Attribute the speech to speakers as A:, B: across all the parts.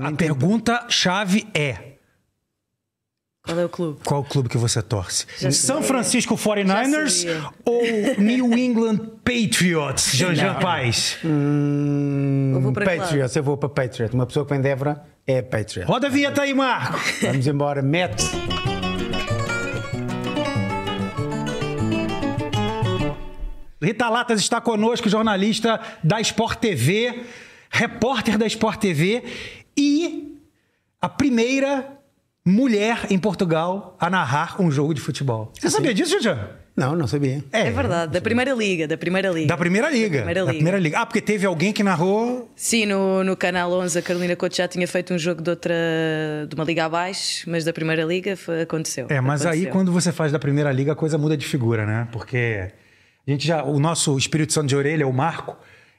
A: A pergunta-chave é:
B: Qual é o clube?
A: qual clube que você torce?
B: Já
A: São
B: sabia.
A: Francisco 49ers
B: Já sabia.
A: ou New England Patriots? Jean-Jean
C: Não.
A: Paz.
B: Eu vou para que lado?
C: Patriots, eu vou para Patriot. Uma pessoa que vem de Évora é Patriot.
A: Roda a vinheta aí, Marco.
C: Vamos embora, mete.
A: Rita Latas está conosco, jornalista da Sport TV, repórter da Sport TV e a primeira mulher em Portugal a narrar um jogo de futebol. Você sabia disso, Jean?
C: Não, não sabia.
B: É verdade, da primeira liga, da primeira liga.
A: Da primeira liga. Da
B: Primeira Liga.
A: Ah, porque teve alguém que narrou.
B: Sim, no, no Canal 11 a Carolina Couto já tinha feito um jogo de outra de uma liga abaixo, mas da primeira liga foi- aconteceu.
A: É, mas aí
B: Aconteceu.
A: quando você faz da primeira liga a coisa muda de figura, né? Porque a gente já, o nosso Espírito Santo de orelha, o Marco,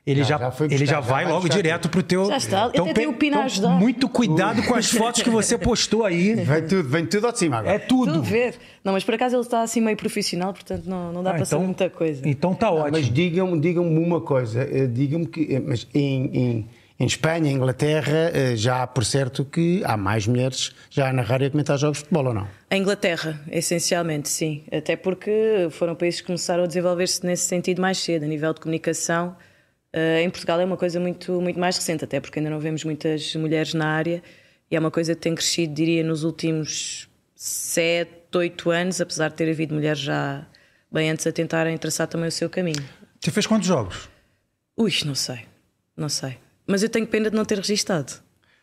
A: ele
C: Não,
A: já,
C: já foi
A: ele
C: buscar,
A: já
C: já
A: vai
C: vai
A: logo
C: buscar
A: direto pro teu. Então,
B: Já está. Eu até
A: pe-
B: dei o pino a ajudar.
A: Muito cuidado com as fotos que você postou aí.
C: Vem tudo, vem tudo ao de cima agora.
A: É tudo.
B: Tudo a ver. Não, mas por acaso ele está assim meio profissional, portanto não, não dá
A: Ah,
B: para saber muita coisa.
A: Então tá ótimo.
C: Mas digam-me digam uma coisa, eh, digam-me que eh, mas em, em, em Espanha, em Inglaterra, eh, já há por certo que há mais mulheres já a narrar e a comentar jogos de futebol ou não?
B: A Inglaterra, essencialmente, sim. Até porque foram países que começaram a desenvolver-se nesse sentido mais cedo, a nível de comunicação. Eh, em Portugal é uma coisa muito, muito mais recente, até porque ainda não vemos muitas mulheres na área e é uma coisa que tem crescido, diria, nos últimos 7, 8 anos, apesar de ter havido mulheres já bem antes a tentarem traçar também o seu caminho.
A: Você fez quantos jogos?
B: Ui, não sei, não sei. Mas eu tenho pena de não ter registado.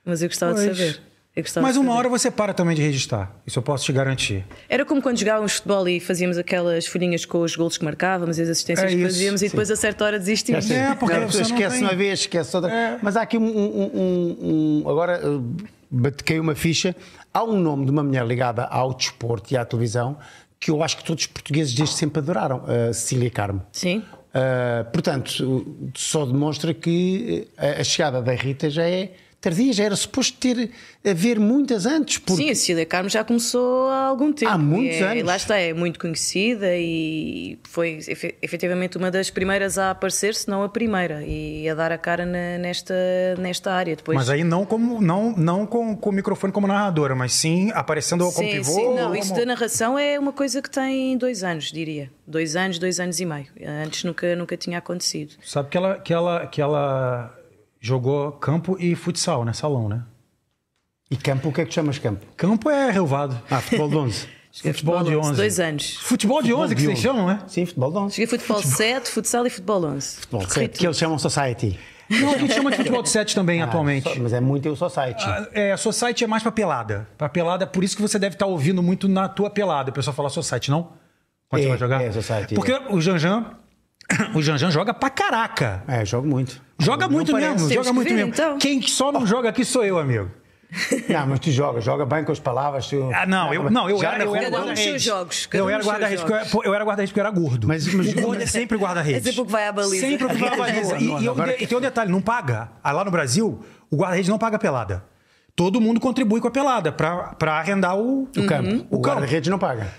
B: Mas eu gostava de
A: Pois.
B: saber. Eu gostava
A: Mas
B: de
A: uma
B: saber.
A: hora você para também de registrar. Isso eu posso te garantir.
B: Era como quando jogávamos futebol e fazíamos aquelas folhinhas com os golos que marcávamos e as assistências
A: É
B: que
A: isso,
B: fazíamos e depois a certa hora desistimos.
A: É, porque
C: assim. Não,
A: você não
C: esquece
A: tem-
C: uma vez, esquece outra.
A: É.
C: Mas há aqui um. um- um- um- agora eh, bate- caiu uma ficha. Há um nome de uma mulher ligada ao desporto e à televisão que eu acho que todos os portugueses desde sempre adoraram, a Cecília Carmo.
B: Sim.
C: Uh, portanto, o- só demonstra que uh, a a chegada da Rita já é tardia, já era suposto ter haver muitas antes, porque
B: Sim, a Cecília Carmo já começou há algum tempo.
C: Há muitos
B: E é-
C: anos.
B: E lá está, é muito conhecida e foi efe- efetivamente uma das primeiras a aparecer, se não a primeira, e a dar a cara na- nesta, nesta área. Depois
A: Mas é aí não, como, não, não com, com o microfone como narradora, mas sim aparecendo como pivô. ou
B: Não,
A: como-
B: isso da narração é uma coisa que tem dois anos, diria. Dois anos, dois anos e meio. Antes nunca, nunca tinha acontecido.
A: Sabe que ela, que, ela, que ela jogou campo e futsal, né? Salão, né?
C: e campo, o que é que chamas campo?
A: Campo é relvado.
C: Ah, futebol de 11.
A: Futebol de 11.
B: Dois anos.
A: Futebol de 11 que vocês chamam, né?
C: Sim, futebol de 11.
B: Cheguei futebol 7, futsal e futebol 11.
C: Futebol de 7, que eles chamam Society.
A: Não, a gente chama de futebol de 7 também atualmente.
C: Ah, só- mas é muito o Society.
A: Ah, É, a Society é mais pra pelada. Pra pelada, por isso que você deve estar ouvindo muito na tua pelada. O pessoal fala Society, não? Quando você
C: É,
A: vai jogar?
C: é, Society,
A: Porque o Janjan. O Janjan joga pra caraca.
C: É, jogo muito.
A: Joga
C: Não
A: muito
C: parece.
A: mesmo,
B: Temos
A: joga
B: que
A: muito
B: ver,
A: mesmo.
B: então.
A: Quem só não joga aqui sou eu, amigo.
C: Não, mas tu joga, joga bem com as palavras. tu-
A: Ah, não, eu, não, eu
C: Já
A: era,
C: na
A: eu
C: rua-
A: era
B: Cada um
A: guarda-redes.
B: os seus jogos, cada
A: Eu
B: um
A: era
B: os seus
A: guarda-redes porque, eu era-
B: jogos.
A: pô, eu era guarda-redes porque eu era gordo.
C: Mas- mas-
A: o gordo é sempre
B: É
A: guarda-redes.
B: sempre o que vai à baliza.
A: Sempre o que vai à baliza. E,
C: Não, não,
A: e eu-
C: agora-
A: e tem um detalhe, não paga. Ah, Lá no Brasil, o guarda-redes não paga pelada. Todo mundo contribui com a pelada pra, pra arrendar o,
C: O campo.
A: O
C: O
A: campo.
C: guarda-redes não paga.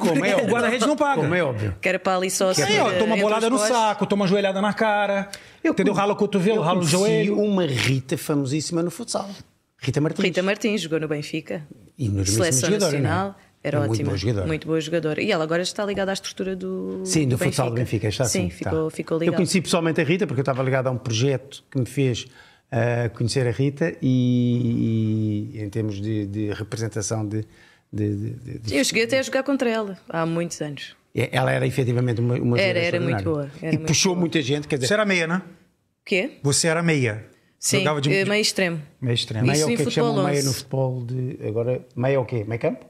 C: Como é
A: O guarda-redes não paga.
C: Como é óbvio.
B: Que era para ali só
C: é
A: Aí, ó, toma bolada no saco, toma joelhada na cara. entendeu? Rala o cotovelo, rala o
C: Conheci
A: joelho.
C: uma Rita famosíssima no futsal. Rita Martins.
B: Rita Martins jogou no Benfica.
C: E no
B: Seleção
C: jogadora, é?
B: Nacional. Era
C: Muito
B: ótima.
C: boa jogadora.
B: Muito boa jogadora. E ela agora está ligada à estrutura do.
C: Sim, do futsal do Benfica, está
B: Sim,
C: sim.
B: ficou,
C: tá.
B: ficou
C: Eu
B: ligada.
C: conheci pessoalmente a Rita, porque eu estava ligado a um projeto que me fez ah, conhecer a Rita e, e em termos de, de representação de, de- de- de- de-
B: Eu cheguei até a jogar contra ela há muitos anos.
C: Ela era efetivamente uma, uma
B: Era-
C: jogadora
B: era muito
C: extraordinária.
B: boa, era
C: e
B: muito
C: puxou muita gente, quer dizer,
A: Você era meia, né?
B: O quê?
A: Você era meia.
B: Sim,
A: Jogava de
B: eh, meio extremo.
A: meia extrema.
C: meio
B: isso
C: é o que
B: em
C: é que chamam
B: futebol
C: meio no
B: 11.
C: futebol de. Agora, meio é o quê? Meio campo?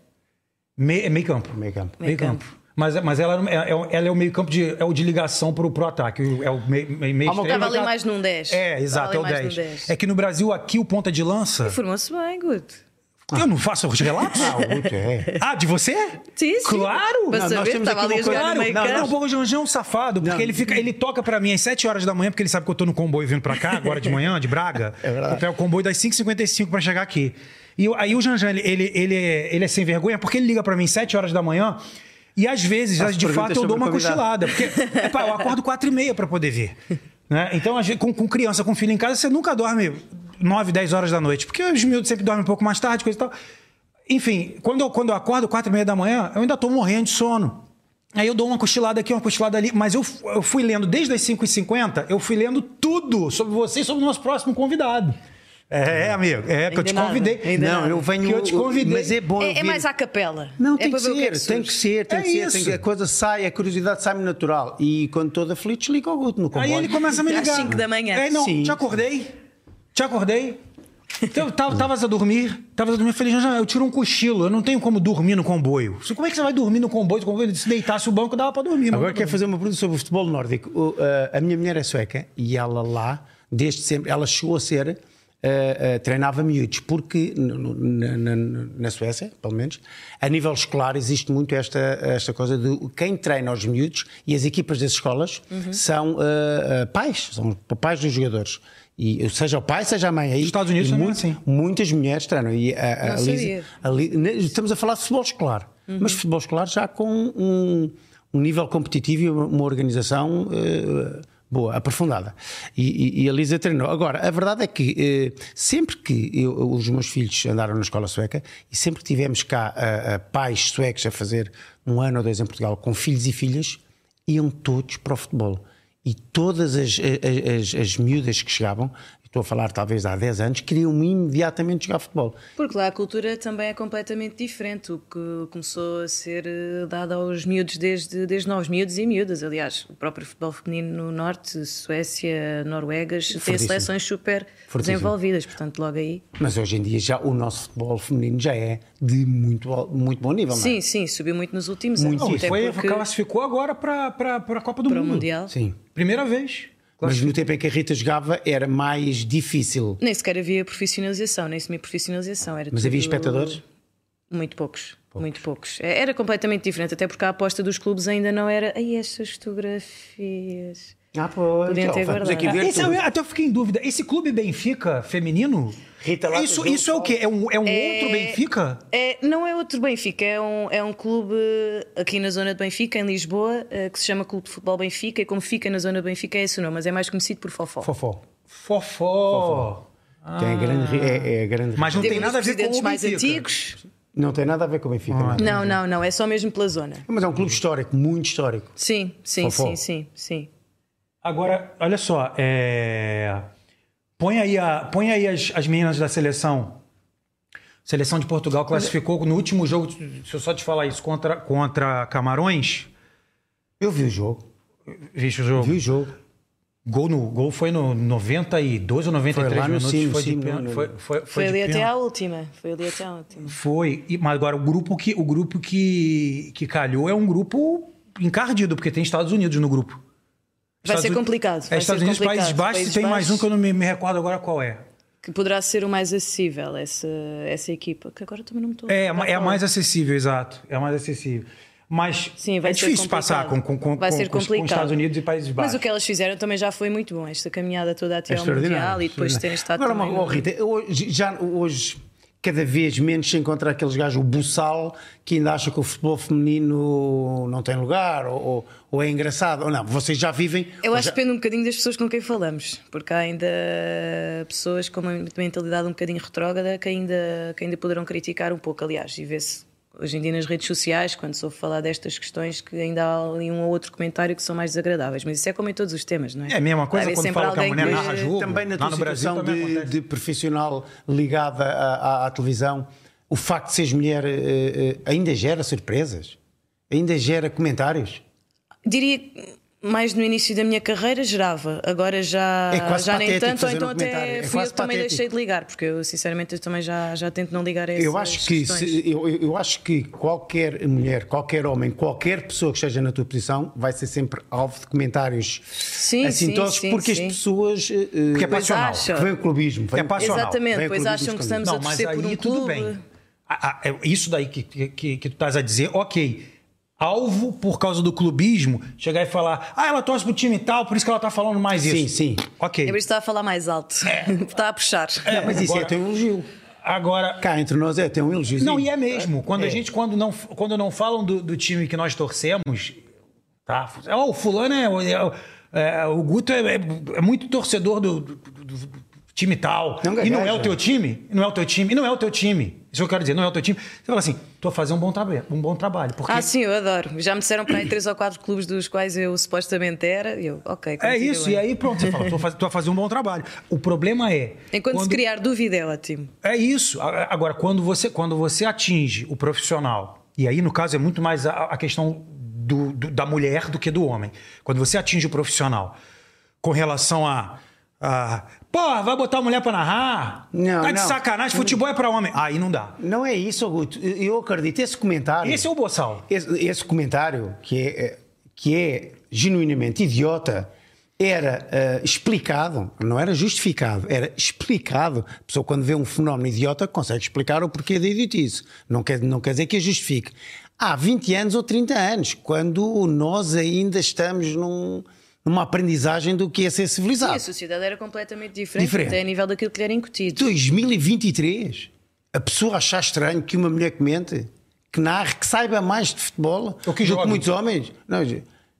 A: Meio, meio campo.
C: Meio campo.
A: Meio campo. Mas, mas ela, é, é- ela é o meio campo de, é o de ligação pro, pro ataque. o- É o meio, meio, meio
C: Há uma
A: extremo.
B: Estava ali mais num 10.
A: É, exato, é o
B: Estava ali mais
A: 10.
B: num
A: É que no Brasil, aqui, o ponta de lança. Ah,
B: Formou-se bem, Guto.
A: Eu não faço os relatos?
C: Ah, o Guto, é.
A: Ah, de você?
B: Sim, sim.
A: Claro!
B: Para
C: Não, nós
B: saber,
C: temos
B: estava
C: aqui
B: ali a
C: uma
B: jogar
C: coisa-
B: no meio
C: Não,
B: campo.
A: Não, o Janjão é um safado, porque
C: Não.
A: ele, fica, ele toca pra mim às 7 horas da manhã, porque ele sabe que eu tô no comboio vindo pra cá, agora de manhã, de Braga.
C: É verdade.
A: eu pego o comboio das 5h55 pra chegar aqui. E eu- aí o Janjão, ele, ele, ele, é, ele é sem vergonha, porque ele liga pra mim às 7 horas da manhã. E às vezes,
C: As
A: de
C: perguntas
A: fato, eu dou
C: sobre
A: uma cochilada.
C: convidado.
A: Porque, epá, eu acordo 4 e meia pra poder vir. Né? Então, às vezes, com, com criança, com filho em casa, você nunca dorme 9, 10 horas da noite. Porque os miúdos sempre dormem um pouco mais tarde, coisa e tal. Enfim, quando eu, quando eu acordo, 4 e meia da manhã, eu ainda estou morrendo de sono. Aí eu dou uma cochilada aqui, uma cochilada ali, mas eu, eu fui lendo desde as 5h50, eu fui lendo tudo sobre você e sobre o nosso próximo convidado. É, amigo, é que eu te
B: Ainda nada,
A: convidei.
B: ainda
C: Não,
B: nada.
C: eu venho.
A: Que eu te convidei.
C: Mas é bom.
B: É,
C: ouvir.
B: é mais à capela.
C: Não,
B: É
C: tem,
B: para
C: que
B: ver o
C: ser,
B: é
C: tem
B: surge.
C: que ser, tem
A: É
C: que ser, tem
A: isso.
C: que- a coisa sai, a curiosidade sai-me natural. E quando estou aflito, desliga o Guto no comboio.
A: Aí ele começa a me
B: Às
A: ligar.
B: cinco da manhã.
A: É, não,
C: Sim.
A: te acordei. Te acordei. Eu tava, tavas a dormir, tavas a dormir, eu falei, Janjan, eu tiro um cochilo, eu não tenho como dormir no comboio. Isso, Como é que você vai dormir no comboio? Ele se deitasse o banco, dava pra dormir. mas-
C: Agora quero fazer uma pergunta sobre o futebol nórdico. O, eh, a minha mulher é sueca e ela lá, desde sempre, ela chegou a ser, eh, eh, treinava miúdos, porque no- no- na, na- na Suécia, pelo menos, a nível escolar existe muito esta, esta coisa de quem treina os miúdos e as equipas das escolas
B: Uhum.
C: são eh, eh, pais, são pais dos jogadores. E, seja o pai, seja a mãe. Aí,
A: Estados Unidos
C: e
A: também é
C: muito-
A: assim.
C: Muitas mulheres treinam. E eh, a, a
B: Não
C: Lisa-
B: sabia.
C: Ali- ne- estamos a falar de futebol escolar, mas futebol escolar já com um, um nível competitivo e uma, uma organização eh, boa, aprofundada. E, e- e a Lisa treinou. Agora, a verdade é que eh, sempre que eu- os meus filhos andaram na escola sueca e sempre que tivemos cá ah, ah, pais suecos a fazer um ano ou dois em Portugal com filhos e filhas, iam todos para o futebol. E todas as, eh, as, as- as miúdas que chegavam, estou a falar talvez há 10 anos, queriam imediatamente jogar futebol.
B: Porque lá a cultura também é completamente diferente. O que começou a ser eh, dado aos miúdos desde, desde novos miúdos e miúdas. Aliás, o próprio futebol feminino no Norte, Suécia, Noruega, tem
C: Fortíssimo.
B: seleções super
C: Fortíssimo.
B: desenvolvidas. Portanto, logo aí.
C: Mas hoje em dia já o nosso futebol feminino já é de muito, al- muito bom nível, não é?
B: Sim, sim, subiu muito nos últimos
C: Muito.
A: Não,
B: anos.
A: e
B: até
A: foi,
B: porque
A: classificou agora pra, pra, pra Copa do
B: para o
A: Mundo.
B: Mundial.
C: Sim.
A: Primeira vez.
C: Mas no tempo em que a Rita jogava era mais difícil.
B: Nem sequer havia profissionalização, nem semi-profissionalização. Era
C: Mas havia
B: tudo-
C: espectadores?
B: Muito poucos, muito poucos. É- Era completamente diferente, até porque a aposta dos clubes ainda não era. Ai, estas fotografias.
C: Ah, pois.
B: Podiam ter
C: vamos
B: guardado.
C: aqui ver
A: Esse é
C: tudo.
A: o- até eu fiquei em dúvida. Esse clube Benfica feminino.
C: Rita Latas
A: isso,
C: Júnior
A: isso é o quê? É um, é um outro Benfica?
B: É, não é outro Benfica, é um, é um clube aqui na zona de Benfica, em Lisboa, eh, que se chama Clube de Futebol Benfica, e como fica na zona de Benfica é esse o nome, mas é mais conhecido por Fofó.
C: Fofó.
A: Fofó.
C: Que é, a grande, ri- é, é a grande.
A: Mas não
B: Teve
A: tem
B: um dos
A: nada a ver com
B: presidentes
A: o
B: mais
A: Benfica.
B: antigos.
C: Não tem nada a ver com o Benfica. não é?
B: Não, não, não, é só mesmo pela zona.
C: Mas é um clube histórico, muito histórico.
B: Sim, sim,
C: Fofó.
B: sim, sim, sim.
A: Agora, olha só, é, põe aí, a- põe aí as, as meninas da seleção. Seleção de Portugal classificou no último jogo, se eu só te falar isso, contra, contra Camarões.
C: Eu vi o jogo.
A: Vixe, o jogo.
C: Vi o jogo.
A: Gol, no, gol foi no 92 ou 93
C: Foi lá no
A: minutos.
C: cima,
A: foi, de
C: sim,
A: pena-
C: no- no-
A: foi, foi, foi
B: Foi
A: de
B: ali até
A: pena.
B: à última. Foi ali até à última.
A: Foi. E- mas agora o grupo que o grupo que, que calhou é um grupo encardido, porque tem Estados Unidos no grupo.
B: Vai
A: Estados
B: ser
A: Uni-
B: complicado.
A: É
B: vai
A: Estados
B: ser
A: Unidos,
B: complicado.
A: Países Baixos, e tem mais um
B: Baixos,
A: que eu não me, me recordo agora qual é.
B: que poderá ser o mais acessível, essa, essa equipa, que agora também não me estou a
A: É,
B: lembrar
A: é a
B: qual
A: mais acessível, exato. É a mais acessível. Mas
B: Sim, vai
A: é
B: ser
A: difícil
B: complicado.
A: passar com, com, com,
B: vai
A: com-
B: ser
A: com os- com os
B: complicado.
A: Estados Unidos e Países Baixos.
B: Mas o que elas fizeram também já foi muito bom, esta caminhada toda até
C: É
B: ao
C: extraordinário,
B: Mundial e depois de terem estado
C: Agora,
B: também
C: uma,
B: no-
C: oh, Rita, eu hoje, já, hoje cada vez menos se encontra aqueles gajos, o buçal, que ainda acha que o futebol feminino não tem lugar, ou, ou- ou é engraçado, ou não. Vocês já vivem.
B: Eu
C: ou
B: acho
C: já-
B: que depende um bocadinho das pessoas com quem falamos, porque há ainda pessoas com uma mentalidade um bocadinho retrógrada que ainda, que ainda poderão criticar um pouco, aliás, e vê-se hoje em dia nas redes sociais, quando soube falar destas questões, que ainda há ali um ou outro comentário que são mais desagradáveis, mas isso é como em todos os temas, não é?
A: É a mesma coisa
B: Vai haver
A: quando
B: sempre
A: fala que a
B: alguém
A: mulher
B: que-
A: narra jogo.
C: Também na
A: Lá
C: tua
A: no Brasil
C: situação
A: também
C: de,
A: acontece.
C: de profissional ligada à, à- à televisão, o facto de seres mulher eh, eh, ainda gera surpresas? Ainda gera comentários?
B: Diria que mais no início da minha carreira gerava, agora já,
C: É quase
B: já nem
C: patético
B: tanto, ou
C: fazer um
B: então
C: comentário,
B: até
C: é
B: fui eu
C: quase
B: que também
C: patético.
B: deixei de ligar, porque eu sinceramente eu também já, já tento não ligar a essas
C: Eu acho, que
B: questões.
C: se- eu, eu- eu acho que qualquer mulher, qualquer homem, qualquer pessoa que esteja na tua posição vai ser sempre alvo de comentários
B: Sim,
C: assim
B: sim,
C: todos,
B: sim,
C: porque
B: sim.
C: as pessoas. eh,
A: Porque é
C: eh,
B: Pois
A: passional.
B: acha.
C: vem o clubismo. Vem
A: É passional.
B: Exatamente,
C: vem o
B: pois
C: clubismo
B: acham que
C: escondido.
B: estamos a torcer por um
A: tudo
B: clube.
A: bem. Ah, ah, é isso daí que, que, que- que tu estás a dizer, ok. Alvo por causa do clubismo, chegar e falar, ah, ela torce pro time e tal, por isso que ela tá falando mais
C: Sim,
A: isso.
C: sim.
A: Ok.
B: É por isso que está a falar mais alto. Está a puxar.
C: Ah, mas isso é até um elogio.
A: Agora,
C: Cá entre nós é até um elogio.
A: Não, e é mesmo. Quando a gente, quando não, quando não falam do, do time que nós torcemos, tá? é Ó, o fulano é. é- é- o Guto é, é- é muito torcedor do, do- do- do time tal,
C: Não
A: e não é
C: gagueja.
A: o teu time, e não é o teu time, e não é o teu time. Isso que eu quero dizer, não é o teu time. Você fala assim, estou a fazer um bom, trabalho, um bom trabalho. Porque
B: Ah, sim, eu adoro. Já me disseram para aí três ou quatro clubes dos quais eu supostamente era. E eu, ok,
A: é
B: continuem.
A: isso, e aí pronto, você fala, estou a, faz- tô a fazer um bom trabalho. O problema é.
B: Enquanto se
A: quando-
B: criar dúvida, é ótimo.
A: É isso. A- a- Agora, quando você, quando você atinge o profissional, e aí no caso é muito mais a, a questão do- do- da mulher do que do homem. Quando você atinge o profissional com relação a. a Porra, vai botar a mulher pra narrar?
C: Não,
A: tá de
C: não.
A: sacanagem, futebol é pra homem. Aí não dá.
C: Não é isso, Guto. Eu- Eu acredito. Esse comentário.
A: Esse é o boçal.
C: Esse, esse comentário, que é, que é genuinamente idiota, era eh, explicado, não era justificado, era explicado. A pessoa, quando vê um fenómeno idiota, consegue explicar o porquê da idiotice. Não quer, não quer dizer que a justifique. Há 20 anos ou 30 anos, quando nós ainda estamos num- numa aprendizagem do que é ser
B: E a
C: civilizado.
B: sociedade era completamente diferente,
C: Diferente.
B: até a nível daquilo que lhe era incutido.
C: 2023, a pessoa achar estranho que uma mulher comente, que narre, que saiba mais de futebol
A: Ou que
C: do
A: jogue.
C: que muitos homens. Não,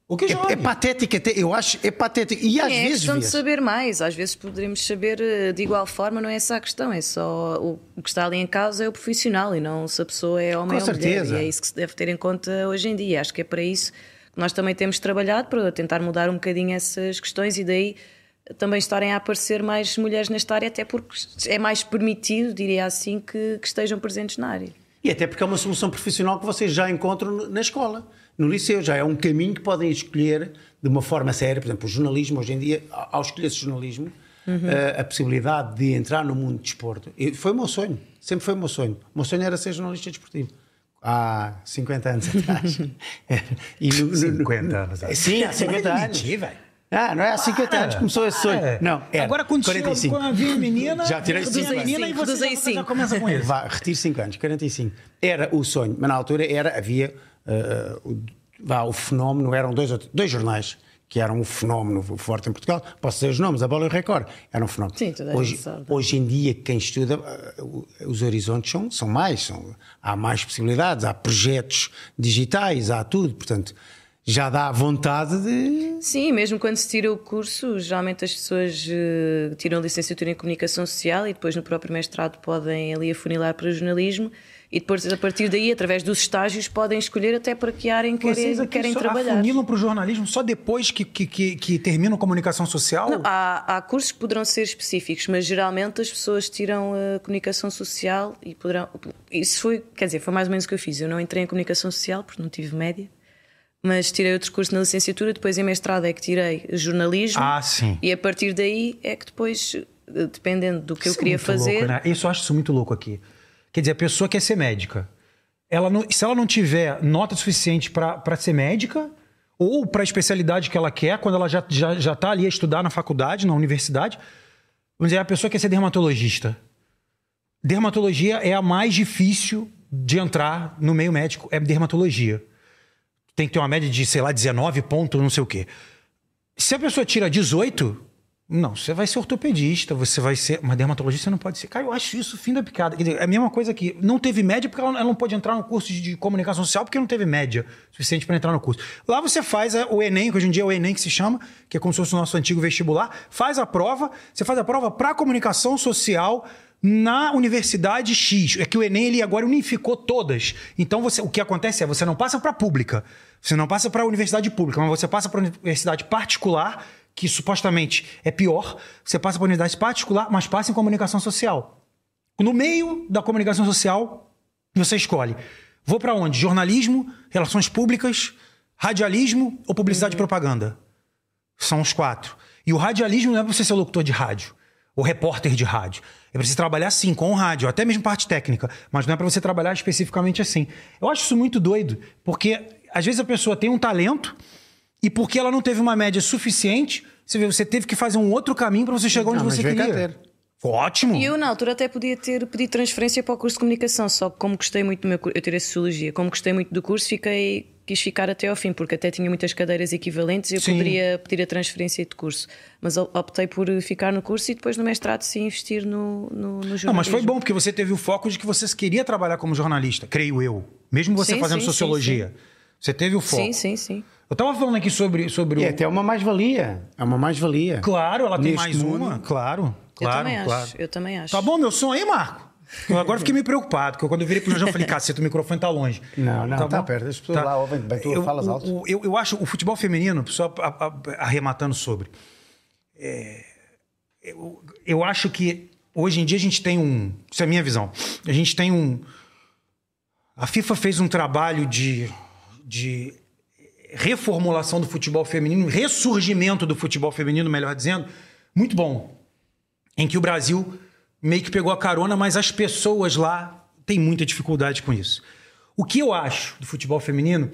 A: Ou que
C: é,
A: jogue.
C: é patético até, eu acho, é patético. E às
B: Sim, é
C: vezes
B: questão de
C: vê-se.
B: saber mais. Às vezes poderíamos saber eh, de igual forma, não é essa a questão. É só o o que está ali em causa é o profissional e não se a pessoa é homem
C: Com
B: ou mulher.
C: certeza.
B: E é isso que se deve ter em conta hoje em dia. Acho que é para isso que nós também temos trabalhado para tentar mudar um bocadinho essas questões e daí eh, também estarem a aparecer mais mulheres nesta área, até porque é mais permitido, diria assim, que, que estejam presentes na área.
C: E até porque é uma solução profissional que vocês já encontram no- na escola, no liceu, já é um caminho que podem escolher de uma forma séria. Por exemplo, o jornalismo, hoje em dia, ao ao escolher-se jornalismo,
A: Uhum.
C: eh, a possibilidade de entrar no mundo de desporto. E Foi o meu sonho, sempre foi o meu sonho. O meu sonho era ser jornalista desportivo. Há 50 anos atrás. E no- no-
A: 50 anos atrás.
C: Sim, há 50
A: Vai
C: anos.
A: mentir, é velho.
C: Ah, não é há 50
A: Para,
C: anos que começou esse sonho.
A: para.
C: Não, é. era.
A: é. Agora quando chega-
C: 45.
A: quando vem a menina,
C: Já tirei
A: reduz a
C: cinco, vai.
A: menina e você
B: Reduz aí
A: já- tá já
B: cinco.
A: começa com isso.
C: Vá, retiro 5 anos, 45. Era o sonho, mas na altura era, havia ah, o, vá, o fenómeno, eram dois, ou- dois jornais que eram um fenómeno forte em Portugal. Posso dizer os nomes, a bola e o recorde. Era um fenómeno.
B: Sim, toda a gente
C: hoje,
B: sabe. é?
C: hoje em dia, quem estuda, ah, o- os horizontes são, são mais, são- há mais possibilidades, há projetos digitais, há tudo, portanto, já dá vontade de.
B: Sim, mesmo quando se tira o curso, geralmente as pessoas eh, tiram licenciatura em comunicação social e depois no próprio mestrado podem ali afunilar para o jornalismo e depois a partir daí, através dos estágios, podem escolher até para que área em que
A: Vocês
B: querem,
A: aqui
B: querem
A: só
B: trabalhar.
A: afunilam pro jornalismo só depois que, que, que, que terminam comunicação social?
B: Não, há, há cursos que poderão ser específicos, mas geralmente as pessoas tiram a comunicação social e poderão. Isso foi, quer dizer, foi mais ou menos o que eu fiz. Eu não entrei em comunicação social porque não tive média, mas tirei outro curso na licenciatura, depois em mestrado é que tirei jornalismo.
A: Ah, sim.
B: E a partir daí é que depois, eh, dependendo do que eu queria
A: muito louco,
B: fazer,
A: né? Isso eu acho isso muito louco aqui. Quer dizer, a pessoa quer ser médica. Ela não- se ela não tiver nota suficiente para ser médica, ou para a especialidade que ela quer, quando ela já está já, já tá ali a estudar na faculdade, na universidade, vamos dizer, a pessoa quer ser dermatologista. Dermatologia é a mais difícil de entrar no meio médico, é dermatologia. Tem que ter uma média de, sei lá, 19 pontos, não sei o quê. Se a pessoa tira 18, não, você vai ser ortopedista, você vai ser. Uma dermatologista você não pode ser. Cara, eu acho isso o fim da picada. Quer dizer, é a mesma coisa que não teve média porque ela ela não pode entrar no curso de comunicação social porque não teve média suficiente para entrar no curso. Lá você faz é, o Enem, que hoje em dia é o Enem que se chama, que é como se fosse o nosso antigo vestibular, faz a prova, você faz a prova para comunicação social na universidade X. É que o Enem ele agora unificou todas. Então você, o que acontece é você não passa para pública, você não passa para a universidade pública, mas você passa para universidade particular, que supostamente é pior. Você passa para universidade particular, mas passa em comunicação social. No meio da comunicação social, você escolhe. Vou para onde? Jornalismo, relações públicas, radialismo ou publicidade e
C: Uhum.
A: propaganda? São os quatro. E o radialismo não é para você ser locutor de rádio ou repórter de rádio. É para você trabalhar sim, com o rádio, até mesmo parte técnica, mas não é para você trabalhar especificamente assim. Eu acho isso muito doido, porque às vezes a pessoa tem um talento e porque ela não teve uma média suficiente, você vê, você teve que fazer um outro caminho para você chegar onde
C: Ah, mas
A: você
C: vem cá
A: queria.
C: ter.
A: Ótimo.
B: E eu, na altura, até podia ter pedido transferência para o curso de comunicação, só que como gostei muito do meu curso, eu tirei Sociologia, como gostei muito do curso, fiquei, quis ficar até ao fim, porque até tinha muitas cadeiras equivalentes e eu
A: Sim.
B: poderia pedir a transferência de curso. Mas op- optei por ficar no curso e depois no mestrado sim investir no, no, no jornalismo.
A: Não, mas foi bom porque você teve o foco de que você queria trabalhar como jornalista, creio eu. Mesmo você
B: Sim,
A: fazendo
B: sim,
A: sociologia. Você teve o foco.
B: Sim, sim, sim.
A: Eu tava falando aqui sobre, sobre
C: E
A: o.
C: até é uma mais-valia. É uma mais-valia.
A: Claro, ela tem
C: Neste
A: mais
C: mundo-
A: uma, claro.
B: eu
A: Claro,
B: também
A: claro.
B: acho. Eu também acho.
A: Tá bom meu som aí, Marco? Eu agora fiquei meio preocupado, porque eu, quando eu virei pro Jorge, eu falei, caceta, o microfone tá longe.
C: Não, não, tá
A: bom?
C: perto, as pessoas lá ouvem bem, tu
A: eu,
C: falas
A: o-
C: alto.
A: o- eu, eu acho o futebol feminino, só a- a- arrematando sobre, é, eu, eu acho que hoje em dia a gente tem um, isso é a minha visão, a gente tem um, a FIFA fez um trabalho de, de reformulação do futebol feminino, ressurgimento do futebol feminino, melhor dizendo, muito bom. Em que o Brasil meio que pegou a carona, mas as pessoas lá têm muita dificuldade com isso. O que eu acho do futebol feminino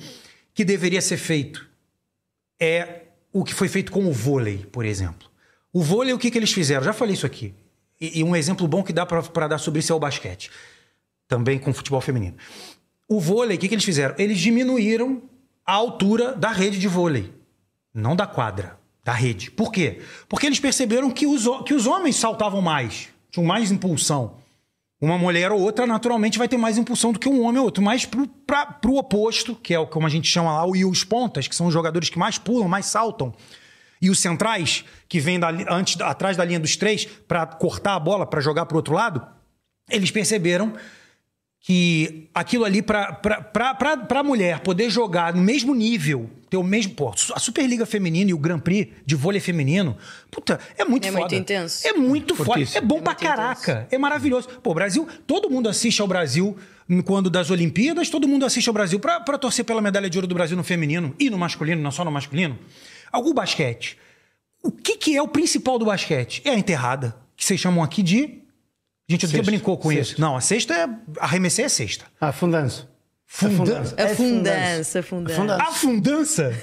A: que deveria ser feito é o que foi feito com o vôlei, por exemplo. O vôlei, o que, que eles fizeram? Já falei isso aqui. E, e um exemplo bom que dá para dar sobre isso é o basquete. Também com o futebol feminino. O vôlei, o que, que eles fizeram? Eles diminuíram a altura da rede de vôlei. Não da quadra, da rede. Por quê? Porque eles perceberam que os, ho- que os homens saltavam mais, tinham mais impulsão. Uma mulher ou outra, naturalmente, vai ter mais impulsão do que um homem ou outro. Mas pro, pra, pro oposto, que é o como a gente chama lá, o- e os pontas, que são os jogadores que mais pulam, mais saltam, e os centrais, que vêm da li- antes, atrás da linha dos três para cortar a bola, para jogar pro outro lado, eles perceberam que aquilo ali para a mulher poder jogar no mesmo nível, ter o mesmo. Pô, a Superliga Feminina e o Grand Prix de vôlei feminino, puta, é muito
B: É
A: foda.
B: muito intenso.
A: É muito foda.
C: Fortíssimo.
A: É bom
B: É
A: pra
B: muito intenso.
A: caraca. É maravilhoso. Pô, o Brasil, todo mundo assiste ao Brasil hum, quando das Olimpíadas, todo mundo assiste ao Brasil pra pra torcer pela medalha de ouro do Brasil no feminino e no masculino, não só no masculino. Algum basquete. O que, que é o principal do basquete? É a enterrada, que vocês chamam aqui de. A gente até
C: Cesta.
A: brincou com
C: Cesta.
A: isso. Não, a sexta é. Arremessar é sexta.
C: Ah, fundanço. Fundanço.
B: A É fundança, a fundança.
A: Afundança?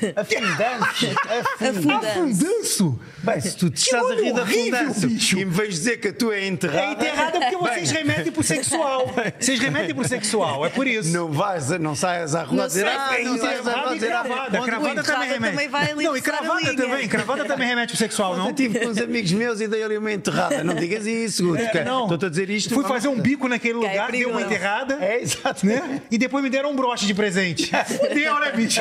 C: Afundanço. Afundança.
A: Afundanço?
C: Bem, se tu te estás a
A: nome
C: rir da
A: horrível,
C: fundança
A: bicho.
C: e me vais dizer que a tua é
A: É
C: enterrada,
A: enterrada porque vocês remetem pro sexual. Vocês remetem pro sexual, é por isso.
C: não vais, não saias à rua
B: Não
C: a dizer
B: saias,
C: ah,
B: não
C: não saias à rua
A: Enterrada
C: a
A: e
C: dizer ah,
A: cravada.
C: onde-
A: Cravada
B: enterrada
A: também remete.
B: também vai ali
A: Não, e
B: cruzar a
A: cravada
B: linha.
A: também. Cravada também remete pro sexual, não?
C: Eu tive com uns amigos meus e dei ali uma enterrada. Não digas isso, Guto.
A: É,
C: que- Estou-te a dizer isto. tá
A: Fui
C: vamos-
A: fazer um bico naquele
B: Que é
A: lugar, dei uma
B: perigoso.
A: enterrada.
C: É, exato.
A: Né? E depois me deram um broche de presente. Fudeu, né, bicho?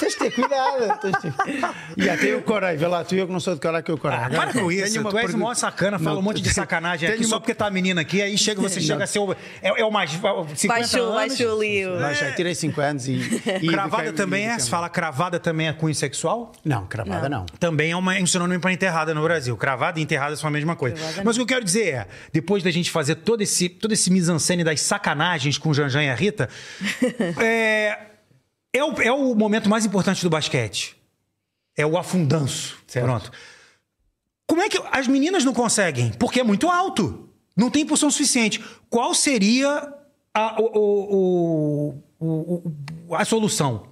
C: Tens de ter cuidado. tens de ter- E até eu corei, vê lá, tu e eu que não sou de corar, que é eu corei.
A: Ah, para com isso,
C: Tenho uma
A: tu és o
C: pergunta-
A: maior sacana, fala
C: Não,
A: um monte de
C: tenho-
A: sacanagem
C: tenho
A: aqui só
C: uma-
A: porque tá a menina aqui, aí chega, você chega a ser o, é, é o mais 50
B: Baixou,
A: anos.
B: baixou ali o-
C: Mas já tirei 5 anos e. e
A: Cravada
C: eduquei-
A: também é?
C: eduquei-
A: Se fala cravada também é cunho sexual?
C: Não, cravada não.
A: Também é uma- é um sinônimo para enterrada no Brasil. Cravada e enterrada são a mesma coisa.
B: Cravada
A: Mas o que eu quero dizer é, depois da gente fazer todo esse, todo esse mise-en-scène das sacanagens com Janjan e a Rita, é, é, o, é o momento mais importante do basquete. É o afundanço. Pronto. Como é que as meninas não conseguem? Porque é muito alto. Não tem impulsão suficiente. Qual seria a, o- o- o- o- o- a solução?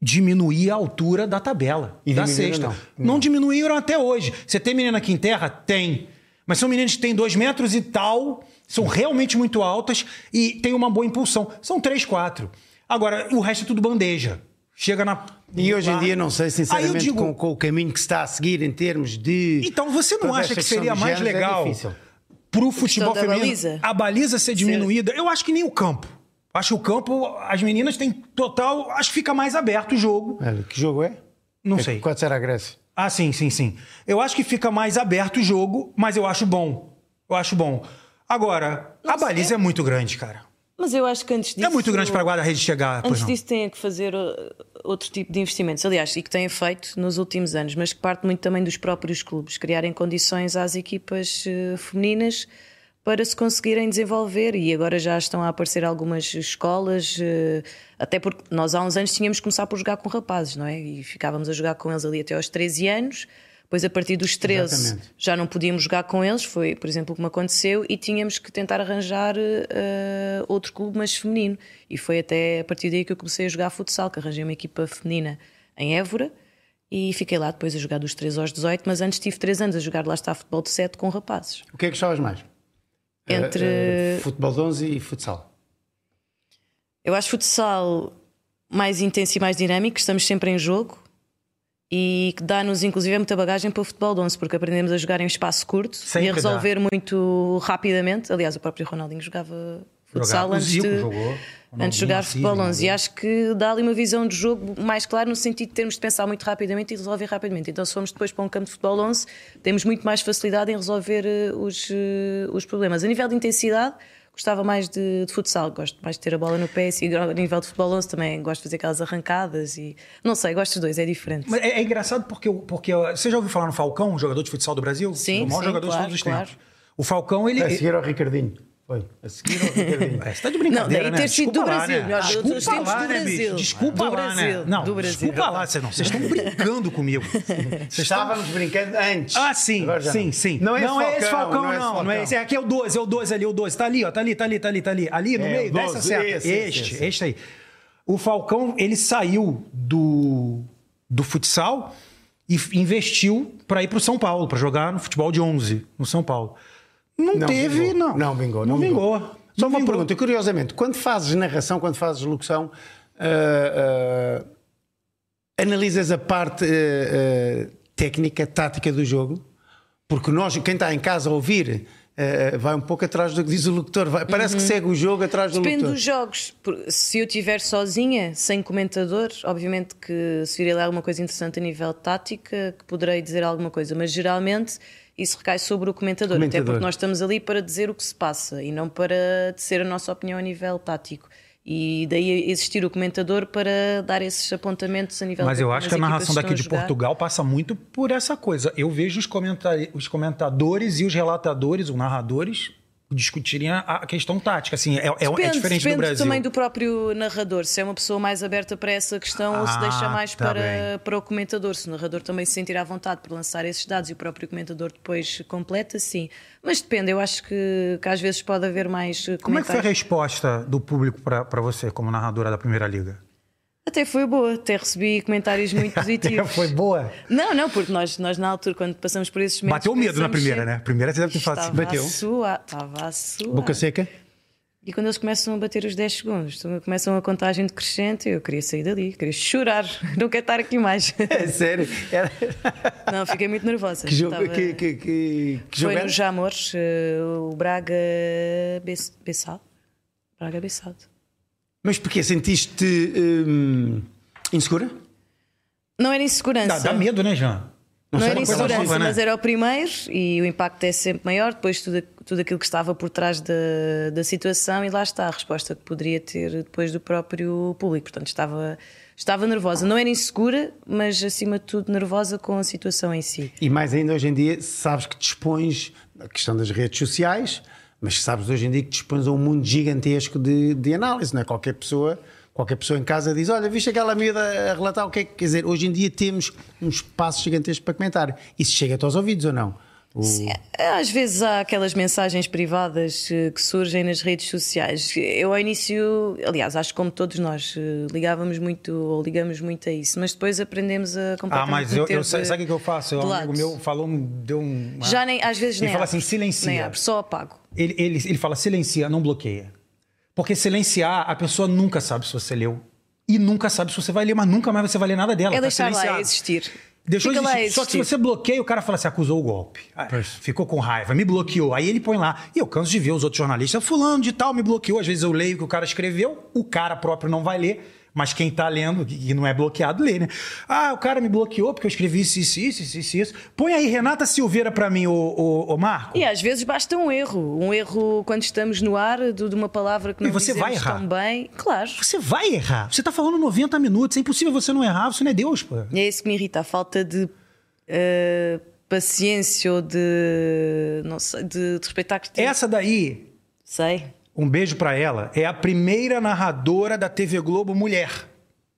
A: Diminuir a altura da tabela,
C: E
A: da
C: diminuíram,
A: sexta.
C: não.
A: Não. diminuíram até hoje. Você tem menina aqui em terra? Tem. Mas são meninas que têm dois metros e tal, são realmente muito altas e têm uma boa impulsão. São três, quatro. Agora, o resto é tudo bandeja. Chega na.
C: E hoje em
A: lá.
C: dia, não sei,
A: Aí eu
C: sinceramente,
A: digo-
C: com, com o caminho que se está a seguir em termos de.
A: Então você não
C: toda
A: acha
C: esta
A: que
C: questão
A: seria
C: de
A: mais
C: géneros, é
A: legal
C: difícil.
A: pro futebol
B: da
A: feminino
B: baliza?
A: a baliza ser diminuída? Eu acho que nem o campo. Acho que o campo, as meninas têm total. Acho que fica mais aberto o jogo.
C: Olha, Que jogo é?
A: Não
C: É,
A: sei.
C: Quantos era a Grécia?
A: Ah, sim, sim, sim. Eu acho que fica mais aberto o jogo, mas eu acho bom. Eu acho bom. Agora, a baliza é muito grande, cara.
B: Mas eu acho que antes disso.
A: É muito grande para a guarda-rede chegar, Ah, pois
B: Antes
A: não.
B: disso, têm que fazer uh, outro tipo de investimentos, aliás, e que têm feito nos últimos anos, mas que parte muito também dos próprios clubes, criarem condições às equipas uh, femininas para se conseguirem desenvolver. E agora já estão a aparecer algumas escolas, uh, até porque nós há uns anos tínhamos que começar por jogar com rapazes, não é? E ficávamos a jogar com eles ali até aos 13 anos. Depois, a partir dos 13,
C: Exatamente.
B: já não podíamos jogar com eles, foi, por exemplo, o que me aconteceu, e tínhamos que tentar arranjar eh, outro clube, mas feminino. E foi até a partir daí que eu comecei a jogar futsal, que arranjei uma equipa feminina em Évora, e fiquei lá depois a jogar dos 3 aos 18, mas antes tive 3 anos a jogar lá está futebol de 7 com rapazes.
C: O que é que gostavas mais?
B: Entre.
C: Eh, eh, futebol de 11 e futsal.
B: Eu acho futsal mais intenso e mais dinâmico, estamos sempre em jogo e que dá-nos inclusive muita bagagem para o futebol de 11, porque aprendemos a jogar em espaço curto
A: Sempre
B: e a resolver muito rapidamente. Aliás, o próprio Ronaldinho jogava futsal
A: Jogar. O
B: antes
A: Zico
B: de,
A: jogou, o
B: antes de
A: Novinho, o
B: jogar
A: Cid,
B: futebol
A: o
B: 11. E acho que dá ali uma visão de jogo mais clara no sentido de termos de pensar muito rapidamente e resolver rapidamente. Então, se formos depois para um campo de futebol 11, temos muito mais facilidade em resolver eh, os, eh, os problemas. A nível de intensidade, gostava mais de, de futsal, gosto mais de ter a bola no pé. E a nível de futebol 11 também gosto de fazer aquelas arrancadas e. Não sei, gosto dos dois, é diferente.
A: Mas é, é engraçado porque, o- porque ó, você já ouviu falar no Falcão, um jogador de futsal do Brasil?
B: Sim,
A: O maior
B: sim,
A: jogador
B: claro,
A: de todos os
B: claro.
A: tempos. O Falcão, ele.
C: A seguir ao Ricardinho. Foi. A seguir ao Ricardinho.
A: É, você tá de
B: Não,
A: brincadeira,
B: daí
A: né?
B: ter sido do
A: Desculpa lá,
B: Brasil.
A: né?
B: melhor jogador dos
A: Desculpa
B: tempos
A: lá,
B: do
A: né, bicho?
B: Brasil.
A: Desculpa
B: do
A: lá,
B: Brasil.
A: né? Não,
B: do Brasil.
A: desculpa lá, vocês não. Vocês estão brincando comigo. Vocês estão...
C: Estávamos brincando antes.
A: Ah, sim,
C: Agora já
A: sim, sim.
C: Não é esse Falcão,
A: não.
C: esse
A: não é esse. É, aqui é o 12, é o 12 ali, o 12. Tá ali, ó, tá ali, tá ali, tá ali, tá ali. Ali no
C: É,
A: meio,
C: o 12,
A: dessa seta.
C: esse, esse,
A: este,
C: esse.
A: este aí. O Falcão, ele saiu do, do futsal e f- investiu para ir pro São Paulo, para jogar no futebol de 11, no São Paulo. Não,
C: Não
A: teve,
C: vingou.
A: não.
C: Não vingou, não
A: vingou.
C: Só
A: Não
C: uma
A: vingou.
C: pergunta, curiosamente, quando fazes narração, quando fazes locução, ah, ah, analisas a parte ah, ah, técnica, tática do jogo? Porque nós, quem está em casa a ouvir, ah, ah, vai um pouco atrás do que diz o locutor, vai- parece que segue o jogo atrás do
B: Uhum. Depende
C: locutor.
B: dos jogos. Por- Se eu estiver sozinha, sem comentador, obviamente que se vir ali alguma coisa interessante a nível tática, que poderei dizer alguma coisa, mas geralmente isso recai sobre o comentador,
C: Comentador.
B: até porque nós estamos ali para dizer o que se passa e não para tecer a nossa opinião a nível tático. E daí existir o comentador para dar esses apontamentos a nível
A: Mas eu
B: como
A: acho
B: as
A: que a
B: equipas
A: narração
B: estão
A: daqui
B: a
A: de
B: jogar.
A: Portugal passa muito por essa coisa. Eu vejo os, comentari- os comentadores e os relatadores, os narradores, discutirem a, a questão tática. Assim, é, é- é
B: Depende,
A: diferente
B: depende
A: do Brasil.
B: também do próprio narrador, se é uma pessoa mais aberta para essa questão ou se
A: Ah,
B: deixa mais
A: tá bem.
B: para, para o comentador. Se o narrador também se sentir à vontade por lançar esses dados e o próprio comentador depois completa, sim. Mas depende, eu acho que, que às vezes pode haver mais eh,
A: Como é que foi a
B: comentários.
A: resposta do público para você, como narradora da Primeira Liga?
B: Até foi boa, até recebi comentários muito positivos.
A: Foi boa.
B: Não, não, porque nós, nós na altura, quando passamos por esses momentos.
A: Bateu medo na
B: pensamos
A: primeira,
B: sempre,
A: né? Primeira você deve ter falado assim.
B: Estava
C: Bateu.
B: a suar, estava a suar.
C: Boca seca?
B: E quando eles começam a bater os 10 segundos, então começam a contagem decrescente, eu queria sair dali, queria chorar, não quero estar aqui mais.
C: É sério? Era-
B: Não, fiquei muito nervosa.
C: Que jogo,
B: Estava-
C: que, que, que, que jogo
B: Foi
C: era?
B: no Jamores, eh, o Braga Bess- Bessal. Braga Bessal.
C: Mas porquê? Sentiste hum, insegura?
B: Não era insegurança.
A: Dá, dá medo, né, Jean?
B: Não,
A: sei,
B: era
A: uma coisa
B: insegurança,
A: nova, né?
B: mas era o primeiro e o impacto é sempre maior. Depois tudo, tudo aquilo que estava por trás da, da situação e lá está a resposta que poderia ter depois do próprio público. Portanto, estava, estava nervosa. Não era insegura, mas acima de tudo nervosa com a situação em si.
C: E mais ainda hoje em dia, sabes que dispões da questão das redes sociais, mas sabes hoje em dia que dispões a um mundo gigantesco de, de análise, não é? Qualquer pessoa, qualquer pessoa em casa diz: Olha, viste aquela miúda a relatar o que é que quer dizer? Hoje em dia temos um espaço gigantesco para comentar. Isso chega-te aos ouvidos ou não? O-
B: Às vezes há aquelas mensagens privadas eh, que surgem nas redes sociais. Eu ao início, aliás, acho que como todos nós eh, ligávamos muito ou ligamos muito a isso, mas depois aprendemos a completamente
A: Ah, mas eu,
B: meter
A: eu sei-
B: de-
A: sabe o que que eu faço?
B: de
A: Um
B: lado.
A: amigo meu falou, um- deu um.
B: Já nem, às vezes
A: Ele
B: nem
A: fala
B: abre.
A: assim, silencia.
B: Nem abre, só apago.
A: ele, ele, ele fala silencia, não bloqueia. Porque silenciar, a pessoa nunca sabe se você leu. E nunca sabe se você vai ler, mas nunca mais você vai ler nada dela.
B: É
A: tá
B: deixar lá
A: silenciado.
B: existir.
A: Deixou
B: Fica lá
A: existir. Só que se
B: existir.
A: você bloqueia, o cara fala assim, acusou o golpe. Ah, ficou com raiva, me bloqueou. Aí ele põe lá. E eu canso de ver os outros jornalistas, fulano de tal, me bloqueou. Às vezes eu leio o que o cara escreveu, o cara próprio não vai ler. Mas quem tá lendo e não é bloqueado, lê, né? Ah, o cara me bloqueou porque eu escrevi isso, isso, isso, isso, isso, isso. Põe aí Renata Silveira pra mim, ô, ô, ô Marco.
B: E às vezes basta um erro. Um erro quando estamos no ar de, de uma palavra que
A: E
B: não
A: você vai
B: dizemos
A: errar.
B: tão bem. Claro.
A: Você vai errar. Você tá falando 90 minutos. É impossível você não errar. Você não é Deus, pô.
B: E é isso que me irrita, a falta de eh, paciência ou de. não sei, de, de respeitar que
A: Essa daí,
B: Sei.
A: um beijo pra ela, é a primeira narradora da TV Globo mulher.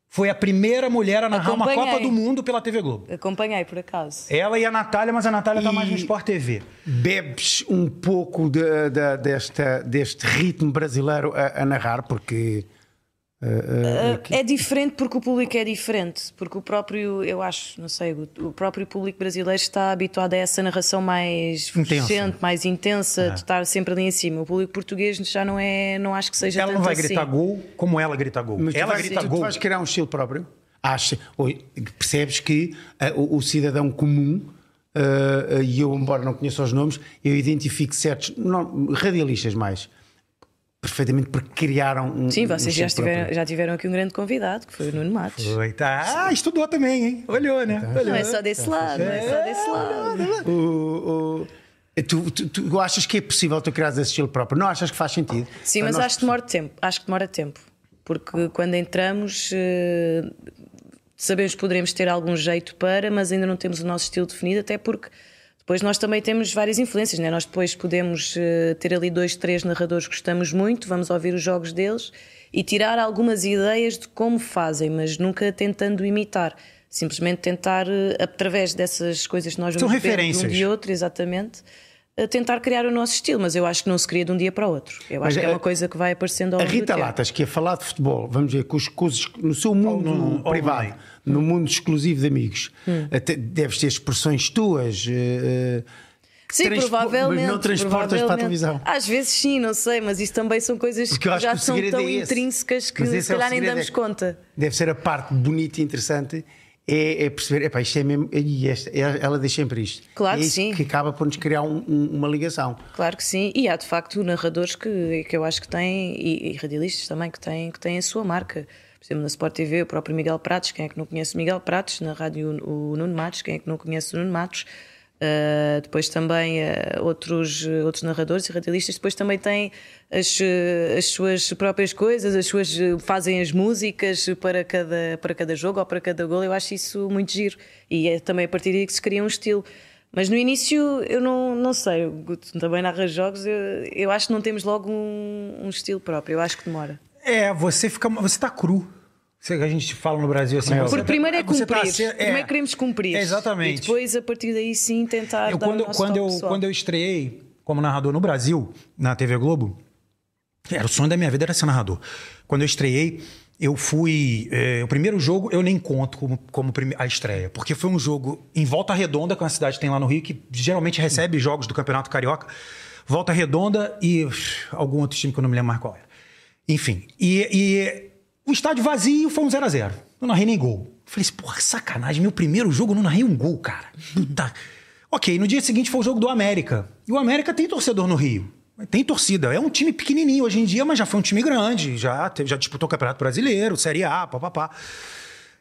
A: Foi a primeira mulher a narrar uma
B: Acompanhei.
A: Copa do Mundo pela TV Globo.
B: Acompanhei, por acaso.
A: Ela e a Natália, mas a Natália tá
C: E-
A: mais no Sport TV.
C: Bebes um pouco de- da- desta, deste ritmo brasileiro a, a narrar, porque.
B: É diferente porque o público é diferente. Porque o próprio, eu acho, não sei, o, o próprio público brasileiro está habituado a essa narração mais
A: Intensa. É.
B: crescente, mais intensa, de estar sempre ali em cima. O público português já não é, não acho que seja
A: Ela
B: tanto
A: não vai
B: assim.
A: gritar gol como ela grita gol.
C: Mas tu
A: ela
C: vais-
A: grita
C: tu
A: gol.
C: vais criar um estilo próprio? Acha, ou- percebes que ah, o, o cidadão comum, ah, ah, e eu, embora não conheça os nomes, eu identifico certos não, radialistas mais. perfeitamente porque criaram um.
B: Sim,
C: um- um
B: vocês já,
C: estilo próprio.
B: estiveram- já tiveram aqui um grande convidado, que foi o Nuno Matos.
A: Oi, tá. Ah, estudou também, hein? Olhou, né?
C: Então.
A: Olhou.
B: Não é só desse lado, não é só desse lado.
C: O- o- tu, tu- tu achas que é possível tu criares esse estilo próprio? Não achas que faz sentido?
B: Sim, mas
C: Nós-
B: acho que demora tempo. Acho que demora tempo. Porque quando entramos, eh, sabemos que poderemos ter algum jeito para, mas ainda não temos o nosso estilo definido, até porque depois nós também temos várias influências, né? nós depois podemos eh, ter ali dois, três narradores que gostamos muito, vamos ouvir os jogos deles e tirar algumas ideias de como fazem, mas nunca tentando imitar. Simplesmente tentar, eh, através dessas coisas que nós
A: São
B: vamos ver de um
A: referências.
B: de outro, exatamente, eh, tentar criar o nosso estilo, mas eu acho que não se cria de um dia para o outro. Eu
C: Mas
B: acho que é
C: a-
B: uma coisa que vai aparecendo ao
C: A
B: longo do
C: Rita
B: tempo.
C: Latas, que ia falar de futebol, vamos ver, com os coisas no seu mundo
A: no- ou
C: privado,
A: online.
C: no mundo exclusivo de amigos,
B: Hum.
C: até deves ter expressões tuas. eh, eh,
B: Sim,
C: transpo-
B: provavelmente.
C: Mas não transportas para a
B: provavelmente.
C: televisão.
B: Às vezes sim, não sei, mas isso também são coisas
C: Porque eu
B: que
C: acho
B: já
C: que o
B: são
C: segredo
B: tão
C: é esse.
B: intrínsecas que
C: Mas esse
B: se
C: é o
B: calhar nem
C: segredo,
B: damos
C: é que-
B: conta.
C: Deve ser a parte bonita e interessante. É, é perceber, epá, isto é mesmo, e esta- é- ela diz sempre isto.
B: Claro
C: é
B: que
C: isso
B: sim.
C: que acaba por nos criar um- um- uma ligação.
B: Claro que sim, e há de facto narradores que, que eu acho que têm, e, e radialistas também, que têm, que têm a sua marca. Por exemplo, na Sport TV, o próprio Miguel Pratos, quem é que não conhece o Miguel Pratos? Na rádio, o Nuno Matos, quem é que não conhece o Nuno Matos? Ah, depois também ah, outros, outros narradores e radialistas, depois também têm as, eh, as suas próprias coisas, as suas, eh, fazem as músicas para cada, para cada jogo ou para cada gol. Eu acho isso muito giro e é também a partir daí que se cria um estilo. Mas no início eu não, não sei, o Guto também narra jogos, eu, eu acho que não temos logo um, um estilo próprio, eu acho que demora.
A: É, você fica. Você tá cru. Você, a gente fala no Brasil assim. você
B: Porque
A: tá-
B: primeiro é
A: você
B: cumprir,
A: tá assim, é.
B: primeiro queremos cumprir.
A: É, exatamente.
B: E depois a partir daí sim tentar
A: Eu,
B: dar
A: quando,
B: o nosso
A: quando,
B: toque
A: eu,
B: pessoal.
A: quando eu estreiei como narrador no Brasil, na TV Globo, era o sonho da minha vida era ser narrador. Quando eu estreiei, eu fui. eh, o primeiro jogo eu nem conto como, como prime- a estreia, porque foi um jogo em Volta Redonda, que é uma cidade que tem lá no Rio, que geralmente recebe jogos do Campeonato Carioca. Volta Redonda e uff, algum outro time que eu não me lembro mais qual é. era. Enfim, e, e o estádio vazio foi um 0x0. Eu não narrei nem gol. Eu Falei assim, porra, que sacanagem, meu primeiro jogo eu não narrei um gol, cara. Puta. ok, no dia seguinte foi o jogo do América. E o América tem torcedor no Rio. Tem torcida. É um time pequenininho hoje em dia, mas já foi um time grande. Já, teve- já disputou o Campeonato Brasileiro, Série A, papapá.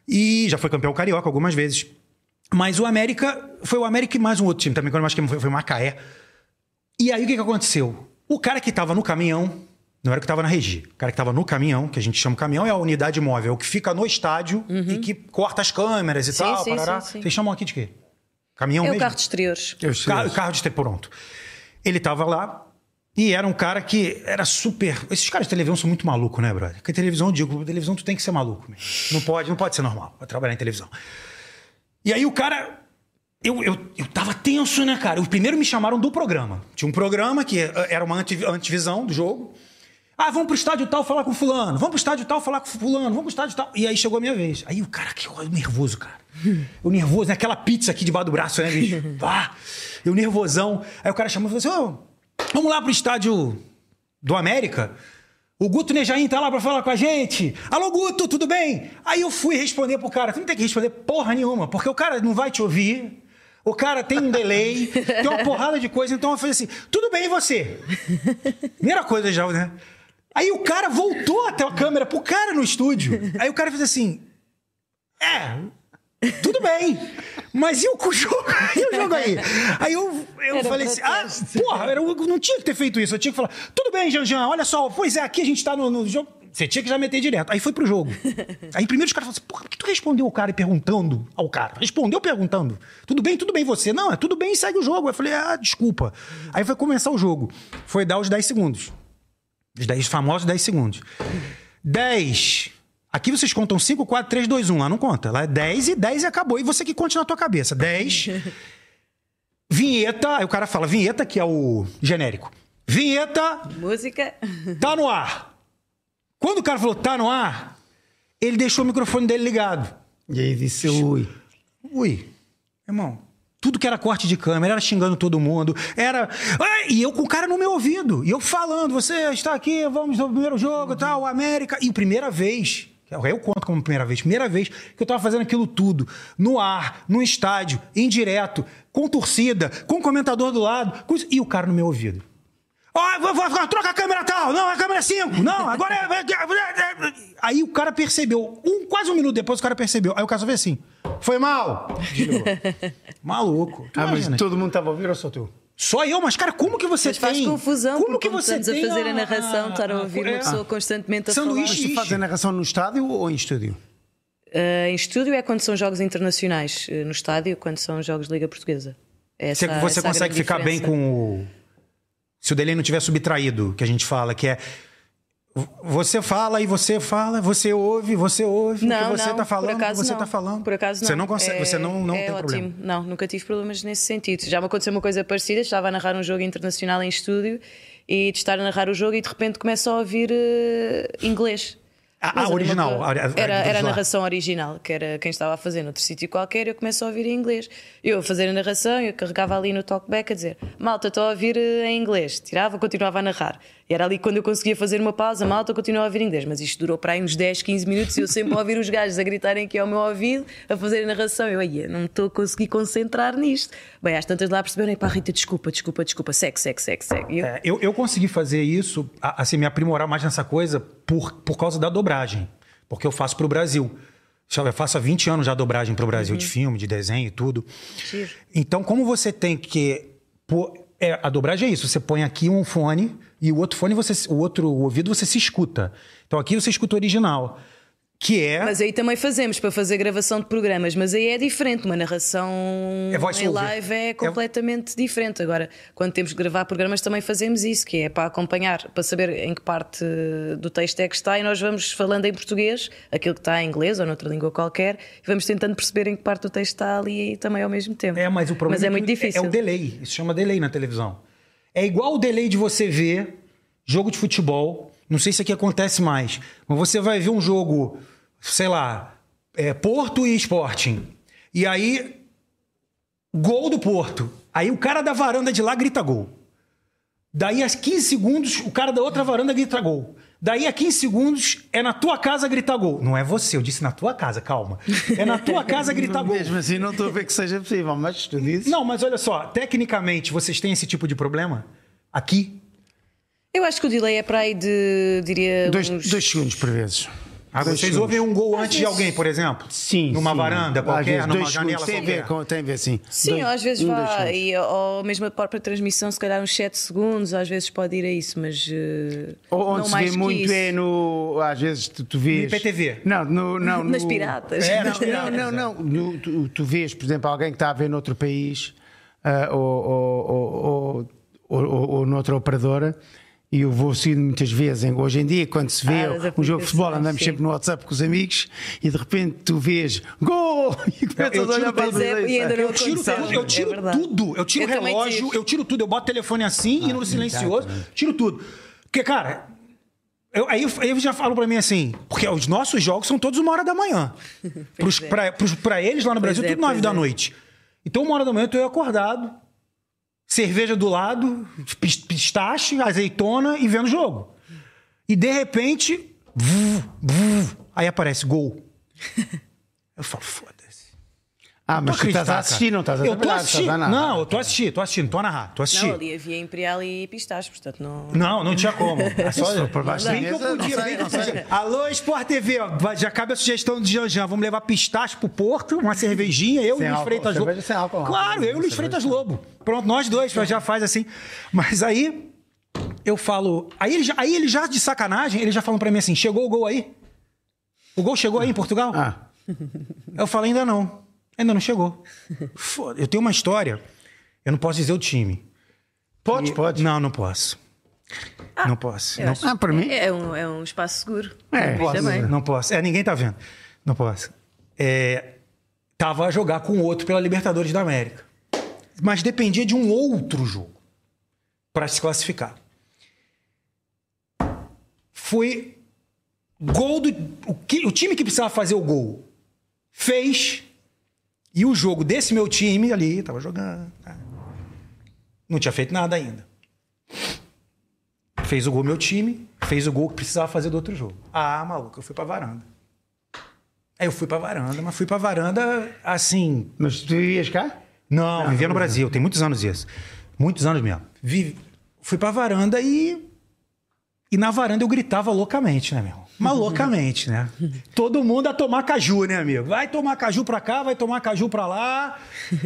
A: E já foi campeão carioca algumas vezes. Mas o América, foi o América e mais um outro time também, que eu não acho que foi, foi o Macaé. E aí o que, que aconteceu? O cara que tava no caminhão, não era o que tava na regi, o cara que tava no caminhão, que a gente chama caminhão, é a unidade móvel, o que fica no estádio e que corta as câmeras e
B: Uhum. Sim,
A: tal,
B: sim,
A: parará.
B: sim, sim.
A: Vocês chamam aqui de quê? Caminhão
B: É o
A: mesmo?
B: carro de exteriores.
C: Eu
A: Ca- o carro de ter pronto. Ele tava lá e era um cara que era super. Esses caras de televisão são muito malucos, né, brother? Porque televisão, eu digo, televisão tu tem que ser maluco mesmo. Não pode, não pode ser normal pra trabalhar em televisão. E aí o cara. Eu, eu, eu tava tenso, né, cara? O primeiro me chamaram do programa. Tinha um programa que eh, era uma anti- antevisão do jogo. Ah, vamos pro estádio tal falar com fulano. Vamos pro estádio tal falar com fulano. Vamos pro estádio tal. E aí chegou a minha vez. Aí o cara, que eu nervoso, cara. Eu nervoso, né? Aquela pizza aqui debaixo do braço, né, bicho? Pá! Eu nervosão. Aí o cara chamou e falou assim, ô, vamos lá pro estádio do América. O Guto Nejaim tá lá pra falar com a gente. Alô, Guto, tudo bem? Aí eu fui responder pro cara. Tu não tem que responder porra nenhuma, porque o cara não vai te ouvir. O cara tem um delay, tem uma porrada de coisa. Então eu falei assim, tudo bem e você? Primeira coisa já, né? Aí o cara voltou até a câmera pro cara no estúdio. Aí o cara fez assim: É, tudo bem. Mas e o cu- jogo? E o jogo aí? Aí eu, eu
B: Era um
A: falei assim: Ah,
B: protesto.
A: porra, era- eu não tinha que ter feito isso. Eu tinha que falar: Tudo bem, Janjan, olha só, pois é, aqui a gente tá no, no jogo. Você tinha que já meter direto. Aí foi pro jogo. Aí primeiro os caras falaram assim: Porra, por que tu respondeu o cara e perguntando ao cara? Respondeu perguntando: Tudo bem, tudo bem você? Não, é tudo bem e segue o jogo. Eu falei: Ah, desculpa. Aí foi começar o jogo. Foi dar os 10 segundos. Os 10 famosos 10 segundos. 10. Aqui vocês contam 5, 4, 3, 2, 1. Lá não conta. Lá é 10 e 10 e acabou. E você que conte na tua cabeça. 10. Vinheta. Aí o cara fala, vinheta, que é o genérico. Vinheta,
B: Música.
A: tá no ar. Quando o cara falou, tá no ar, ele deixou o microfone dele ligado.
C: E aí disse, ui.
A: Ui, irmão, tudo que era corte de câmera, era xingando todo mundo, era. Ah, E eu com o cara no meu ouvido, e eu falando, você está aqui, vamos no primeiro jogo, tal, América. E primeira vez, eu conto como primeira vez, primeira vez que eu tava fazendo aquilo tudo, no ar, no estádio, em direto, com torcida, com comentador do lado, com isso, e o cara no meu ouvido. Ó, vou, vou, troca a câmera tal, não, a câmera 5, não, agora é. Aí o cara percebeu, um, quase um minuto depois o cara percebeu. Aí o cara só fez assim: foi mal. Desligou. Maluco. Tu
C: Ah, mas
A: imagina?
C: todo mundo estava a ouvir ou só tu?
A: Só eu, mas cara, como que você
B: Mas
A: tem.
B: faz confusão,
A: como
B: porque
A: que
B: como
A: você
B: estamos a
A: tem Ah, um-
B: fazer a narração, estar a ouvir uma
A: é.
B: pessoa constantemente a
A: Sanduíche.
B: falar.
C: Tu fazes a narração no estádio ou em estúdio?
B: Eh, em estúdio é quando são jogos internacionais, eh, no estádio quando são jogos de Liga Portuguesa. Essa,
A: Você, você
B: essa é a
A: consegue
B: grande
A: ficar bem
B: diferença.
A: com o. Se o delay não tiver subtraído, que a gente fala, que é. v- Você fala e você fala, você ouve, você ouve o
B: Não,
A: que você
B: não,
A: tá falando,
B: por acaso
A: você
B: não.
A: tá falando.
B: Por acaso não.
A: Você não consegue,
B: É-
A: você não, não
B: é
A: tem problema.
B: ótimo. Não, nunca tive problemas nesse sentido. Já me aconteceu uma coisa parecida, estava a narrar um jogo internacional em estúdio e de estar a narrar o jogo e de repente começo a ouvir eh, inglês.
A: Ah,
B: Mas
A: ah,
B: eu lembro
A: original,
B: que
A: a- a- a-
B: Era, era a
A: dos lá.
B: narração original, que era quem estava a fazer noutro sítio qualquer, eu começo a ouvir em inglês. Eu a fazer a narração, eu carregava ali no talkback a dizer: Malta, estou a ouvir eh, em inglês. Tirava, continuava a narrar. E era ali quando eu conseguia fazer uma pausa, malta, continuava a ouvir em inglês. Mas isto durou para aí uns 10, 15 minutos e eu sempre a ouvir os gajos a gritarem aqui ao meu ouvido, a fazer a narração. Eu, aí, não me estou a conseguir concentrar nisto. Bem, às tantas lá perceberam: pá, Rita, desculpa, desculpa, desculpa, segue, segue, segue, segue. E eu,
A: É, eu, eu consegui fazer isso, a- assim, me aprimorar mais nessa coisa por, por causa da dobragem. Porque eu faço pro Brasil. Sabe, Eu faço há 20 anos já dobragem pro Brasil, de filme, de desenho e tudo.
B: Giro.
A: Então, como você tem que. pôr- é, a dobragem é isso: você põe aqui um fone e o outro fone, você, se- o outro ouvido, você se escuta. Então aqui você escuta o original. Que é.
B: Mas aí também fazemos para fazer gravação de programas, mas aí é diferente. Uma narração
A: É voice
B: em
A: over.
B: live
A: É-
B: é completamente diferente. Agora, quando temos que gravar programas, também fazemos isso, que é para acompanhar, para saber em que parte do texto é que está, e nós vamos falando em português, aquilo que está em inglês ou noutra língua qualquer, e vamos tentando perceber em que parte do texto está ali e também ao mesmo tempo.
A: É, mas o problema
B: Mas é,
A: que
B: muito difícil.
A: É, o delay. Isso chama delay na televisão. É igual o delay de você ver jogo de futebol. Não sei se aqui acontece mais, mas você vai ver um jogo, sei lá, é, Porto e Sporting. E aí, gol do Porto. Aí o cara da varanda de lá grita gol. Daí a 15 segundos, o cara da outra varanda grita gol. Daí a 15 segundos, é na tua casa gritar gol. Não é você, eu disse na tua casa, calma. É na tua casa gritar gol.
C: Mesmo assim, não estou a ver que seja possível, mas tu dizes.
A: Não, mas olha só, tecnicamente vocês têm esse tipo de problema? Aqui?
B: Eu acho que o delay é para aí de, diria,
C: Dois,
B: uns
C: dois segundos por vezes.
A: Ah,
C: Dois
A: vocês
C: segundos.
A: ouvem um gol antes de alguém, por exemplo?
C: Sim.
A: Numa
C: sim.
A: varanda
C: Às
A: qualquer,
C: vezes
A: numa
C: dois
A: janela
C: segundos. tem A ver,
A: qualquer.
C: com- tem a ver, sim.
B: Sim,
C: Dois-
B: às vezes
C: um, dois
B: vá,
C: segundos.
B: e, ou mesmo a própria transmissão, se calhar uns 7 segundos, às vezes pode ir a isso, mas eh,
C: Ou onde
B: não
C: se
B: mais
C: vê
B: que
C: muito
B: isso.
C: é no. Às vezes tu, tu vês.
A: No IPTV.
C: Não, no, não
B: Nas
C: no-
B: piratas.
A: É, nas
C: Não, não, não. No- tu, tu vês, por exemplo, alguém que está a ver noutro país ah, ou, ou, ou, ou, ou- ou noutra operadora. E eu vou seguindo muitas vezes. hein? Hoje em dia, quando se vê
B: Ah, das
C: um jogo de futebol,
B: aplicações,
C: andamos
B: sim.
C: sempre no WhatsApp com os amigos e de repente tu vês gol! E começas
A: eu
C: a
A: tiro
C: olhar para a
B: Mas é- e ainda não
A: Eu tiro,
B: aconteceu.
A: tudo, eu tiro
B: É verdade.
A: tudo, eu tiro
B: Eu também
A: relógio,
B: tiro.
A: eu tiro tudo, eu boto o telefone assim e no silencioso, tiro tudo. Porque, cara, eu- aí eles já falam pra mim assim, porque os nossos jogos são todos uma hora da manhã. Pros,
B: é.
A: pra, pros- pra eles lá no
B: Pois
A: Brasil,
B: é,
A: tudo nove
B: pois
A: da
B: é.
A: noite. Então, uma hora da manhã, eu tô acordado, cerveja do lado, pis- pistache, azeitona e vendo o jogo. E de repente, vuv, vuv, aí aparece gol. Eu falo, foda-se.
C: Ah, mas tu estás a assistir, não tá estás a
A: Eu tô
C: trabalhar, estás
A: assistindo.
C: a nada.
A: Não, eu tô assistindo, tô assistindo, tô a narrar, tô
B: Não,
A: assistindo.
B: ali havia Imperial e Pistache, portanto não.
A: Não, não tinha como. É Só
C: por baixo da
A: bem que eu
C: mesa, não
A: podia,
C: sei,
A: bem que eu
C: não sei.
A: podia. Alô, Sport TV, ó, vai- já cabe a sugestão de Janjan. Vamos levar pistache pro Porto, uma cervejinha, eu
C: Sem
A: e o Luiz
C: álcool,
A: Freitas Lobo.
C: cerveja sem álcool,
A: Claro, eu e o Luiz
C: cerveja
A: Freitas Lobo. Pronto, nós dois, nós já faz assim. Mas aí eu falo. Aí ele já, aí ele já de sacanagem, eles já falam pra mim assim: chegou o gol aí? O gol chegou aí em Portugal?
C: Ah.
A: Eu falei, ainda não. Ainda não chegou. Foda, eu tenho uma história. Eu não posso dizer o time.
C: Podes, podes.
A: Não, não posso. não posso.
B: eu
A: Não,
B: acho-
C: Ah, para mim?
B: É um, é um espaço seguro.
C: É,
B: Mas
C: posso
B: também.
A: não posso. É, ninguém tá vendo. Não posso. É, tava a jogar com outro pela Libertadores da América. Mas dependia de um outro jogo para se classificar. Foi gol do. O, que- o time que precisava fazer o gol fez. E o jogo desse meu time ali, tava jogando. tá? Não tinha feito nada ainda. Fez o gol meu time, fez o gol que precisava fazer do outro jogo. Ah, maluco, eu fui pra varanda. Aí eu fui pra varanda, mas fui pra varanda assim.
C: Mas tu vivias cá?
A: Não, vivia no Brasil, tem muitos anos isso. Muitos anos mesmo. Vive. fui pra varanda e. E na varanda eu gritava loucamente, né, meu? Mas loucamente, né? Todo mundo a tomar caju, né, amigo? Vai tomar caju pra cá, vai tomar caju pra lá,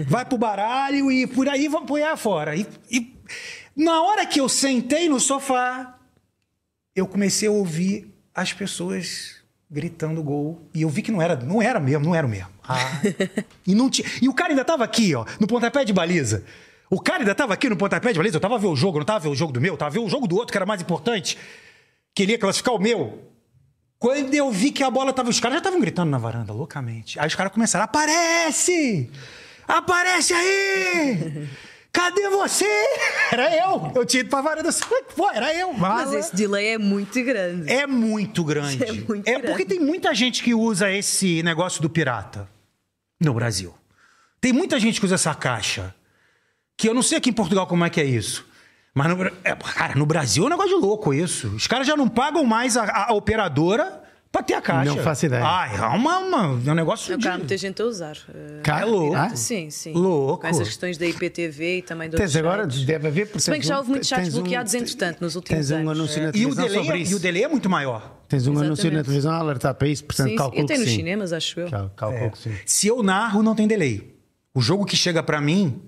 A: vai pro baralho e por aí vamos por aí afora. E, e na hora que eu sentei no sofá, eu comecei a ouvir as pessoas gritando gol. E eu vi que não era, não era mesmo, não era o mesmo. Ah. e, não tinha, e o cara ainda tava aqui, ó, no pontapé de baliza. O cara ainda tava aqui no pontapé de baliza, eu tava a ver o jogo, não tava a ver o jogo do meu, tava a ver o jogo do outro, que era mais importante. Queria classificar o meu. Quando eu vi que a bola tava. Os caras já estavam gritando na varanda, loucamente. Aí os caras começaram: aparece! Aparece aí! Cadê você? Era eu! Eu tinha ido pra varanda, assim, pô, era eu!
B: Mas
A: mala.
B: esse delay é muito grande.
A: É muito grande.
B: É muito
A: porque
B: grande.
A: tem muita gente que usa esse negócio do pirata no Brasil. Tem muita gente que usa essa caixa. Que eu não sei aqui em Portugal como é que é isso. Mas, no, Bra- é, cara, no Brasil é um negócio de louco isso. Os caras já não pagam mais a, a- a operadora pra ter a caixa.
C: Não faço ideia.
A: Ah, é, uma, uma- é um negócio
B: Eu
A: de...
B: cá há muita gente a usar. eh,
C: Cá?
A: É louco.
C: Ah?
B: Sim, sim.
A: Louco.
B: Com essas questões da IPTV e também do.
C: Tens agora, deve haver. Porque
B: Se bem que já
C: tens
B: houve muitos chats
A: um-
C: tens um-
B: bloqueados, entretanto, nos últimos
C: tens um
B: anos.
C: anúncio na
A: E o,
C: televisão
A: delay,
C: sobre
A: é- e
C: isso.
A: o delay é muito maior.
C: Tens um anúncio na
B: Exatamente.
C: televisão a alertar para isso, portanto,
B: é? Sim, sim.
C: calculo
B: Eu
C: que
B: tenho nos
C: sim.
B: cinemas, acho eu.
C: Cal- Calculo que sim.
A: Se eu narro, não tem delay. O jogo que chega pra mim,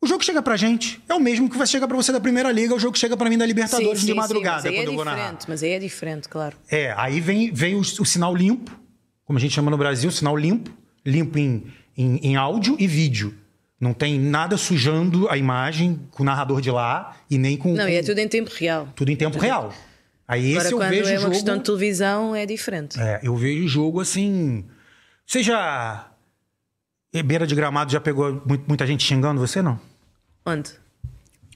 A: o jogo que chega pra gente é o mesmo que vai chegar pra você da Primeira Liga, é o jogo que chega pra mim da Libertadores de madrugada,
B: mas aí
A: quando
B: é
A: eu vou narrar.
B: diferente, mas aí é diferente, claro.
A: É, aí vem, vem o, o sinal limpo, como a gente chama no Brasil, sinal limpo, limpo em, em, em áudio e vídeo. Não tem nada sujando a imagem com o narrador de lá e nem com.
B: Não, e é
A: com-
B: tudo em tempo real.
A: tudo em tempo real. Aí
B: Agora,
A: esse Então, eu
B: quando
A: vejo
B: é
A: o
B: uma
A: jogo.
B: questão de televisão, é diferente.
A: É, eu vejo o jogo assim. Seja. Beira de gramado já pegou mu- muita gente xingando você, não?
B: Onde?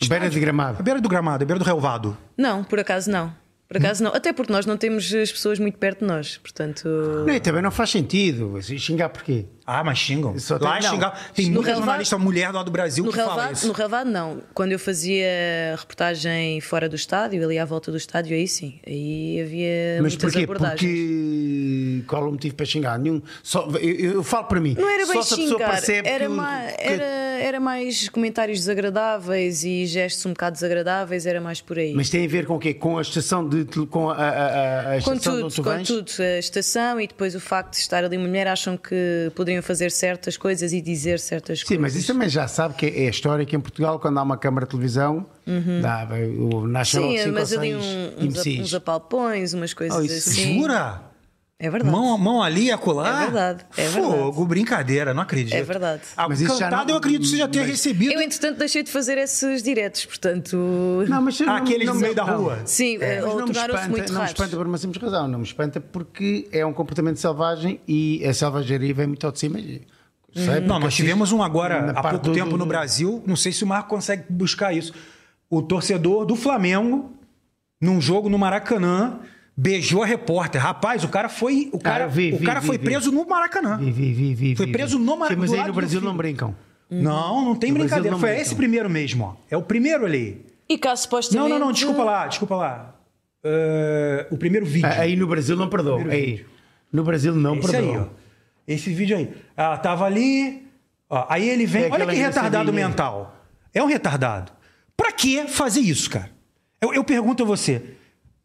B: É.
C: Beira de
A: A
C: gramado.
A: beira do gramado, a beira do relvado.
B: Não, por acaso não. Por acaso não. Até porque nós não temos as pessoas muito perto de nós. Portanto,
C: Não, e também não faz sentido. assim, Xingar porquê?
A: Ah, mas xingam.
C: Só tem-
A: lá
C: não.
A: xingam. Tem
B: No
A: muita
B: relvado-
A: jornalista mulher lá do Brasil
B: no
A: que fala
B: relevado,
A: isso.
B: no relevado não. Quando eu fazia reportagem fora do estádio, ali à volta do estádio, aí sim. Aí havia
C: Mas
B: É muitas
C: porquê?
B: abordagens.
C: Porque qual o motivo para xingar? Nenhum. Só, eu, eu falo para mim.
B: Não era bem
C: só se a pessoa
B: xingar,
C: percebe
B: era,
C: que, o-
B: ma-
C: que-
B: era, era mais comentários desagradáveis e gestos um bocado desagradáveis, era mais por aí.
C: Mas tem a ver com o quê? Com a estação de tele- com a, a, a- a
B: com
C: estação de
B: tudo,
C: onde tu
B: com
C: vens?
B: tudo, a estação e depois o facto de estar ali uma mulher, acham que poderiam fazer certas coisas e dizer certas
C: Sim,
B: coisas.
C: mas isso também já sabe que é histórico em Portugal, quando há uma câmara de televisão, dá, o- nascem logo
B: Uhum. Sim,
C: cinco ou
B: mas ali
C: seis
B: um- uns,
C: imbecis.
B: uns apalpões, umas coisas
C: Oh, isso
B: assim.
A: Jura?
B: É verdade.
A: Mão, mão ali e acolá?
B: É verdade, é
A: Fogo,
B: verdade.
A: brincadeira, não acredito.
B: É verdade.
A: A
C: Mas isso já
A: cantada
C: não-
A: eu acredito que você já tenha recebido.
B: Eu, entretanto, deixei de fazer esses diretos, portanto.
C: Não, mas eu
A: Ah, aqueles
C: não-
A: no meio da
C: não.
A: rua.
B: Sim, eh,
C: Mas
B: ou
C: não me
B: tornaram-se
C: espanta,
B: muito
C: não me
B: raros.
C: espanta por uma simples razão, não me espanta porque é um comportamento selvagem e a selvageria vem muito ao de cima. e- Sei,
A: Hum. Não,
C: É porque assim
A: nós tivemos um
C: na
A: agora há
C: parte
A: pouco
C: do-
A: tempo
C: do-
A: no Brasil. Não sei se o Marco consegue buscar isso. O torcedor do Flamengo, num jogo no Maracanã, beijou a repórter. Rapaz, o cara foi. O cara,
C: eu vi,
A: o
C: vi,
A: cara
C: vi,
A: foi
C: vi.
A: preso no Maracanã.
C: Vi, vi, vi, vi,
A: Foi
C: vi,
A: preso
C: vi.
A: no Mar-
C: Sim, mas
A: do
C: aí
A: lado
C: no
A: do
C: Brasil
A: filho.
C: não brincam.
A: Não, não tem
C: No Brasil
A: brincadeira.
C: Uhum. não então.
A: Foi
C: brincam.
A: esse primeiro mesmo, ó. É o primeiro ali.
B: E cá supostamente.
A: Não, não, não, desculpa lá, desculpa lá. É, o primeiro vídeo.
C: Ah, Aí no Brasil não perdoam. Aí, no Brasil não
A: Esse aí, ó.
C: perdoam.
A: Esse vídeo aí. Ela tava ali. ó, aí ele vem.
C: É
A: Olha
C: aquela
A: que retardado
C: engraçadinha.
A: mental. É um retardado. Pra que fazer isso, cara? Eu, eu pergunto a você.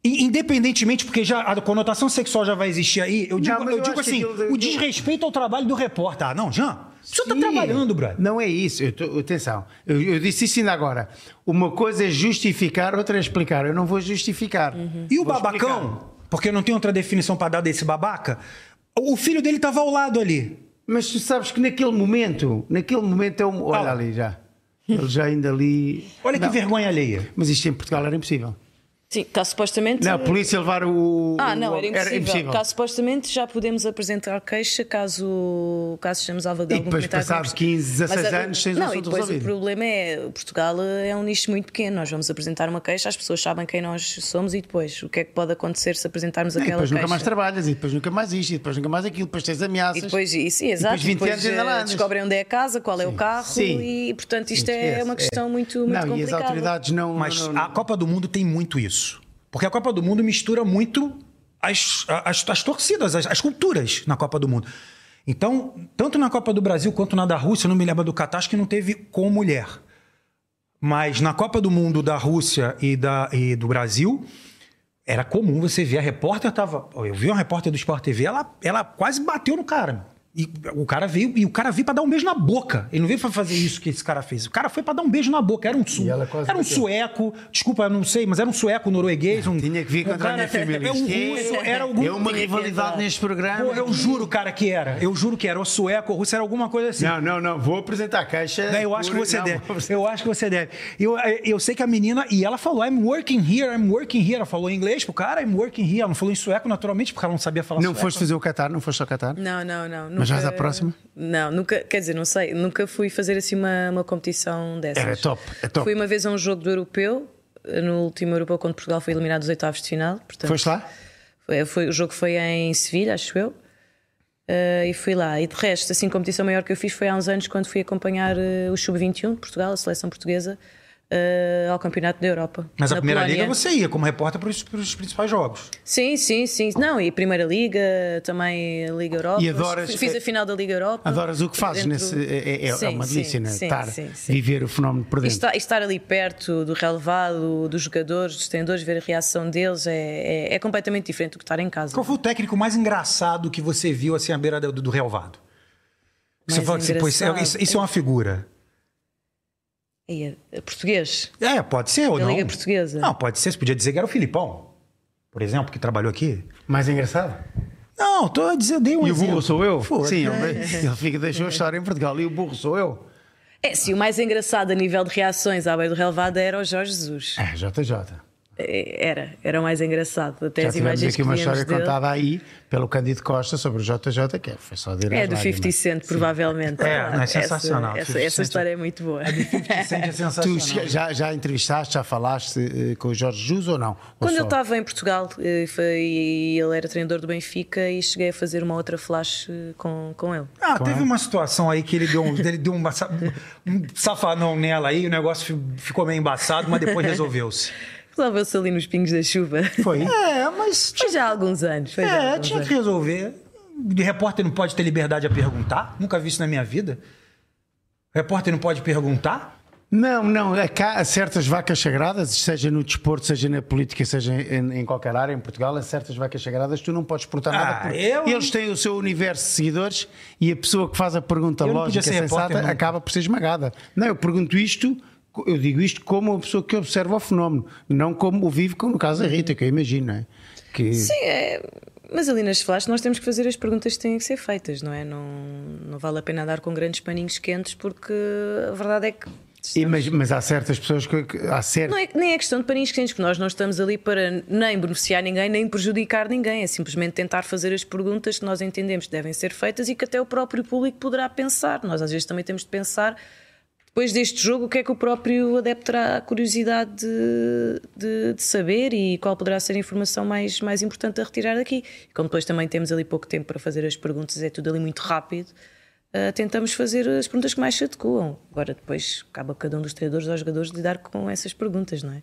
A: i- Independentemente, porque já a conotação sexual já vai existir aí, eu digo,
C: mas
A: eu
C: eu
A: digo
C: acho
A: assim:
C: que aquilo-
A: o desrespeito ao trabalho do repórter. Ah, não, Jean, o senhor tá
C: Sim.
A: trabalhando, brother.
C: Não é isso. Eu tô- atenção, eu, eu disse isso ainda agora. Uma coisa é justificar, outra é explicar. Eu não vou justificar.
B: Uhum.
A: E o
C: Vou
A: babacão,
C: explicar.
A: porque não tem outra definição pra dar desse babaca, o o filho dele tava ao lado ali.
C: Mas tu sabes que naquele momento, naquele momento é um. Olha
A: Ah.
C: ali já. Ele já ainda ali.
A: Olha
C: Não,
A: que vergonha alheia.
C: Mas isto em Portugal era impossível.
B: Sim, cá supostamente.
C: Não, a polícia levar o.
B: Ah,
C: o-
B: não, era impossível. Cá supostamente já podemos apresentar queixa caso, caso estejamos à alva de
C: E
B: algum
C: depois,
B: comentário
C: passados
B: contra-
C: 15, 16
B: Mas, ah,
C: anos, tens o
B: Não, e
C: assunto
B: depois o
C: resolvido.
B: problema é: Portugal é um nicho muito pequeno. Nós vamos apresentar uma queixa, as pessoas sabem quem nós somos e depois o que é que pode acontecer se apresentarmos
C: E
B: aquela
C: depois nunca
B: queixa.
C: mais trabalhas, e depois nunca mais isto, e depois nunca mais aquilo, depois tens ameaças.
B: E depois, e, sim, exato.
C: depois 20 anos ainda
B: eh,
C: lá andas.
B: descobrem onde é a casa, qual é o carro
C: Sim.
B: e, portanto, isto é
C: Esquece,
B: uma questão muito, muito
C: Não, e as
B: complicada.
C: autoridades não.
A: Mas
C: não- não-
A: a Copa do Mundo tem muito isso. Porque a Copa do Mundo mistura muito as, as, as torcidas, as, as culturas na Copa do Mundo. Então, tanto na Copa do Brasil quanto na da Rússia, eu não me lembro do Catar, acho que não teve com mulher. Mas na Copa do Mundo da Rússia e, da, e do Brasil, era comum você ver a repórter tava, eu vi uma repórter do Sport TV, ela, ela quase bateu no cara. E o cara veio, e o cara veio para dar um beijo na boca. Ele não veio para fazer isso que esse cara fez. O cara foi para dar um beijo na boca. Era um su,
D: E ela quase
A: era um
D: bateu.
A: sueco, desculpa, eu não sei, mas era um sueco norueguês, um
C: Tinha que vir
A: um
C: contra a minha família.
A: é um russo, era algum
C: É uma rivalidade neste programa.
A: Pô, é um eu juro, cara, que era. Eu juro que era. Ou sueco, ou russo, era alguma coisa assim.
C: Não, não, não. Vou apresentar a caixa.
A: Né, eu acho que
C: por-
A: você
C: não,
A: deve.
C: vou apresentar.
A: Eu acho que você deve. Eu, eh, eu sei que a menina, e ela falou, I'm working here, I'm working here. Ela falou em inglês pro cara, I'm working here. Ela não falou em sueco, naturalmente, porque ela não sabia falar
C: Não
A: sueco.
C: foste fazer o Qatar, não foste ao Qatar?
B: Não, não, não.
C: Mas vais
B: nunca-
C: à próxima?
B: Não, nunca, quer dizer, não sei, nunca fui fazer assim uma, uma competição dessas.
C: Era top, é top.
B: Fui uma vez a um jogo do europeu, no último europeu, quando Portugal foi eliminado dos oitavos de final. Portanto,
C: Foste lá?
B: foi- foi- o jogo foi em Sevilha, acho eu. eh, e fui lá. E de resto, assim, competição maior que eu fiz foi há uns anos quando fui acompanhar eh, o Sub-21 de Portugal, a seleção portuguesa, eh, ao Campeonato da Europa.
A: Mas a
B: na
A: primeira
B: Polónia.
A: liga você ia como repórter pros, pros principais jogos.
B: Sim, sim, sim. Não, e Primeira Liga, também a Liga Europa.
C: E adoras- é-
B: Fiz a final da Liga Europa.
C: Adoras o que fazes
B: Dentro-
C: nesse. É, é- é
B: Sim,
C: uma
B: sim,
C: delícia, né?
B: sim,
C: Estar,
B: sim, sim.
C: viver o fenómeno por
B: E
C: dentro.
B: estar, e estar ali perto do relevado, dos jogadores, dos treinadores, ver a reação deles é, é, é completamente diferente do que estar em casa.
A: Qual foi o técnico mais engraçado que você viu assim à beira do, do relvado? Que Você
B: Mais
A: fala assim, pô, isso, é-
B: engraçado.
A: isso- isso é uma figura.
B: E é- é português,
A: É, pode ser ou
B: da
A: não.
B: Liga Portuguesa.
A: Não, pode ser. Você podia dizer que era o Filipão, por exemplo, que trabalhou aqui.
C: Mais engraçado?
A: Não, tô dizendo, dei um
C: E
B: é.
C: o burro
A: exemplo. é.
C: sou eu?
A: Pô,
C: Sim, ele, ele fica, deixou a história em Portugal. E o burro sou eu?
B: É, sim, o mais engraçado a nível de reações à beira do relevado era o Jorge Jesus.
C: É, JJ.
B: É, Era, era o mais engraçado. Até
C: Já
B: as
C: tivemos
B: imagens
C: aqui
B: que
C: uma
B: víamos
C: história
B: dele.
C: contada aí pelo Candido Costa sobre o JJ, que é- foi só né? de ir
B: É
C: às
B: do 50
C: lágrimas.
B: Cent, provavelmente.
A: É,
B: Claro,
A: não, é sensacional.
B: Essa,
A: 50
B: essa, essa
A: Cent.
B: história é muito boa.
A: Sente é sensacional.
C: Tu che- já, já entrevistaste, já falaste eh, com o Jorge Jus ou não? Ou
B: Quando
C: só-
B: eu estava em Portugal, eh, foi- e ele era treinador do Benfica e cheguei a fazer uma outra flash eh, com, com ele.
A: Ah, teve uma situação aí que ele deu, um, ele deu uma sa- um safanão nela aí, o negócio fi- ficou meio embaçado, mas depois resolveu-se.
B: Resolveu-se ali nos pingos da chuva.
C: Foi?
A: É, mas
B: Foi já há alguns anos. Foi já há
A: é,
B: alguns
A: tinha
B: anos.
A: que resolver. De repórter não pode ter liberdade a perguntar, nunca vi isso na minha vida. Repórter não pode perguntar.
C: Não, não. é que Há certas vacas sagradas, seja no desporto, seja na política, seja em, em qualquer área em Portugal, há certas vacas sagradas, tu não podes perguntar nada.
A: Ah,
C: porque
A: eu-
C: Eles têm o seu universo de seguidores e a pessoa que faz a pergunta
A: Eu não podia
C: lógica
A: ser
C: sensata
A: repórter nunca.
C: acaba por ser esmagada. Não, eu pergunto isto. co- Eu digo isto como uma pessoa que observa o fenómeno, não como o vivo, como no caso da Rita, que eu imagino, não é? Que...
B: Sim, é, mas ali nas flash nós temos que fazer as perguntas que têm que ser feitas, não é? Não, não vale a pena dar com grandes paninhos quentes porque a verdade é que.
C: E, mas, mas há certas pessoas que. que- Há certas.
B: Não é, nem é questão de paninhos quentes, porque nós não estamos ali para nem beneficiar ninguém, nem prejudicar ninguém. É simplesmente tentar fazer as perguntas que nós entendemos que devem ser feitas e que até o próprio público poderá pensar. Nós às vezes também temos de pensar, depois deste jogo, o que é que o próprio adepto terá curiosidade de, de- de saber e qual poderá ser a informação mais, mais importante a retirar daqui. E como depois também temos ali pouco tempo para fazer as perguntas, é tudo ali muito rápido. Uh, tentamos fazer as perguntas que mais se adequam. Agora, depois, cabe a cada um dos treinadores aos jogadores lidar com essas perguntas, não é?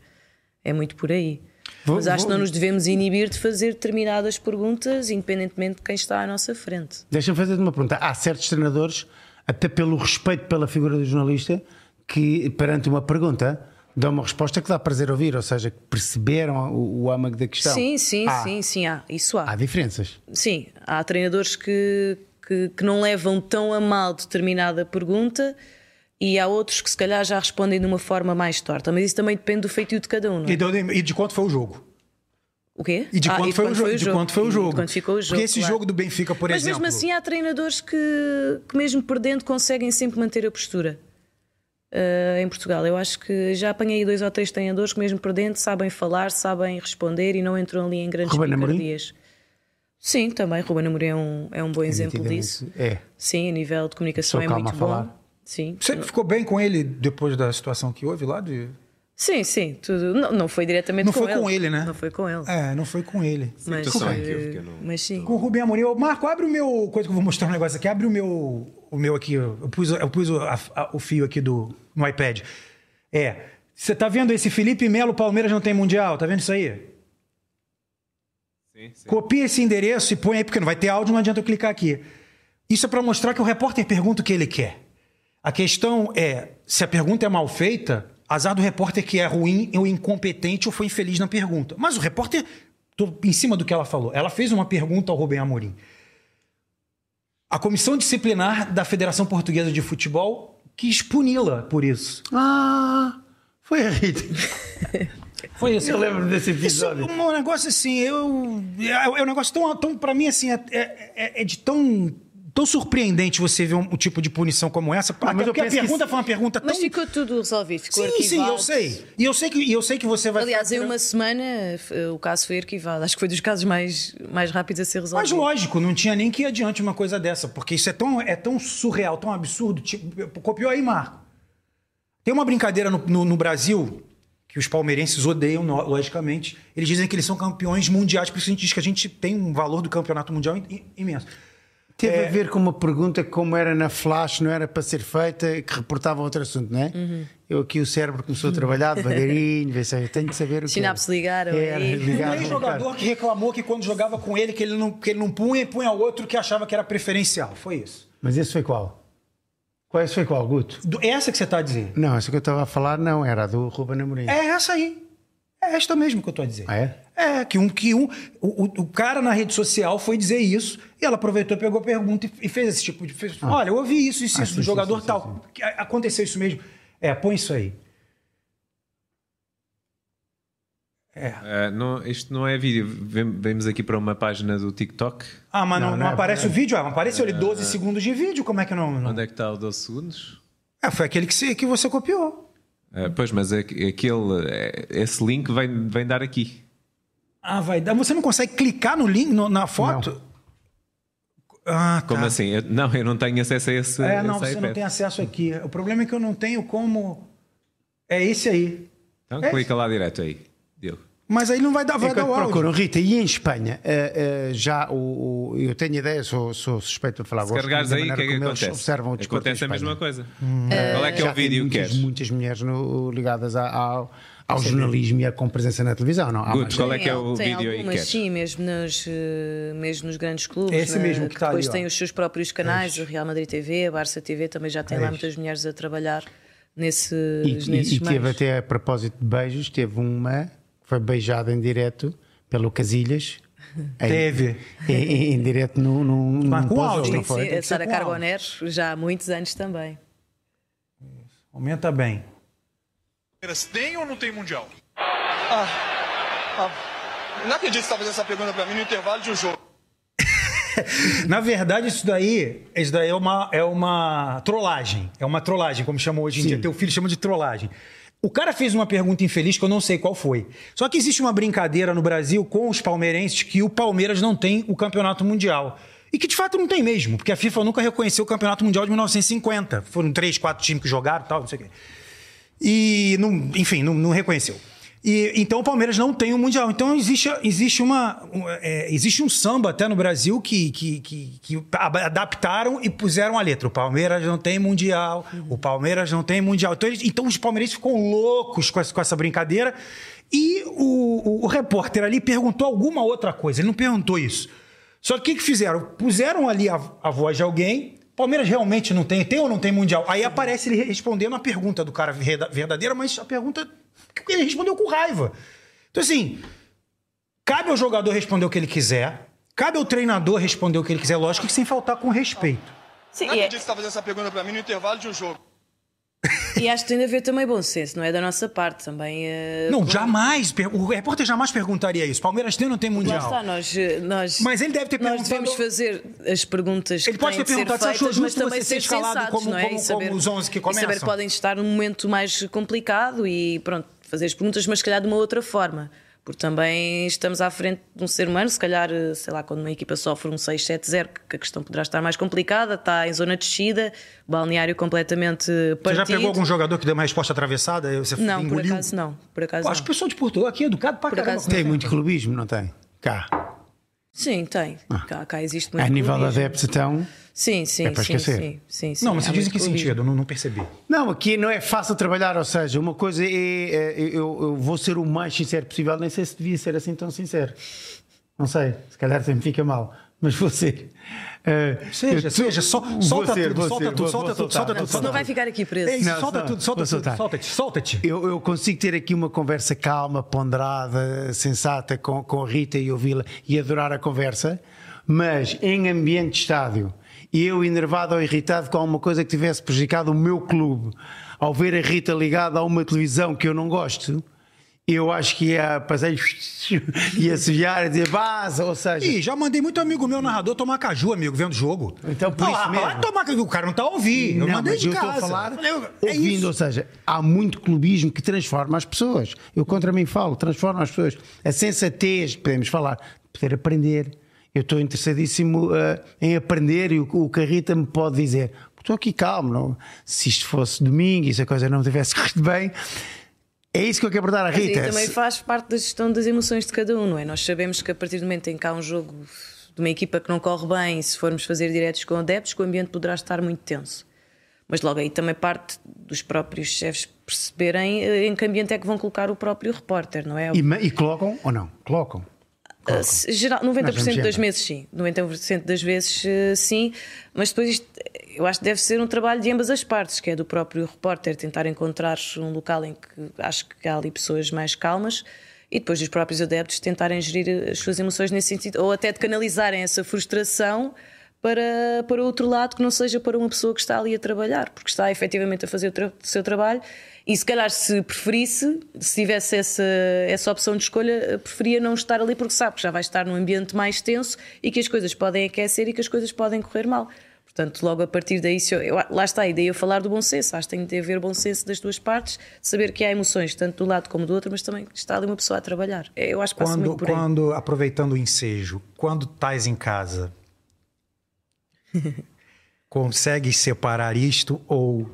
B: É muito por aí.
C: Vou-
B: Mas acho
C: vou-
B: que não nos devemos inibir de fazer determinadas perguntas, independentemente de quem está à nossa frente.
C: Deixa-me fazer-te uma pergunta. Há certos treinadores, até pelo respeito pela figura do jornalista, que perante uma pergunta dão uma resposta que dá prazer ouvir, ou seja, que perceberam o, o âmago da
A: Então,
C: questão.
B: sim, sim,
C: Há-
B: sim, sim, há. Isso
C: Há diferenças.
B: Sim, há treinadores que, que, que não levam tão a mal determinada pergunta e há outros que se calhar já respondem de uma forma mais torta. Mas isso também depende do feitio de cada um, não é?
A: E, deu- e de quanto foi o jogo?
B: O quê?
A: E de
B: Ah,
A: quanto foi, o, jogo?
B: E
A: E de quanto foi o jogo?
B: De quanto ficou o jogo.
A: Porque esse
B: claro.
A: jogo do Benfica, por
B: Mas
A: exemplo.
B: mesmo assim há treinadores que, que mesmo perdendo, conseguem sempre manter a postura. eh, em Portugal, eu acho que já apanhei dois ou três treinadores que, mesmo perdendo, sabem falar, sabem responder e não entram ali em grandes
C: Ruben Amorim?
B: picardias. Sim, também. Ruben Amorim é um, é um bom exemplo
C: Nitidamente.
B: disso.
C: É.
B: Sim, a nível de comunicação
C: Sou
B: é
C: calma
B: muito
C: a
B: bom.
C: falar.
B: Sim.
A: Você ficou bem com ele depois da situação que houve lá? De...
B: sim, sim, tudo. Não, não foi diretamente
A: Não
B: com
A: foi
B: ele.
A: com ele, né?
B: Não foi com ele.
A: É, não foi com ele.
B: Mas,
D: situação
B: eh,
D: que eu- que eu não-
B: mas sim.
A: Com o Rubem Amorim. Ô, Marco, abre o meu. Coisa que eu vou mostrar um negócio aqui. Abre o meu. O meu aqui. Eu pus, eu pus o, a- a- o fio aqui do, no iPad. É. Você tá vendo esse Felipe Melo, Palmeiras não tem Mundial? Tá vendo isso aí?
D: Sim, sim.
A: Copia esse endereço e põe aí, porque não vai ter áudio, não adianta eu clicar aqui. Isso é para mostrar que o repórter pergunta o que ele quer. A questão é, se a pergunta é mal feita, Azar do repórter que é ruim, ou incompetente, ou foi infeliz na pergunta. Mas o repórter, tô em cima do que ela falou, ela fez uma pergunta ao Rubem Amorim. A comissão disciplinar da Federação Portuguesa de Futebol quis puni-la por isso.
C: Ah, foi a Rita.
A: Foi isso.
C: Eu lembro desse
A: Isso é
C: episódio.
A: um negócio assim, eu. É é um negócio tão. tão pra mim, assim, é, é- é- é de tão. Tão surpreendente você ver um, um tipo de punição como essa.
C: Ah, mas
A: até
C: eu
A: porque a
C: penso que
A: pergunta
C: se-
A: foi uma pergunta tão.
B: Mas ficou tudo resolvido. Ficou
A: sim, sim, eu
B: arquivado.
A: sei. E eu sei que, e eu sei que você vai.
B: Aliás, em uma semana eh, o caso foi arquivado. Acho que foi dos casos mais, mais rápidos a ser
A: Mas
B: resolvido.
A: lógico, não tinha nem que ir adiante uma coisa dessa, porque isso é tão, é tão surreal, tão absurdo. Tipo, copiou aí, Marco. Tem uma brincadeira no, no- no Brasil que os palmeirenses odeiam, no- logicamente. Eles dizem que eles são campeões mundiais, por isso a gente diz que a gente tem um valor do campeonato mundial im- im- imenso.
C: Teve a ver com uma pergunta que, como era na flash, não era para ser feita, que reportava outro assunto, não é?
B: Uhum.
C: Eu aqui o cérebro começou a trabalhar devagarinho, vê se- tenho que saber o que.
B: Sinapses ligaram
C: Era,
B: aí.
A: Um
C: ligaram,
A: ex-jogador que reclamou que quando jogava com ele, que ele não, que ele não punha e punha outro que achava que era preferencial. Foi isso.
C: Mas esse foi qual? Qual esse foi qual, Guto?
A: Do- essa que você está dizendo.
C: Não, essa que eu estava a falar não, era a do Ruben Amorim.
A: É essa aí. É esta mesmo que eu estou a dizer.
C: Ah, é?
A: É, que um que um. O, o- o cara na rede social foi dizer isso, e ela aproveitou, pegou a pergunta e, e fez esse tipo de. fez, Olha, eu ouvi isso, isso,
C: Ah,
A: isso,
C: sim,
A: do
C: sim,
A: jogador
C: sim, sim,
A: tal.
C: sim.
A: Que- Aconteceu isso mesmo. É, põe isso aí.
D: Ah, não, isto não é vídeo. Vem- Vemos aqui para uma página do TikTok.
A: Ah, mas não,
C: Não,
A: não
C: não é,
A: aparece o vídeo? Ah, mas apareceu ali 12 segundos de vídeo, como é que não. não-
D: Onde é que está o 12 segundos?
A: É, foi aquele que, se- que você copiou.
D: Ah, pois, mas é, que- é aquele, é- esse link vem, vem dar aqui.
A: Ah, vai dar. Você não consegue clicar no link, no- na foto? Ah, tá.
D: Como assim? Eu- não, eu não tenho acesso a esse.
A: É, não,
D: esse
A: você não
D: iPad.
A: tem acesso aqui. O problema é que eu não tenho como. É esse aí.
D: Então
A: É.
D: clica lá direto aí, Diogo.
A: Mas aí não vai dar, vai dar
C: Enquanto
A: o áudio.
C: procuram, Rita, e em Espanha? eh, eh, já o, o- eu tenho ideia, sou, sou suspeito de falar
D: Se
C: agora,
D: carregares
C: da
D: aí, o que é
C: maneira
D: que
C: como eles
D: acontece?
C: observam o desporto em
D: acontece a
C: Espanha.
D: mesma coisa. Qual é que é
C: Já
D: o
C: tem
D: vídeo que
C: muitas,
D: queres?
C: muitas mulheres no- ligadas a- ao, ao jornalismo e à com presença na televisão, não? Há
D: Good,
C: mais-
D: qual é que é o
B: tem
D: vídeo aí que
B: algumas,
D: queres?
B: sim, mesmo nos, eh, mesmo nos grandes clubes.
A: Esse
B: né,
A: mesmo que tá
B: Depois
A: ali, ó.
B: tem os seus próprios canais, o Real Madrid TV, a Barça TV, também já tem lá muitas mulheres a trabalhar nesses,
C: E,
B: nesses
C: e- e teve
B: meios.
C: até a propósito de beijos, teve uma que foi beijada em direto pelo Casilhas. Em-
A: Teve.
C: Em, em- em direto no, no, no
A: Mas com áudio.
C: não
B: Sim,
C: foi?
B: sim, a
A: ser
B: Sara
A: com áudio.
B: Carboner, já há muitos anos também.
A: Aumenta bem.
E: Palmeiras tem ou não tem Mundial?
F: Ah, Não acredito que você tá fazendo essa pergunta pra mim no intervalo de um jogo.
A: Na verdade, isso daí, isso daí é, uma, é uma trollagem. É uma trollagem, como chamam hoje em dia. Teu filho chama de trollagem. O cara fez uma pergunta infeliz que eu não sei qual foi. Só que existe uma brincadeira no Brasil com os palmeirenses que o Palmeiras não tem o campeonato mundial. E que de fato não tem mesmo, porque a FIFA nunca reconheceu o campeonato mundial de 1950. Foram três, quatro times que jogaram e tal, não sei o quê. e não- enfim, não, não reconheceu. E, então o Palmeiras não tem o Mundial. Então existe, existe, uma, um, é, existe um samba até no Brasil que, que, que, que a- adaptaram e puseram a letra. O Palmeiras não tem Mundial, o Palmeiras não tem Mundial. Então, eles- então os palmeirenses ficam loucos com essa, com essa brincadeira. E o, o- o repórter ali perguntou alguma outra coisa, ele não perguntou isso. Só que o que, que fizeram? Puseram ali a, a voz de alguém. Palmeiras realmente não tem, tem ou não tem Mundial? Aí aparece ele respondendo a pergunta do cara verda- verdadeira, mas a pergunta que ele respondeu com raiva. Então, assim, cabe ao jogador responder o que ele quiser, cabe ao treinador responder o que ele quiser, lógico que sem faltar com respeito.
F: Não acredito que você tá fazendo essa pergunta pra mim no intervalo de um jogo.
B: E acho que tem de haver também bom senso, não é da nossa parte também. eh,
A: Não,
B: claro,
A: jamais, per- o repórter jamais perguntaria isso. Palmeiras tem ou não tem
B: Lá
A: Mundial?
B: está, nós, eh, nós,
A: Mas ele deve ter
B: nós
A: perguntado-
B: devemos fazer as perguntas
A: Ele
B: que
A: pode
B: têm
A: ter
B: de ser
A: perguntado se achou
B: feitas, mas
A: justo
B: também
A: você ser
B: ser
A: escalado
B: sensatos,
A: como-
B: não é?
A: como-
B: E saber-
A: como os 11 que
B: E saber
A: começam.
B: que podem estar num momento mais complicado e pronto, fazer as perguntas, mas se calhar de uma outra forma. Porque também estamos à frente de um ser humano, se calhar, eh, sei lá, quando uma equipa sofre um 6-7-0, que a questão poderá estar mais complicada, está em zona de descida, balneário completamente
A: Você
B: partido.
A: já pegou algum jogador que deu uma resposta atravessada? Você
B: Não, por
A: engoliu?
B: acaso não. Por acaso
A: Acho
B: não.
A: que o pessoal de Portugal aqui é educado pra
B: Por
A: caramba.
B: acaso
C: Tem muito clubismo, não tem? Cá.
B: Sim, tem. Cá, cá existe muito.
C: Ah. A nível de
B: clubismo.
C: adeptos, então.
B: Sim, sim,
C: É para
B: sim,
C: esquecer.
B: sim, sim, sim. é
A: Não, mas
B: Há
A: você diz em
B: muito
A: que é
B: clubismo.
A: sentido? Eu Não, não percebi.
C: Não, aqui não é fácil trabalhar, ou seja, uma coisa é. é, eu, eu vou ser o mais sincero possível, nem sei se devia ser assim tão sincero. Não sei, se calhar sempre fica mal. mas você. eh,
A: Seja,
C: tu-
A: seja, sol- solta
C: você,
A: tudo, solta tudo,
C: você, vou-
A: solta
C: vou
A: tudo,
C: soltar,
A: solta tudo,
C: vou
A: solta
B: Não vai
A: tudo.
B: ficar aqui preso.
A: É isso,
C: Não,
A: solta
C: não,
A: tudo,
C: vou
A: solta tudo,
C: soltar.
A: solta-te, solta-te.
C: Eu, eu consigo ter aqui uma conversa calma, ponderada, sensata com, com a Rita e ouvi-la e adorar a conversa, mas em ambiente de estádio, eu enervado ou irritado com alguma coisa que tivesse prejudicado o meu clube, ao ver a Rita ligada a uma televisão que eu não gosto, eu acho que ia passar e a sujar e dizer vaza, ou seja.
A: Ih, já mandei muito amigo meu narrador tomar caju, amigo, vendo jogo.
C: Então, por
A: Ah,
C: isso
A: ah,
C: mesmo.
A: vai tomar caju, o cara não tá a ouvir. eu
C: Não,
A: mandei
C: mas
A: de
C: eu
A: casa.
C: estou a falar
A: Falei, é
C: ouvindo,
A: isso.
C: ou seja, há muito clubismo que transforma as pessoas. Eu contra mim falo, transforma as pessoas. A sensatez, podemos falar, poder aprender. Eu estou interessadíssimo eh, em aprender e o, o que a Rita me pode dizer. Estou aqui calmo, não? se isto fosse domingo e se a coisa não tivesse corrido bem. É isso que eu quero perguntar à
B: Mas aí
C: Rita.
B: também
C: Se-
B: faz parte da gestão das emoções de cada um, não é? Nós sabemos que a partir do momento em que há um jogo de uma equipa que não corre bem, se formos fazer diretos com adeptos, que o ambiente poderá estar muito tenso. Mas logo aí também parte dos próprios chefes perceberem eh, em que ambiente é que vão colocar o próprio repórter, não é?
C: E, ma- e colocam ou não? Colocam.
B: Uh, se- geral, 90%
C: Nós vamos
B: das
C: sempre.
B: vezes sim, 90% das vezes eh, sim, mas depois isto, eu acho que deve ser um trabalho de ambas as partes, que é do próprio repórter tentar encontrar um local em que acho que há ali pessoas mais calmas e depois dos próprios adeptos tentarem gerir eh, as suas emoções nesse sentido, ou até de canalizarem essa frustração para, para outro lado que não seja para uma pessoa que está ali a trabalhar, porque está efetivamente a fazer o, tra- o seu trabalho e se calhar se preferisse, se tivesse essa, essa opção de escolha, eh, preferia não estar ali porque sabe que já vai estar num ambiente mais tenso e que as coisas podem aquecer e que as coisas podem correr mal. Portanto, logo a partir daí, se eu, eu- lá está, e daí eu falar do bom senso, acho que tem de haver bom senso das duas partes, saber que há emoções, tanto do lado como do outro, mas também que está ali uma pessoa a trabalhar. É, Eu
C: tá
B: acho que passa
A: Quando,
B: muito por aí.
A: quando aproveitando o ensejo, quando estás em casa, consegues separar isto ou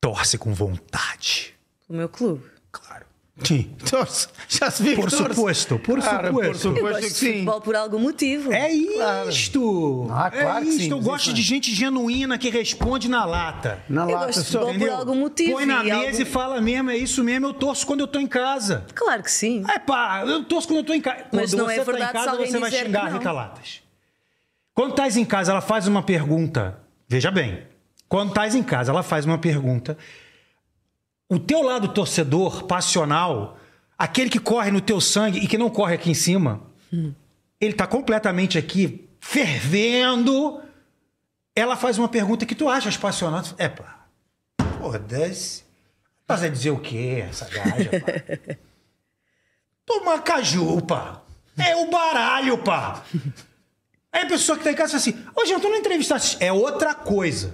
A: torce com vontade?
B: O meu clube.
A: Claro.
C: Sim. Torce. Já se viu
A: Por
C: que torce.
A: suposto, por
C: Claro,
A: suposto.
C: Por suposto
B: Eu gosto
C: que
B: de
C: sim.
B: futebol por algum motivo.
A: É isto!
C: Ah, claro
A: é
C: que
A: isto.
C: sim,
A: Eu
C: mas
A: gosto
C: isso
A: de
C: é.
A: gente genuína que responde na lata.
C: Na
B: Eu gosto de futebol.
C: só.
B: Ou por
A: Entendeu?
B: algum motivo
A: Põe na
B: e
A: mesa
B: algum-
A: e fala mesmo, é isso mesmo, eu torço quando eu tô em casa.
B: Claro que sim.
A: É pá, eu torço quando eu tô em casa.
B: Mas
A: quando
B: não é
A: você tá
B: verdade
A: em
B: se
A: casa,
B: alguém
A: você vai
B: disser que
A: xingar a
B: não.
A: Rita Latas. Quando estás em casa, ela faz uma pergunta. Veja bem. Quando estás em casa, ela faz uma pergunta. O teu lado torcedor, passional, aquele que corre no teu sangue e que não corre aqui em cima,
B: Hum.
A: ele tá completamente aqui fervendo. Ela faz uma pergunta que tu achas passional. Tu- É pá, foda-se. Mas é dizer o quê, essa gaja, pá? Toma caju, pá. É o baralho, pá. Aí a pessoa que tá em casa fala assim: Ô, Jean, tu não entrevistaste. É outra coisa.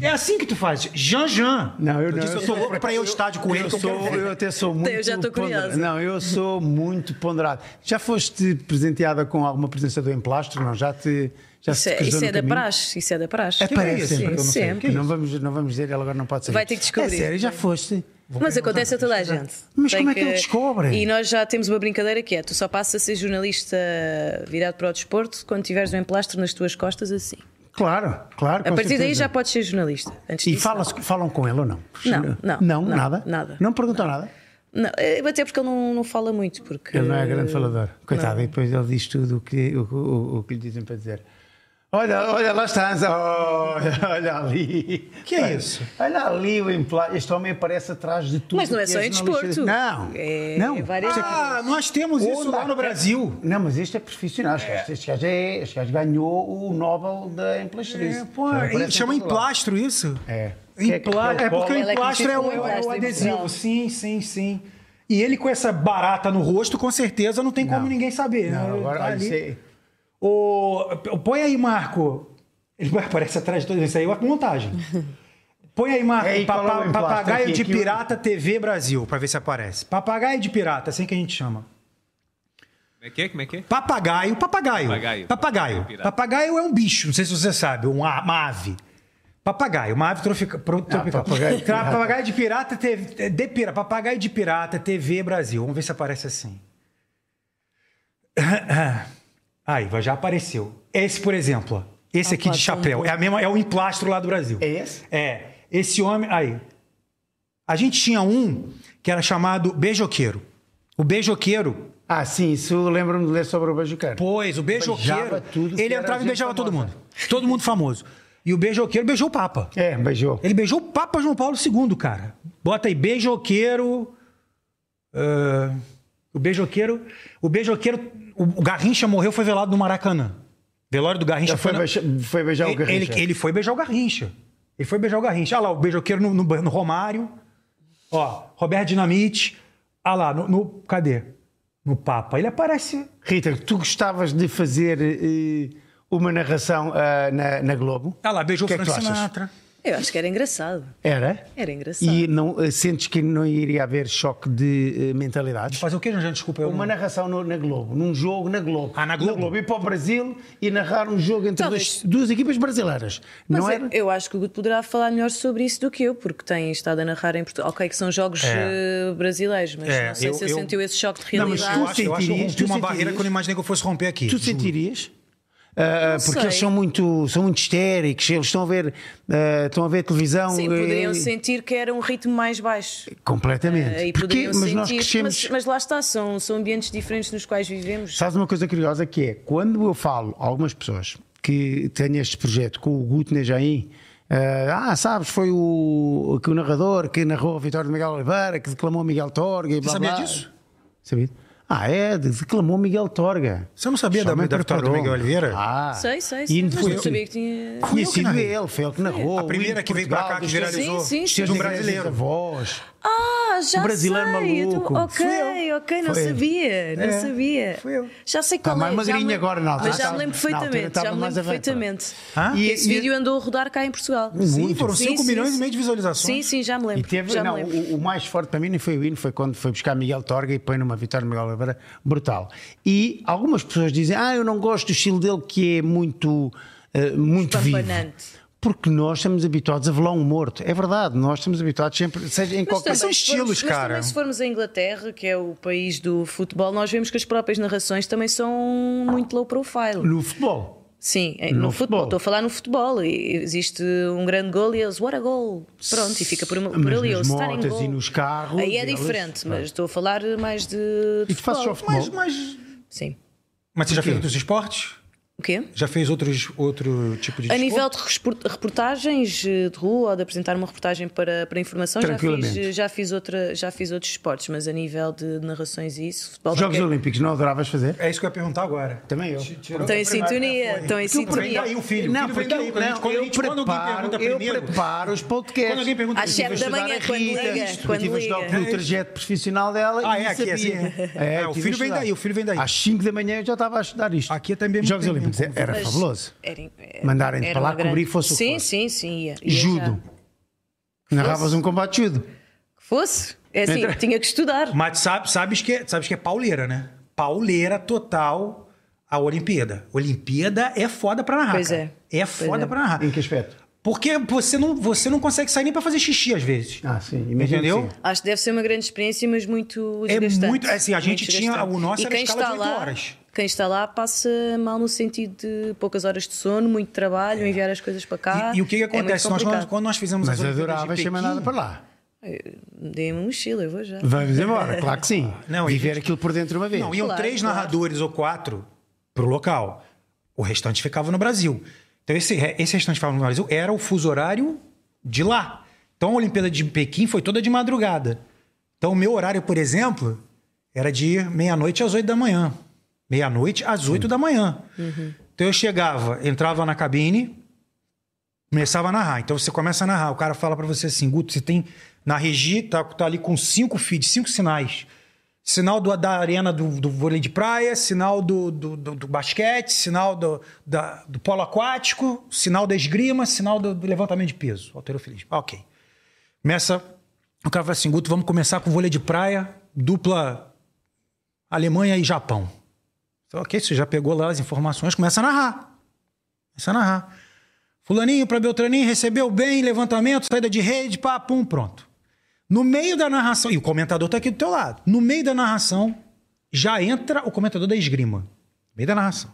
A: É assim que tu faz. Jean, Jean.
C: Não, eu não.
A: disse, eu sou louco pra ir ao estádio com ele.
C: Eu,
A: que eu quero
C: sou,
A: ver.
C: eu até sou muito.
B: Eu já tô curiosa.
C: ponderado. Não, eu sou muito ponderado. Já foste presenteada com alguma presença do emplastro? Não, já te. Já
B: Isso
C: se te
B: é,
C: cruzou
B: isso
C: no
B: é da
C: caminho?
B: praxe, isso é da praxe.
C: É, parece,
B: Sim,
C: eu não
A: sei.
B: sempre.
A: Que isso?
C: Não vamos, não vamos dizer, ele agora não pode sair.
B: Vai ter que descobrir.
C: É sério, já foste.
B: Mas acontece a toda a gente.
C: Mas
B: Tem
C: como é que ele descobre?
B: E nós já temos uma brincadeira que é: tu só passas a ser jornalista virado para o desporto quando tiveres um emplastro nas tuas costas, assim.
C: Claro, claro.
B: A partir daí já podes ser jornalista. Antes
C: E
B: disso,
C: fala falam com ele ou não?
B: Não, não, não,
C: Não, nada?
B: nada.
C: Não perguntam nada?
B: não. Não, eh, até porque ele não, não fala muito. Porque,
C: Ele não é grande falador. Coitado, e depois ele diz tudo o que, o, o- o que lhe dizem para dizer. Olha, olha, lá está, Anza. olha, olha ali.
A: Que é isso?
C: Olha ali o implante. Este homem aparece atrás de tudo.
B: Mas não é
C: que
B: só em
C: jornalista-
B: desporto.
C: Não,
B: É
C: não.
B: várias-
A: Ah, nós temos isso lá no Brasil.
C: Não, mas este é profissional. Este, gajo- este, gajo, é, este gajo ganhou o Nobel da emplastrice.
A: É, pô,
C: Ele aparece
A: chama
C: em todo lado.
A: emplastro isso?
C: É.
A: Empla- É porque o
B: Ela que
A: emplastro é o,
B: fez o
A: é o
B: emplastro em
A: adesivo.
B: Portugal.
A: Sim, sim, sim. E ele com essa barata no rosto, com certeza não tem como
C: Não.
A: ninguém saber. né?
C: Não,
A: Ele
C: agora
A: tá
C: olha,
A: ali.
C: isso é-
A: O... Põe aí, Marco. Ele vai- aparece atrás de todos. Isso aí é uma montagem. Põe aí, Marco.
C: É aí,
A: Papa-
C: coloca o emplastro
A: Papagaio
C: aqui,
A: de
C: aqui, o-
A: Pirata TV Brasil, pra ver se aparece. Papagaio de Pirata, assim que a gente chama.
D: Como é que é? Como é que é?
A: Papagaio, papagaio. Papagaio.
D: Papagaio.
A: Papagaio,
D: Papagaio.
A: é um bicho, não sei se você sabe, um a- uma ave. Papagaio, uma ave trofica- pro- tropical.
C: Ah, papagaio de
A: Tra-
C: pirata.
A: papagaio de pirata, TV, de pira- papagaio de pirata, TV Brasil. Vamos ver se aparece assim. Aí, vai- já apareceu. Esse, por exemplo, esse aqui de chapéu, é, a mesma, é o emplastro lá do Brasil.
C: um É esse?
A: É. Esse homem. Aí. A gente tinha um que era chamado beijoqueiro. O beijoqueiro
C: Ah, sim, isso lembro-me de ler sobre o beijoqueiro.
A: Pois, o beijoqueiro.
C: Beijava tudo,
A: ele
C: era
A: entrava e
C: gente
A: beijava todo
C: famosa.
A: mundo. Todo mundo famoso. E o beijoqueiro beijou o Papa.
C: É, beijou.
A: Ele beijou o Papa João Paulo II, cara. Bota aí, beijoqueiro. ah, o beijoqueiro. O beijoqueiro. O, o Garrincha morreu, foi velado no Maracanã. Velório do Garrincha
C: Ele foi,
A: na-
C: beijar, foi beijar o
A: ele,
C: Garrincha.
A: ele- ele foi beijar o Garrincha. Ele foi beijar o Garrincha. Olha lá, o beijoqueiro no, no- no Romário. Ó, Roberto Dinamite. Olha lá, no, no- Cadê? No Papa. Ele aparece.
C: Rita, tu gostavas de fazer eh, uma narração ah, na, na Globo?
A: Olha Tá lá, beijou o
C: Que é que
A: Frank
C: tu achas?
A: Sinatra.
B: Eu acho que era engraçado.
C: Era?
B: Era engraçado.
C: E não, eh, sentes que não iria haver choque de eh, mentalidades?
A: Fazer o quê, Janjão? Desculpa. Eu
C: Uma
A: não...
C: narração no- na Globo, num jogo na Globo.
A: Ah, na Globo?
C: Ir para o Brasil e narrar um jogo entre
B: Talvez. é.
C: duas, duas equipas brasileiras.
B: Mas
C: não
B: eu-
C: era?
B: eu acho que o Guto poderá falar melhor sobre isso do que eu, porque tem estado a narrar em Portugal. Ok, que são jogos
A: É.
B: eh, brasileiros, mas
A: É,
B: não sei
A: eu-
B: se ele
A: eu-
B: sentiu esse choque de
C: Não, mas
B: realidade.
A: Eu acho, eu acho que eu
C: Sentirias?
A: rompi
C: Tu
A: uma barreira
C: sentirias?
A: que eu não imaginei que eu fosse romper aqui.
C: Tu
A: juro.
C: sentirias? Ah,
B: Não
C: porque
B: sei.
C: eles são muito, são muito histéricos, eles estão a ver, ah, estão a ver televisão.
B: Sim,
C: eh,
B: poderiam sentir que era um ritmo mais baixo.
C: Completamente.
B: Eh, e
C: Porquê?
B: poderiam
C: Mas
B: sentir,
C: nós crescemos.
B: mas, mas lá está, são, são ambientes diferentes nos quais vivemos.
C: Sabes uma coisa curiosa que é, quando eu falo a algumas pessoas que têm este projeto com o Guto Nejaim, eh, ah, sabes, foi o, que o narrador que narrou a vitória de Miguel Oliveira, que declamou Miguel Torga e blá
A: sabia
C: blá.
A: disso?
C: Sabia? Ah, é, declamou Miguel Torga.
A: Você não sabia
C: Só
A: da-
C: me
A: da vitória do
C: preparou.
A: Miguel Oliveira?
C: tá Ah,
B: Sei, sei,
C: E
B: sei. Mas
C: foi
B: não
C: eu-
B: sabia que tinha.
C: Conhecido
A: narrei.
C: ele, foi ele que narrou.
A: A primeira que veio pra cá, que viralizou.
B: Sim, sim,
A: Tinha
B: sim.
A: um brasileiro.
C: Voz.
B: Ah, já
C: O brasileiro
B: sei. Eu tô-
C: maluco. Fui
B: Ok,
C: eu.
B: ok, não
C: Foi.
B: sabia, não
C: É,
B: sabia.
C: fui eu.
B: Já sei
C: Tá
B: qual
C: mais
B: é. já
C: magrinho
B: me-
C: agora, na altura
B: Mas já
C: tava-
B: me lembro
C: na altura
B: perfeitamente,
C: tava
B: já me
C: mais
B: lembro
C: avante.
B: perfeitamente.
A: Hã?
B: E
C: E-
B: esse
C: e-
B: vídeo andou a rodar cá em Portugal.
A: Sim, foram
B: Sim,
A: 5
B: sim,
A: milhões
B: sim.
A: e meio de visualizações.
B: Sim, sim, já me
C: E
B: lembro.
C: teve,
B: já me
C: não,
B: lembro.
C: o, o mais forte para mim nem foi o hino, foi quando foi buscar Miguel Torga e põe numa vitória de Miguel Oliveira brutal. E algumas pessoas dizem, ah, eu não gosto do estilo dele que é muito, eh, muito vivo.
B: Espampanante.
C: Porque nós estamos habituados a velar um morto. É verdade, nós estamos habituados sempre, seja em qualquer...
B: também,
A: são
B: se
A: estilos,
B: formos- mas
A: cara.
B: também se formos à Inglaterra, que é o país do futebol, nós vemos que as próprias narrações também são muito low profile.
C: No futebol.
B: Sim, é-
C: No
B: no, futebol.
C: futebol.
B: Estou a falar no futebol. E Existe um grande gol e eles, what a goal! Pronto, e fica por, por
C: Mas
B: ali.
C: nas
B: eles estarem
C: motas
B: gol.
C: e nos carros,
B: Aí é
C: eles-
B: diferente,
C: Ah.
B: mas estou a falar mais de. de
C: E tu fazes só
B: futebol.
C: futebol?
A: mas...
B: Sim.
A: Mas você já fez outros esportes?
B: O quê?
A: Já fez outros, outro tipo de
B: A
A: desporto?
B: nível de respor- reportagens eh, de rua ou de apresentar uma reportagem para, para informação, já
C: Tranquilamente.
B: fiz, eh, já, fiz outra, já fiz outros esportes, mas a nível de narrações e isso, futebol.
C: Jogos
B: porque-
C: Olímpicos, não adoravas fazer?
A: É isso que eu ia perguntar agora.
C: Também eu.
B: Estão Então em sintonia, estão em
A: Porque o problema
B: sintonia.
A: é daí o filho. o
C: Não,
A: filho vem
C: porque
A: daí.
C: eu,
A: Quando a gente-
C: não,
A: quando a
C: eu
A: gente- quando alguém
C: preparo,
A: pergunta
C: eu
A: primeiro...
C: preparo os podcasts.
A: Quando alguém pergunta
B: Às
A: se
B: sete
A: você
B: da
A: vai
B: manhã,
A: estudar
B: quando
A: aqui,
B: liga,
A: é isto.
B: quando
C: tive a estudar
B: liga.
C: pelo trajeto profissional dela
A: Ah,
C: e
A: é, aqui é
C: sabia.
A: assim, é. É, o
C: tive
A: filho
C: a
A: vem
C: estudar.
A: daí, o filho vem daí.
C: Às 5 da manhã eu já estava a estudar isto.
A: Aqui é também muito
C: Jogos
A: tempo.
C: Olímpicos, era
B: Mas
C: fabuloso.
B: era- era-
C: Mandarem
B: era
C: para lá
B: uma grande-
C: cobrir fosse o que
B: Sim,
C: fosse.
B: sim, sim. Ia, ia
C: Judo.
B: já.
C: Narravas um combate de judo.
B: Que fosse. É assim,
C: Entra-
B: tinha que estudar.
A: Mas sabe, sabes, que, é- sabes que é pauleira, né? Pauleira total a Olimpíada. Olimpíada é foda pra narrar.
B: Pois
A: cara.
B: é.
A: É foda
B: é.
A: pra narrar.
C: Em que aspecto?
A: Porque você não, você não consegue sair nem pra fazer xixi às vezes.
C: Ah, sim. Imagino que
A: Entendeu?
C: sim.
B: Acho que deve ser uma grande experiência, mas muito
A: É
B: desgastante.
A: muito- assim, a gente tinha-
B: desgastante.
A: o nosso
B: E
A: era
B: quem
A: escala de
B: está
A: oito
B: lá-
A: horas.
B: Quem está lá passa mal no sentido de poucas horas de sono, muito trabalho, enviar as coisas para cá.
A: É. E, e o que, que
B: É muito
A: acontece? nós, quando,
B: complicado.
A: quando nós fizemos
C: Mas
A: as Olimpíadas
C: adoravas
A: de
C: ser mandada
A: Pequim,
C: para lá.
B: Dei-me um mochila, eu vou já.
C: Vamos embora, claro que sim.
A: Não, e
C: Viver
A: gente-
C: aquilo por dentro uma vez.
A: Não, iam
B: Claro,
A: três
B: claro.
A: narradores ou quatro pro local. O restante ficava no Brasil. Então, esse, re- esse restante que ficava no Brasil era o fuso horário de lá. Então, a Olimpíada de Pequim foi toda de madrugada. Então, o meu horário, por exemplo, era de meia-noite às oito da manhã. Meia-noite às oito da manhã.
B: Uhum.
A: Então, eu chegava, entrava na cabine, começava a narrar. Então você começa a narrar, o cara fala pra você assim, Guto, você tem na regi, tá, tá ali com cinco feeds, cinco sinais. Sinal do, da arena do, do vôlei de praia, sinal do, do, do- do basquete, sinal do, da- do polo aquático, sinal da esgrima, sinal do, do levantamento de peso, alterofilismo. Ah, Ok. Começa, o cara fala assim, Guto, vamos começar com vôlei de praia, dupla Alemanha e Japão. Então, ok, você já pegou lá as informações, começa a narrar. Começa a narrar. Fulaninho para Beltraninho recebeu bem, levantamento, saída de rede, pá, pum, pronto. No meio da narração, e o comentador tá aqui do teu lado, no meio da narração já entra o comentador da esgrima. No meio da narração.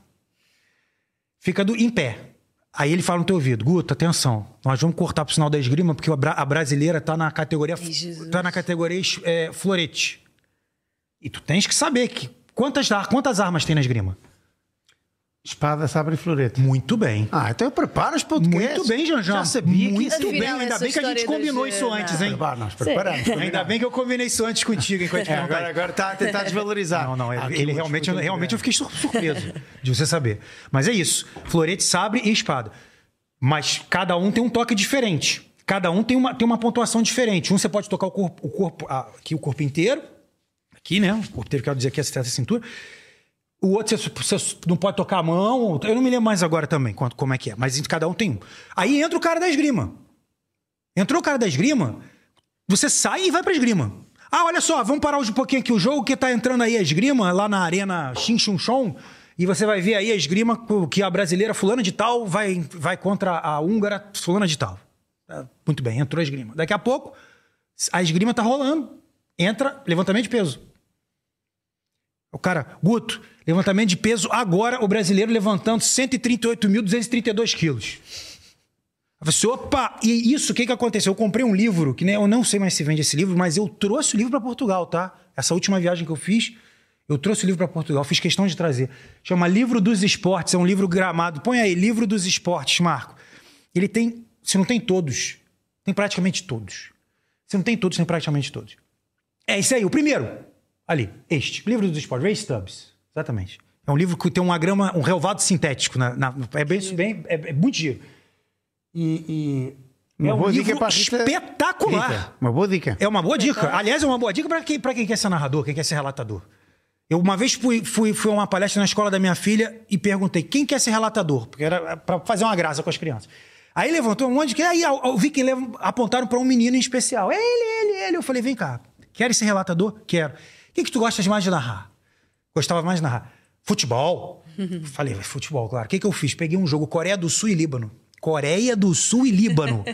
A: Fica do, em pé. Aí ele fala no teu ouvido, Guto, atenção, nós vamos cortar pro sinal da esgrima porque a, bra- a brasileira tá na categoria
B: Ai, Jesus.
A: tá na categoria es- é, florete. E tu tens que saber que Quantas, ar- quantas armas tem na esgrima?
C: Espada, sabre e florete.
A: Muito bem.
C: Ah, então preparas para o
A: Muito bem, Janjão.
C: Já sabia
A: Muito
C: que
A: bem.
B: Afinal,
A: Ainda
B: essa
A: bem que a gente
B: história
A: combinou
B: das,
A: isso
B: eh,
A: antes,
B: não.
A: hein?
C: Preparar, nós preparamos.
A: Ainda bem que eu combinei isso antes contigo, enquanto
C: É, agora, agora está a tentar desvalorizar. Ah,
A: Não, não, ele,
C: Há aqui
A: ele
C: uma
A: realmente,
C: disputa
A: realmente eu
C: muito
A: fiquei sur- surpreso de você saber. Mas é isso: florete, sabre e espada. Mas cada um tem um toque diferente. Cada um tem uma, tem uma pontuação diferente. Um você pode tocar o corpo, o corpo ah, aqui o corpo inteiro, aqui, né? O corpo inteiro, quero dizer aqui, essa cintura. O outro você, você não pode tocar a mão. Eu não me lembro mais agora também quanto, como é que é, mas cada um tem um. Aí entra o cara da esgrima. Entrou o cara da esgrima, você sai e vai pra esgrima. Ah, olha só, vamos parar hoje um pouquinho aqui o jogo, que tá entrando aí a esgrima, lá na arena Xin Chun Chon, e você vai ver aí a esgrima co- que a brasileira fulana de tal vai, vai contra a húngara fulana de tal. Tá, Muito bem, entrou a esgrima. Daqui a pouco, a esgrima tá rolando. Entra, levantamento de peso. O cara, Guto, levantamento de peso agora, o brasileiro levantando 138.232 quilos. Eu falei assim, opa, e isso, o que, que aconteceu? Eu comprei um livro, que nem, eu não sei mais se vende esse livro, mas eu trouxe o livro para Portugal, tá? Essa última viagem que eu fiz, eu trouxe o livro para Portugal, fiz questão de trazer. Chama Livro dos Esportes, é um livro gramado. Põe aí, Livro dos Esportes, Marco. Ele tem, se não tem todos, tem praticamente todos. Se não tem todos, tem praticamente todos. É esse aí, o primeiro. Ali, este. Livro dos Esportes, Ray Stubbs. Exatamente. É um livro que tem um agrama, um relvado sintético. Na, na- é bem, bem é, é muito giro. E, e é
C: Uma
A: um
C: boa
A: livro
C: dica pra Rita-
A: espetacular.
C: Rita, Uma boa dica.
A: É uma boa dica. Aliás, é uma boa dica para quem, pra quem quer ser narrador, quem quer ser relatador. Eu uma vez fui, fui, fui a uma palestra na escola da minha filha e perguntei quem quer ser relatador, porque era para fazer uma graça com as crianças. Aí levantou um monte de. Aí eu, eu vi que lev- apontaram para um menino em especial. Ele, é ele, ele. Eu falei, vem cá, queres ser relatador? Quero. O que, que tu gostas mais de narrar? Gostava mais de narrar. Futebol. Falei, "Mas futebol, claro. O que, que eu fiz? Peguei um jogo Coreia do Sul e Líbano. Coreia do Sul e Líbano.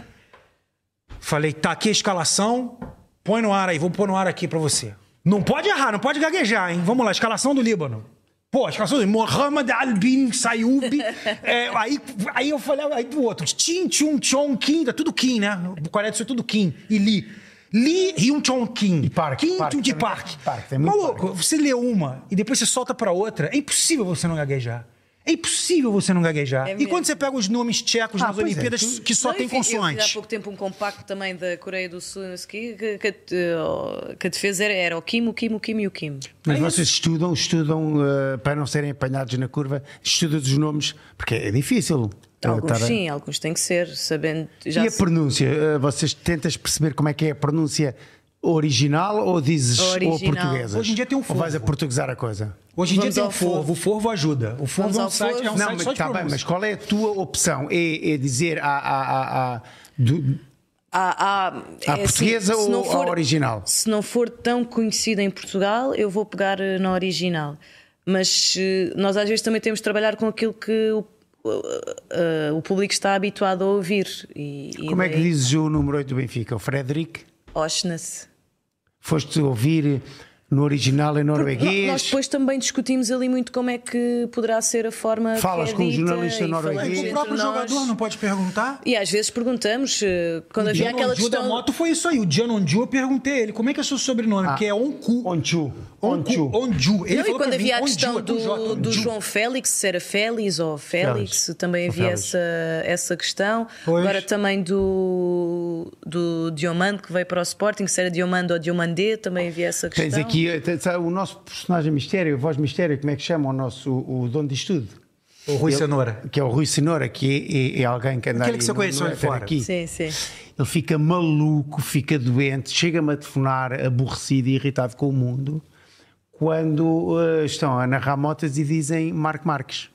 A: Falei, tá aqui a escalação, põe no ar aí, vou pôr no ar aqui pra você. Não pode errar, não pode gaguejar, hein? Vamos lá, escalação do Líbano. Pô, escalação do Mohamed Albin Sayub. É, aí, aí eu falei, aí do outro, Tim, Tchum, Chong, Kim, tá tudo Kim, né? O Coreia do Sul é tudo Kim. E Lee. Lee, Hyun, Chong, Kim. E
C: Park,
A: Kim,
C: Park,
A: Tchum, de
C: tem
A: Park.
C: muito Park, tem muito
A: Maluco, você lê uma e depois você solta pra outra, é impossível você não gaguejar. É impossível você não gaguejar.
B: É
A: e
B: mesmo.
A: quando você pega os nomes tchecos nas
C: pois é,
A: Olimpíadas que só
B: Não,
A: tem
B: eu fi- eu fiz
A: consoantes?
B: há pouco tempo um compacto também da Coreia do Sul, não sei o quê, que, que, oh, que, que a defesa era, era o Kim, o Kim, o Kim e o Kim.
C: Mas vocês estudam, estudam eh, para não serem apanhados na curva, estudam os nomes, porque é difícil.
A: Tá,
C: eh,
B: Alguns
C: estar a-
B: sim, alguns têm que ser, sabendo. Já
C: E a
B: se-
C: pronúncia? Eh, Vocês tentas perceber como é que é a pronúncia original ou dizes ou
B: Original.
C: portuguesa?
A: Hoje em dia tem um
C: Ou vais
A: forvo.
C: a portuguesar a coisa?
A: Hoje em
B: Vamos
A: dia
B: ao
A: tem o Forvo.
B: Forvo.
A: O Forvo ajuda. O Forvo
B: Vamos
A: é um
B: ao
A: site, é um
B: Forvo.
A: site só de
C: tá bem,
A: pronúncia.
C: mas qual é a tua opção? É, é dizer a, a, a, a- do-
B: Há- há- é assim,
C: portuguesa
B: se não
C: ou à
B: for-
C: original?
B: Se não for tão conhecida em Portugal, eu vou pegar eh, na original. Mas eh, nós às vezes também temos de trabalhar com aquilo que o, eh, eh, o público está habituado a ouvir. E, e
C: como é que
B: daí-
C: dizes o número 8 do Benfica? O Frederic?
B: Oshnas.
C: Foste ouvir no original em
B: No-
C: norueguês?
B: Nós depois também discutimos ali muito como é que poderá ser a forma
C: Falas
B: que é
C: com um
B: dita
C: jornalista
B: e falamos
C: norueguês.
B: entre
A: É O próprio
B: nós.
A: jogador não pode perguntar?
B: E às vezes perguntamos eh, quando
A: O
B: havia
A: Dianondiu
B: aquela
A: da
B: questão.
A: moto foi isso aí. O Dianondiu, eu perguntei a ele como é que é seu sobrenome, porque é Onku.
C: Onchu.
A: Onku.
C: Onchu.
A: Onju. Ele
B: Ah. Não, e
A: falou
B: quando
A: pra mim,
B: havia a
A: Onju,
B: questão
A: é com J,
B: do, do
A: Onju.
B: João Félix, se era Félix ou Félix,
C: Félix.
B: também
C: Ou
B: havia
C: Félix.
B: essa, essa questão.
A: Pois.
B: Agora também do, do Diomando que veio para o Sporting, se era Diomando ou Diomandé, também havia essa questão.
C: Tens aqui eh, tens, ah, o nosso personagem mistério, o voz mistério, como é que chama o nosso o, o dono disto tudo?
A: O Rui Cenoura.
C: Que é o Rui Cenoura, que é, é- é alguém que anda
A: Aquele
C: aí
A: que você
C: no-
A: conheceu
C: no
A: aí
C: éter
A: fora.
C: Aqui.
B: Sim, sim.
C: Ele fica maluco, fica doente, chega-me a telefonar aborrecido e irritado com o mundo quando eh, estão a narrar motas e dizem Marco Marques.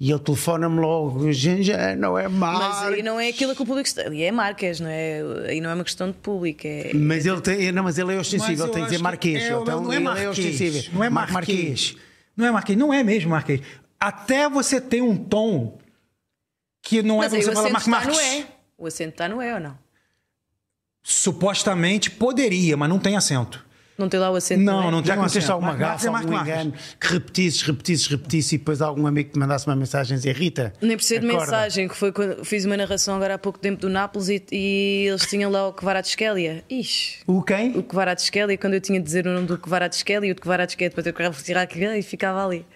C: E ele telefona-me logo, "Jean-Jean, não é
B: Mas
C: Marques.
B: aí não é aquilo que o público está. E é marcas, não é? Aí não é uma questão de público. É...
C: Mas ele tem, não, mas ele é
A: Mas eu
C: ostensível, ele tem de
A: acho
C: dizer
A: que
C: Marquês.
A: é,
C: ele tem-
A: não é
C: ele
A: Marquês.
C: ostensível.
A: Não é
C: Marco
A: Marquês. Não é Marquês. Não é mesmo Marquês. Até você tem um tom que não é
B: Mas
A: pra
B: aí
A: você
B: o
A: falar
B: acento
A: Mark
B: está no é.
A: Marques.
B: E. O acento está no E é ou não?
A: Supostamente poderia, mas não tem acento.
B: Não tem lá o acento.
A: Não, não
B: é?
A: tem
C: Já aconteceu
A: acento.
C: alguma
A: Marcos
C: gafa,
A: é Marcos
C: algum
A: Marques.
C: engano, que repetisses, repetisses, repetisses e depois algum amigo que mandasse uma mensagem e dizia Rita.
B: Nem precisei de
C: acorda."
B: mensagem, que foi quando fiz uma narração agora há pouco tempo do Nápoles e, e eles tinham lá o Kvaratskhelia. Ixi,
A: O quem?
B: o Kvaratskhelia, quando eu tinha de dizer o nome do Kvaratskhelia, o Kvaratskhelia depois eu corrava tirar aquilo e ficava ali.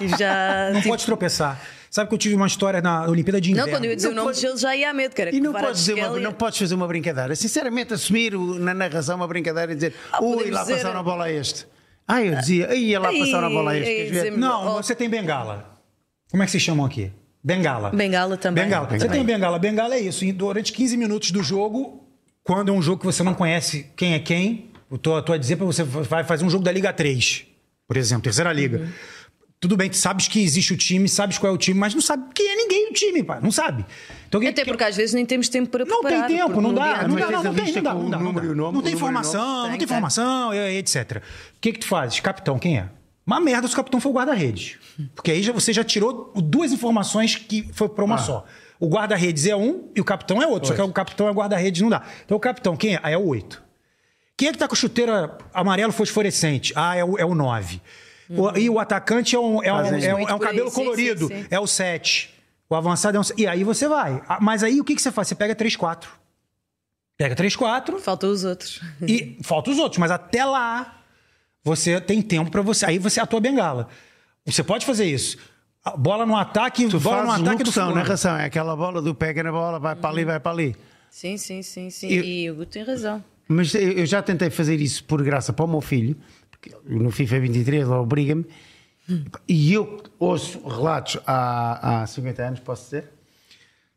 B: E já.
A: Não
B: tipo,
A: pode tropeçar. Sabe que eu tive uma história na Olimpíada de Inverno.
B: não, quando eu ia dizer
C: Não
B: o nome
C: pode-
B: deles já ia à medo, cara.
C: E não podes, dizer uma,
B: Kvaratskhelia-
C: não podes fazer uma brincadeira. Sinceramente, assumir o- na narração uma brincadeira e dizer ui,
B: Ah, podemos
C: lá
B: dizer- um
C: passaram a bola a este. Ah, eu dizia, ia lá
B: Ai,
C: passaram a bola a este.
B: ai,
C: queres ver?"
B: dizemos-
A: Não,
B: Oh.
A: você tem bengala. Como é que se chamam aqui? Bengala.
B: Bengala também.
A: Bengala. Você tem bengala. Bengala é isso. E durante 15 minutos do jogo, quando é um jogo que você não conhece quem é quem, eu tô, tô a dizer para você, vai fazer um jogo da Liga 3, por exemplo, terceira liga. Tudo bem, tu sabes que existe o time, sabes qual é o time, mas não sabe quem é ninguém o time, pá. Não sabe. Então, alguém-
B: Até porque às vezes nem temos tempo para
A: não tem
B: preparar.
A: tempo,
B: porque
A: não
B: no dia a
A: dá,
B: dia-
A: não é?
C: mas
A: dá,
C: tens
A: não,
C: a
A: não tem,
C: lista
A: não dá,
C: com
A: não
C: o
A: dá, não dá.
C: número e o nome,
A: Não tem
C: o número né? e o
A: informação,
B: nome.
A: não tem
B: Tem, tem.
A: informação, e- e etc. O que que tu fazes? Capitão, quem é? Uma merda se o capitão for o guarda-redes. Porque aí já, você já tirou duas informações que foi pra
C: Ah.
A: uma só. O guarda-redes é um e o capitão é outro. Só que o capitão é guarda-redes, não dá. Então o capitão, quem é? Aí é o oito. Quem é que tá com a chuteira amarelo fosforescente? Ah, é o, é o 9. e o atacante é um, é um,
C: Fazem
A: é um-
B: muito
A: é um
B: por aí,
A: cabelo
B: sim,
A: colorido.
B: sim, sim.
A: É o 7. O avançado é um. E aí você vai. Ah, Mas aí o que, que você faz? Você pega 3, 4. Pega 3, 4
B: Faltam os outros.
A: e falta os outros. Mas até lá, você tem tempo pra você. Aí você atua a bengala. Você pode fazer isso. A Bola no ataque,
C: Tu
A: bola no
C: fazes
A: um ataque do
C: locução,
A: fulano.
C: narração, é aquela bola do pega na bola, vai para ali,
B: Uhum.
C: vai para ali.
B: Sim, sim, sim, sim.
C: Eu-
B: E o Hugo tem razão.
C: Mas eu eu já tentei fazer isso por graça para o meu filho, porque no FIFA 23 ele obriga-me. E eu ouço relatos há, há 50 anos, posso dizer?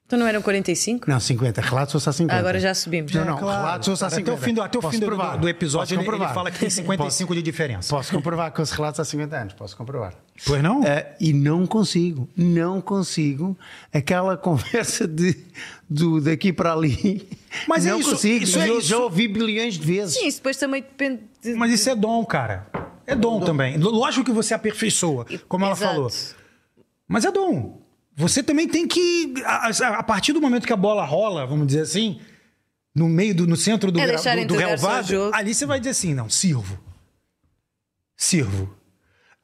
B: Então não eram 45?
C: Não, 50. Relatos ouço há 50.
B: Agora já subimos.
C: Não, não,
A: Claro.
C: relatos ouço há 50.
A: Até o fim do, até o
C: é Posso
A: fim do,
C: provar.
A: do episódio,
C: Posso
A: ele, ele
C: comprovar.
A: fala que tem 55 de diferença.
C: Posso comprovar que os relatos há 50 anos, posso comprovar.
A: Pois não?
C: Eh, e não consigo, não consigo aquela conversa de, do daqui para ali.
A: Mas é
C: não
A: isso,
C: consigo.
A: isso é
C: eu
A: isso.
C: já ouvi bilhões de vezes.
B: Sim, isso depois também depende de.
A: Mas isso é dom, cara. É dom, também. Lógico que você aperfeiçoa, como ela
B: Exato.
A: falou. Mas é dom. Você também tem que. A, a- a partir do momento que a bola rola, vamos dizer assim, no meio do, no centro do,
B: É
A: gra-
B: deixar
A: do, do
B: entregar-se ao
A: relvado,
B: jogo.
A: ali você vai dizer assim, não, sirvo. Sirvo.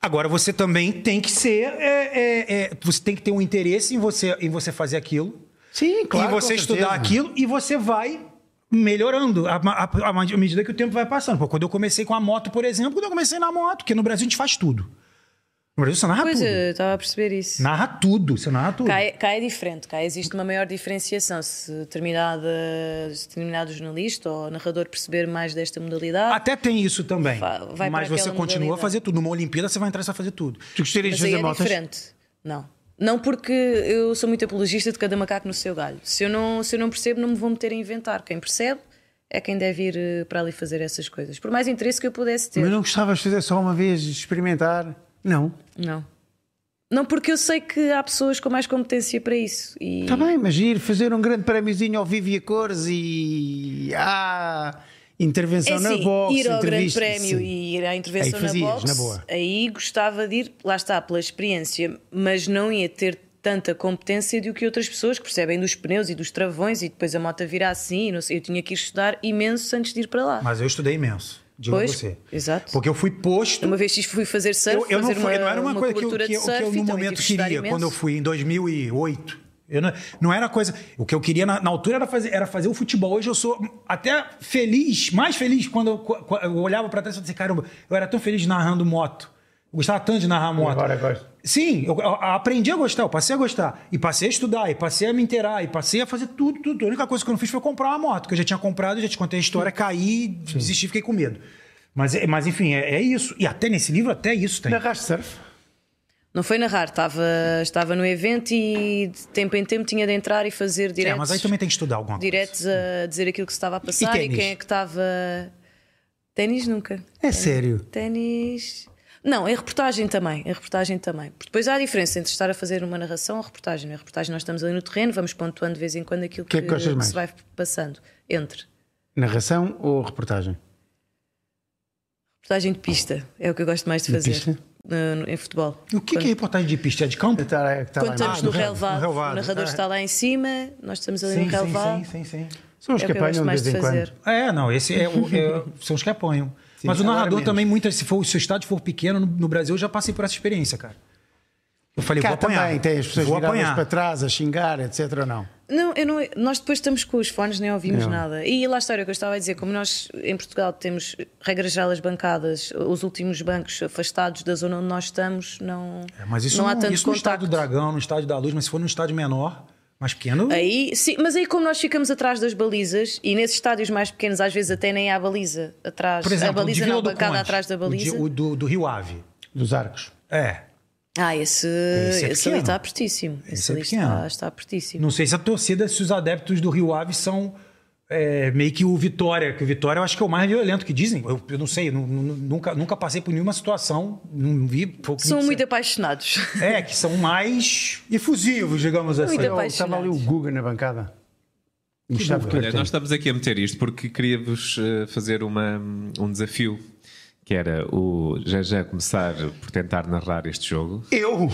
A: Agora você também tem que ser. é, é, é, você tem que ter um interesse em você, em você fazer aquilo.
C: Sim,
A: e você
C: com
A: estudar
C: certeza.
A: aquilo e você vai melhorando à, ma- à- à medida que o tempo vai passando. Pô, quando eu comecei com a moto, por exemplo, quando eu comecei na moto, porque no Brasil a gente faz tudo. No Brasil você narra
B: Pois é.
A: tudo.
B: eu estava a perceber isso.
A: Narra tudo, você narra tudo.
B: Cá é, cá é diferente, cá existe uma maior diferenciação. Se determinada, se determinado jornalista ou narrador perceber mais desta modalidade,
A: Até tem isso também.
B: Fa- vai
A: mas
B: para
A: você
B: aquela
A: continua a
B: modalidade.
A: fazer tudo. Numa Olimpíada você vai entrar e você vai fazer tudo.
C: Tu
B: mas
C: gostarias de
B: aí
C: fazer
B: é
C: motas?
B: diferente. Não. Não porque eu sou muito apologista de cada macaco no seu galho. Se eu não, se eu não percebo, não me vou meter a inventar. Quem percebe é quem deve ir eh, para ali fazer essas coisas. Por mais interesse que eu pudesse ter.
C: Mas não gostavas de fazer só uma vez, de experimentar? Não.
B: Não. Não, porque eu sei que há pessoas com mais competência para isso. E...
C: Está Tá bem, mas ir fazer um grande prémiozinho ao vivo e a cores e. Ah, intervenção
B: É
C: na
B: assim,
C: box,
B: ir ao Grande
C: entrevista.
B: Prémio
C: sim.
B: e ir à intervenção
C: Aí fazias,
B: na box,
C: na boa.
B: aí gostava de ir, lá está, pela experiência, mas não ia ter tanta competência do que outras pessoas que percebem dos pneus e dos travões e depois a moto virar assim, e não sei, eu tinha que ir estudar imenso antes de ir para lá.
A: Mas eu estudei imenso, digo a
B: Pois,
A: você.
B: exato.
A: Porque eu fui posto.
B: Uma vez que fui fazer surf,
A: eu, eu não,
B: fazer
A: fui-
B: uma,
A: não era uma, coisa que eu,
B: cobertura
A: que, eu-
B: de
A: que
B: surf,
A: eu no
B: também tive
A: momento
B: que estudar
A: queria,
B: imenso.
A: quando eu fui em 2008. Eu não, não era coisa. O que eu queria na, na altura era fazer, era fazer o futebol. Hoje eu sou até feliz, mais feliz quando eu, co- eu olhava pra trás e falei assim: caramba, eu era tão feliz narrando moto. Eu gostava tanto de narrar moto.
C: Agora gosto.
A: Sim, eu a- a- aprendi a gostar, eu passei a gostar. E passei a estudar, e passei a me inteirar, e passei a fazer tudo, tudo. A única coisa que eu não fiz foi comprar uma moto, que eu já tinha comprado, já te contei a história, caí, desisti, fiquei com medo. Mas, é- mas enfim, é, é isso. E até nesse livro, até isso tem. É,
C: Narraste surf?
B: Não foi narrar, estava, estava no evento e de tempo em tempo tinha de entrar e fazer
A: É,
B: diretos.
A: mas aí também tem que estudar alguma coisa.
B: diretos a dizer aquilo que se estava a passar e,
A: ténis?
B: quem é que estava. Ténis nunca.
C: É sério.
B: Ténis. Não, em reportagem também, em reportagem também. Porque depois há a diferença entre estar a fazer uma narração ou reportagem. Na reportagem nós estamos ali no terreno, vamos pontuando de vez em quando aquilo
C: Que é
B: que,
C: que gostas mais?
B: se vai passando. Entre.
C: Narração ou reportagem?
B: Reportagem de pista é o que eu gosto mais de fazer.
C: pista?
B: No- no- em futebol.
A: O que, que é reportagem de pista? É de campo?
C: Tá- tá
B: Quando estamos
C: lá embaixo.
A: no
B: no,
A: rel-
B: relevado,
A: no relevado.
B: o narrador
A: Ah.
B: está lá em cima, nós estamos ali no
A: Sim, sim, sim,
B: relevado.
A: sim, sim.
C: São os
B: É o
C: que
B: que eu
C: apanham
B: gosto
C: de
B: mais
C: vez
B: de
C: em quando.
B: fazer.
A: É, não, esse é, o- é- são os que apanham. Mas o
C: agora
A: narrador
C: menos.
A: também, muitas, se, for, se o estádio for pequeno, no, no Brasil eu já passei por essa experiência, cara. Eu falei,
C: Cá
A: vou apanhar.
C: também tem as pessoas
A: vou
C: viradas
A: apanhar.
C: para trás, a xingar, etc. ou não?
B: Não, eu não, nós depois estamos com os fones, nem ouvimos
C: Não.
B: nada. E lá está era o que eu estava a dizer, como nós em Portugal temos regras gerais bancadas, os últimos bancos afastados da zona onde nós estamos, não,
A: É, Mas isso,
B: não há
A: no-
B: tanto
A: isso no estádio
B: contacto. É
A: do Dragão, no estádio da Luz, mas se for num estádio menor, mais pequeno,
B: Aí, sim, mas aí como nós ficamos atrás das balizas e nesses estádios mais pequenos às vezes até nem há baliza atrás,
A: por exemplo,
B: é a baliza
A: o de
B: não, a
A: Vila do
B: bancada
A: Conde,
B: atrás da
A: o de-
B: baliza.
A: O, do, do Rio Ave.
C: Dos arcos.
B: Então,
A: É.
B: Ah, esse,
A: Esse
B: esse,
A: é
B: ali
A: pequeno.
B: está pertíssimo. Esse,
A: Esse é
B: ali
A: pequeno.
B: está, está pertíssimo.
A: Não sei se a torcida, se os adeptos do Rio Ave são é, meio que o Vitória, que o Vitória eu acho que é o mais violento que dizem. Eu, eu não sei, nu- nu- nunca, nunca passei por nenhuma situação, não vi. foi o que
B: São
A: me
B: muito
A: disseram.
B: apaixonados.
A: É, que são mais efusivos, digamos assim.
B: Muito
C: Eu- Estava ali o Guga na bancada. Gustavo
D: Olha,
C: Clertano.
D: nós estamos aqui a meter isto porque queria-vos eh, fazer uma, um desafio, que era o Jajá começar por tentar narrar este jogo
C: Eu?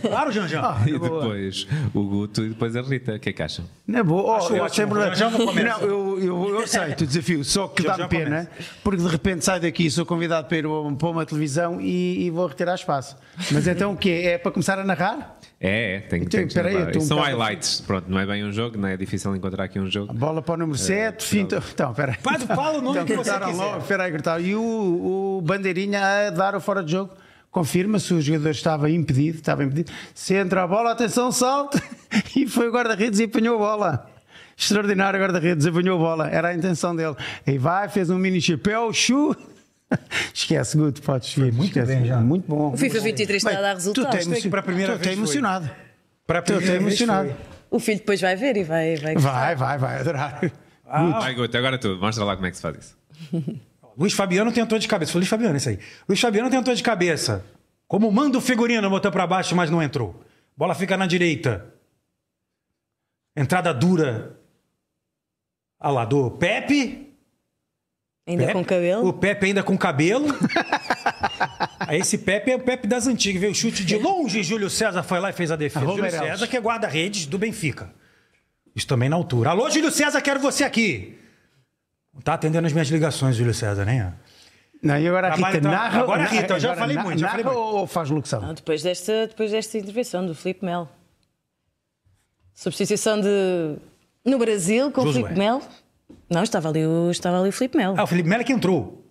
A: Claro, Janjan.
B: Ah,
D: e depois o Guto e depois a Rita. O que é que acham?
C: Na boa, oh,
A: Acho
C: eu
A: ótimo.
C: sempre.
A: Já vou começar.
C: Não, eu, eu, eu aceito o desafio, só que
A: Eu já
C: dá-me pena, porque de repente saio daqui, sou convidado para ir a uma- para uma televisão e, e vou retirar espaço. Mas então o quê? É para começar a narrar?
D: É, é, tem,
C: Então,
D: tem que
C: peraí, eu
D: narrar.
C: estou um
D: São
C: bocado Ah,
D: highlights, pronto, não é bem um jogo, não é difícil encontrar aqui um jogo.
C: Bola para o
A: É,
C: número 7, finta. Então, espera aí.
A: Fala- fala o nome que você
C: gritaram
A: quiser.
C: logo, Espera aí, gritaram. E o, o Bandeirinha a dar o fora de jogo. Confirma se o jogador estava impedido, estava impedido. Se entra a bola, atenção, salto. E foi o guarda-redes e apanhou a bola. Extraordinário guarda-redes, apanhou a bola. Era a intenção dele. E vai, fez um mini chapéu, chu. Esquece, Guto, podes vir.
A: muito
C: Esquece.
A: bem, já.
C: Muito bom.
B: O FIFA 23 está a dar resultados.
C: Tu tens
A: que para a primeira
C: tu
A: vez
C: tens
A: foi.
C: emocionado.
A: Para
C: Tu tens emocionado.
B: O filho depois vai ver e vai. vai.
C: Vai, vai, vai, adorar.
D: Vai, Guto, agora tu, mostra lá como é que se faz isso.
A: Luiz Fabiano tentou de cabeça. Foi Luiz Fabiano isso aí. Luiz Fabiano tentou de cabeça. Como manda o figurino, botou pra baixo, mas não entrou. Bola fica na direita. Entrada dura. Ah lá, do Pepe.
B: Ainda
A: Pepe.
B: com cabelo.
A: É? O Pepe ainda com cabelo. Aí esse Pepe é o Pepe das antigas. Veio o chute de longe, Júlio César foi lá e fez a defesa.
C: Alô,
A: Júlio
C: Meirelles.
A: César, que é guarda-redes do Benfica. Isso também na altura. Alô, Júlio César, quero você aqui. Não tá atendendo as minhas ligações, Júlio César, né?
C: Não, e agora a
A: Trabalho,
C: Rita
A: tra-
C: narra.
A: agora a Rita, eu já
C: agora
A: falei
C: na-
A: muito, já
C: narra
A: falei muito.
C: Ou, ou faz locução?
B: Ah, Depois desta, depois desta intervenção do Filipe Melo. Substituição de. No Brasil, com o
A: Josué.
B: Filipe Melo. Não, estava ali o, estava ali o Filipe Melo.
A: Ah, o Felipe Melo é que entrou.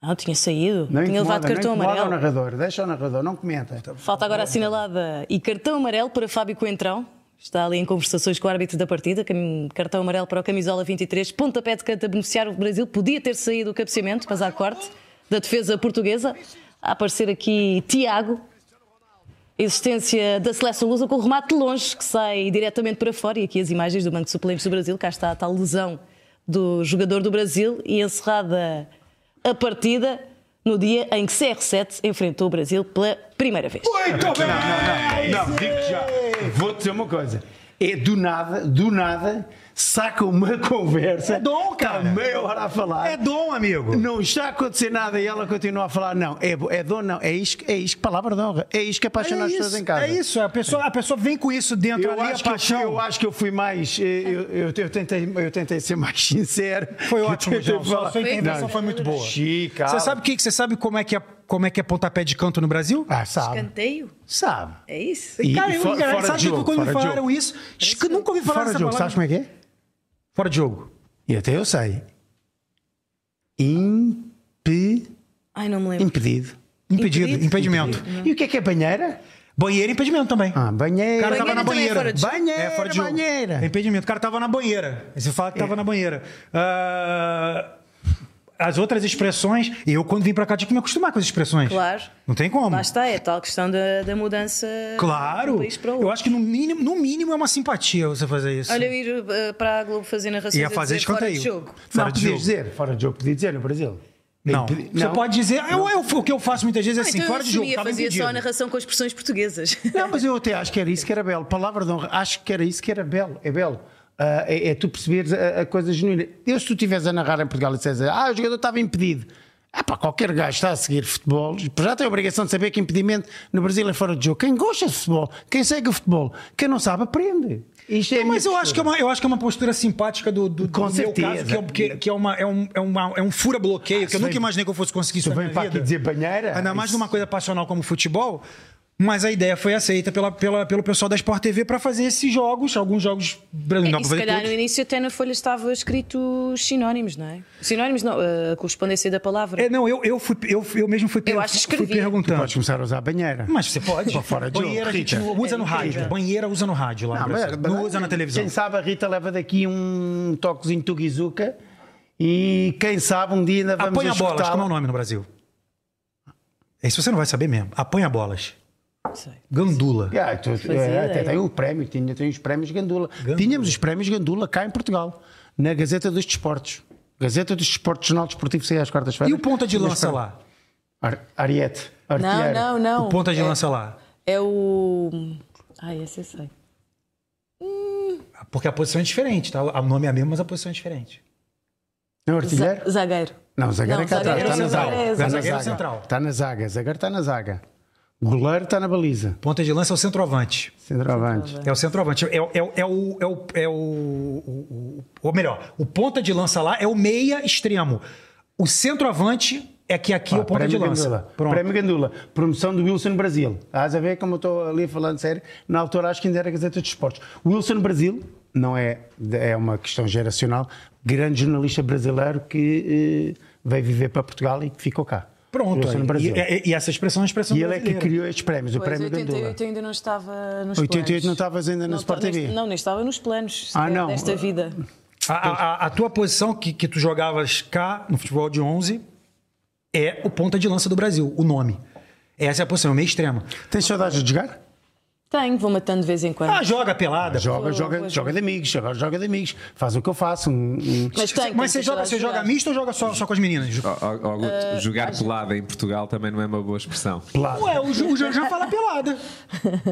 B: Ah, tinha saído.
C: Não
B: tinha
C: incomoda,
B: levado cartão
C: não incomoda
B: amarelo.
C: o narrador, deixa o narrador, não comenta.
A: Tá
B: Falta agora assinalada e cartão amarelo para Fábio Coentrão. Está ali em conversações com o árbitro da partida. Cam- Cartão amarelo para o Camisola 23. Pontapé de canto a beneficiar o Brasil. Podia ter saído o cabeceamento, mas há corte da defesa portuguesa. A aparecer aqui Tiago. Existência da seleção lusa com o remate de longe que sai diretamente para fora. E aqui as imagens do Banco de Suplentes do Brasil. Cá está a tal lesão do jogador do Brasil. E encerrada a partida no dia em que CR7 enfrentou o Brasil pela primeira vez.
C: Não, digo-te já, vou dizer uma coisa. É do nada, do nada, saca uma conversa.
A: É dom, cara.
C: Está meia hora a falar.
A: É dom, amigo.
C: Não está a acontecer nada e ela continua a falar. Não, é, bo- é dom, não. É isto, é isto, que palavra de honra. É isto que apaixona as pessoas em casa.
A: é isso. A pessoa, a pessoa vem com isso dentro
C: Eu
A: ali, a
C: acho, que eu,
A: paixão.
C: fui- eu acho que eu fui mais. eh, Eu, eu, eu tentei, eu tentei ser mais sincero.
A: Foi
C: Eu
A: ótimo,
C: tentei
A: João. Sua,
C: falar-
A: sua intervenção
C: Não,
A: foi muito boa.
C: Chica.
A: Você sabe, que, você sabe como, é que é, como é que é pontapé de canto no Brasil?
C: Ah, sabe.
B: Escanteio?
C: Sabe.
B: É isso?
C: E-
A: Cara,
C: e
A: eu,
C: fora-
A: cara,
C: fora de
A: sabe
C: jogo,
A: que quando me
C: fora de
A: falaram
C: jogo.
A: isso? Acho que nunca ouvi falar
C: Fora
A: essa
C: de jogo,
A: palavra.
C: sabes como é que é?
A: Fora de jogo.
C: E até eu sei. Impe-
B: Ai, não me lembro.
C: Impedido.
A: Impedido,
B: Impedido.
A: impedimento.
C: E o que é que é banheira?
A: Banheiro, impedimento também.
C: Ah,
A: O
C: banheira.
A: cara tava na
B: também é
A: banheira.
B: fora de
C: jogo. Banheira,
A: é, fora de jogo.
C: banheira.
A: Impedimento. O cara tava na banheira. Aí Você fala que tava na banheira. Ah, as outras expressões, eu quando vim pra cá tive que me acostumar com as expressões.
B: Claro.
A: Não tem como.
B: Lá está, é tal questão da, da mudança de um
A: Claro.
B: país para o
A: Eu
B: outro.
A: acho que no mínimo, no mínimo é uma simpatia você fazer isso.
B: Olha, eu ir eh, para a Globo fazer narrações
A: Ia
B: a
A: fazer
B: dizer fora de
A: escanteio.
B: jogo.
A: Fora de
C: não, podia
A: jogo.
C: dizer. Fora de jogo, podia dizer no Brasil.
A: Não.
C: Impedi-
A: Você pode dizer, eu, eu, o que eu faço muitas vezes é
B: Ah,
A: assim,
B: então
A: fora
B: eu
A: de jogo,
B: assumia,
A: tava
B: fazia
A: impedido.
B: só a narração com expressões portuguesas.
C: Não, mas eu até acho que era isso que era belo. Palavra de honra. Acho que era isso que era belo. É belo. Ah, é, é tu perceberes a, a coisa genuína. Eu, se tu estiveres a narrar em Portugal e disseres, ah, o jogador estava impedido. Ah, pá, qualquer gajo está a seguir futebol, já tem a obrigação de saber que impedimento no Brasil é fora de jogo. Quem gosta de futebol, quem segue o futebol, quem não sabe, aprende. Isto é a
A: Mas
C: minha
A: eu acho, que é uma, eu acho que é uma postura simpática do, do,
C: Com
A: do
C: certeza.
A: meu caso, que, é, um- que, que é, uma, é, um, é, uma, é um fura-bloqueio, que eu nunca
C: vem-
A: imaginei que eu fosse conseguir isso
C: Tu
A: na
C: vem
A: minha
C: para aqui
A: vida.
C: dizer banheira?
A: Ainda mais
C: Isso-
A: numa coisa passional como futebol. Mas a ideia foi aceita pela, pela, pelo pessoal da Sport TV para fazer esses jogos, alguns jogos brasileiros. Não dá
B: e É se
A: pra fazer
B: calhar
A: todos.
B: no início até na folha estava escrito sinónimos, não é? Sinónimos não, eh, a correspondência da palavra.
A: É, não, eu, eu, fui, eu, fui- eu mesmo fui, per-
B: Eu acho que
A: fui
B: escrevi.
A: perguntando.
C: Podes começar a usar banheira.
A: Mas você pode.
C: Pra fora de
A: banheira
C: jogo,
A: a gente
C: Rita.
A: não usa no
B: É,
A: rádio.
B: Rita.
A: Banheira usa no rádio lá. no
C: mas- é,
A: Brasil. Não,
C: mas-
A: usa na televisão.
C: Quem sabe a Rita leva daqui um toquezinho Tugizuka e quem sabe um dia ainda vamos
A: Apanha bolas,
C: escutá-la.
A: como é o nome no Brasil? Esse você não vai saber mesmo. Apanha bolas.
B: Não sei.
A: Gandula.
C: Ah, tu-
B: Fazia
C: é, até
B: ideia.
C: tem o prémio, tinha, tem os prémios Gandula. Tínhamos os prémios Gandula cá em Portugal, na Gazeta dos Desportos. Gazeta dos Desportos, Jornal Desportivo, saía às quartas-feiras.
A: E o ponta de
C: Mas
A: lança
C: para-
A: lá?
C: Ar- Ariete.
B: Não,
C: artilheiro.
B: não, não.
A: O ponta de
B: é,
A: lança lá.
B: É o. Ai, esse eu sei.
A: Porque a posição é diferente, tá? O nome é a mesma, mas a posição é diferente.
C: Não, artilheiro?
B: Za- Zagueiro.
C: Não, zagueiro é
B: Não,
C: cá atrás,
B: zagueiro
C: está na
B: é
C: zaga.
B: zagueiro.
C: Está na
A: Zagueiro é
C: zaga.
A: central.
C: Está na zaga, zagueiro está na zaga. Goleiro está na baliza.
A: Ponta de lança é o centroavante.
C: Centroavante.
A: É o centroavante. É, o- é o- é o. É o, é o, o- o- ou melhor, o ponta de lança lá é o meia extremo. O centroavante é que aqui é o
C: Ah,
A: ponta de
C: Prémio
A: lança.
C: Gandula. Prémio Gandula. Promoção do Wilson Brasil. Estás a ver como eu estou ali falando sério? Na altura acho que ainda era Gazeta dos Esportes. Wilson Brasil, não é, é uma questão geracional, grande jornalista brasileiro que eh, veio viver para Portugal e que ficou cá.
A: Pronto.
C: Wilson
A: aí.
C: Brasil.
A: E, e- e essa expressão é uma expressão
C: E ele é que
A: brasileira.
C: criou estes prémios, o
B: Pois,
C: Prémio Gandula.
B: 88 ainda não estava nos
C: 88
B: planos.
C: não estavas ainda no
B: Não
C: Sport
B: ta- nem-
C: TV.
B: Não, nem estava nos planos
C: Ah,
B: sequer
C: não.
B: desta vida.
A: A, a- a- a tua posição que, que tu jogavas cá no futebol de 11 é o ponta de lança do Brasil, o nome. Essa é a posição, é o meio extremo.
C: Tens saudades de jogar?
B: Tenho, vou matando de vez em quando.
A: Ah, joga pelada.
C: Joga, joga,
B: boa,
C: joga de amigos, agora joga de amigos. Faz o que eu faço. um- um-
B: mas tenho.
A: Mas você
B: tenho
A: joga, você
B: saudades de
A: joga
B: jogar.
A: misto ou joga só, só com as meninas?
D: Ó, ó, ó, Ah, Guto,
C: Ah,
D: jogar pelada em Portugal também não é uma boa expressão.
C: pelada.
A: Ué, o Ju- o Jorjan fala pelada.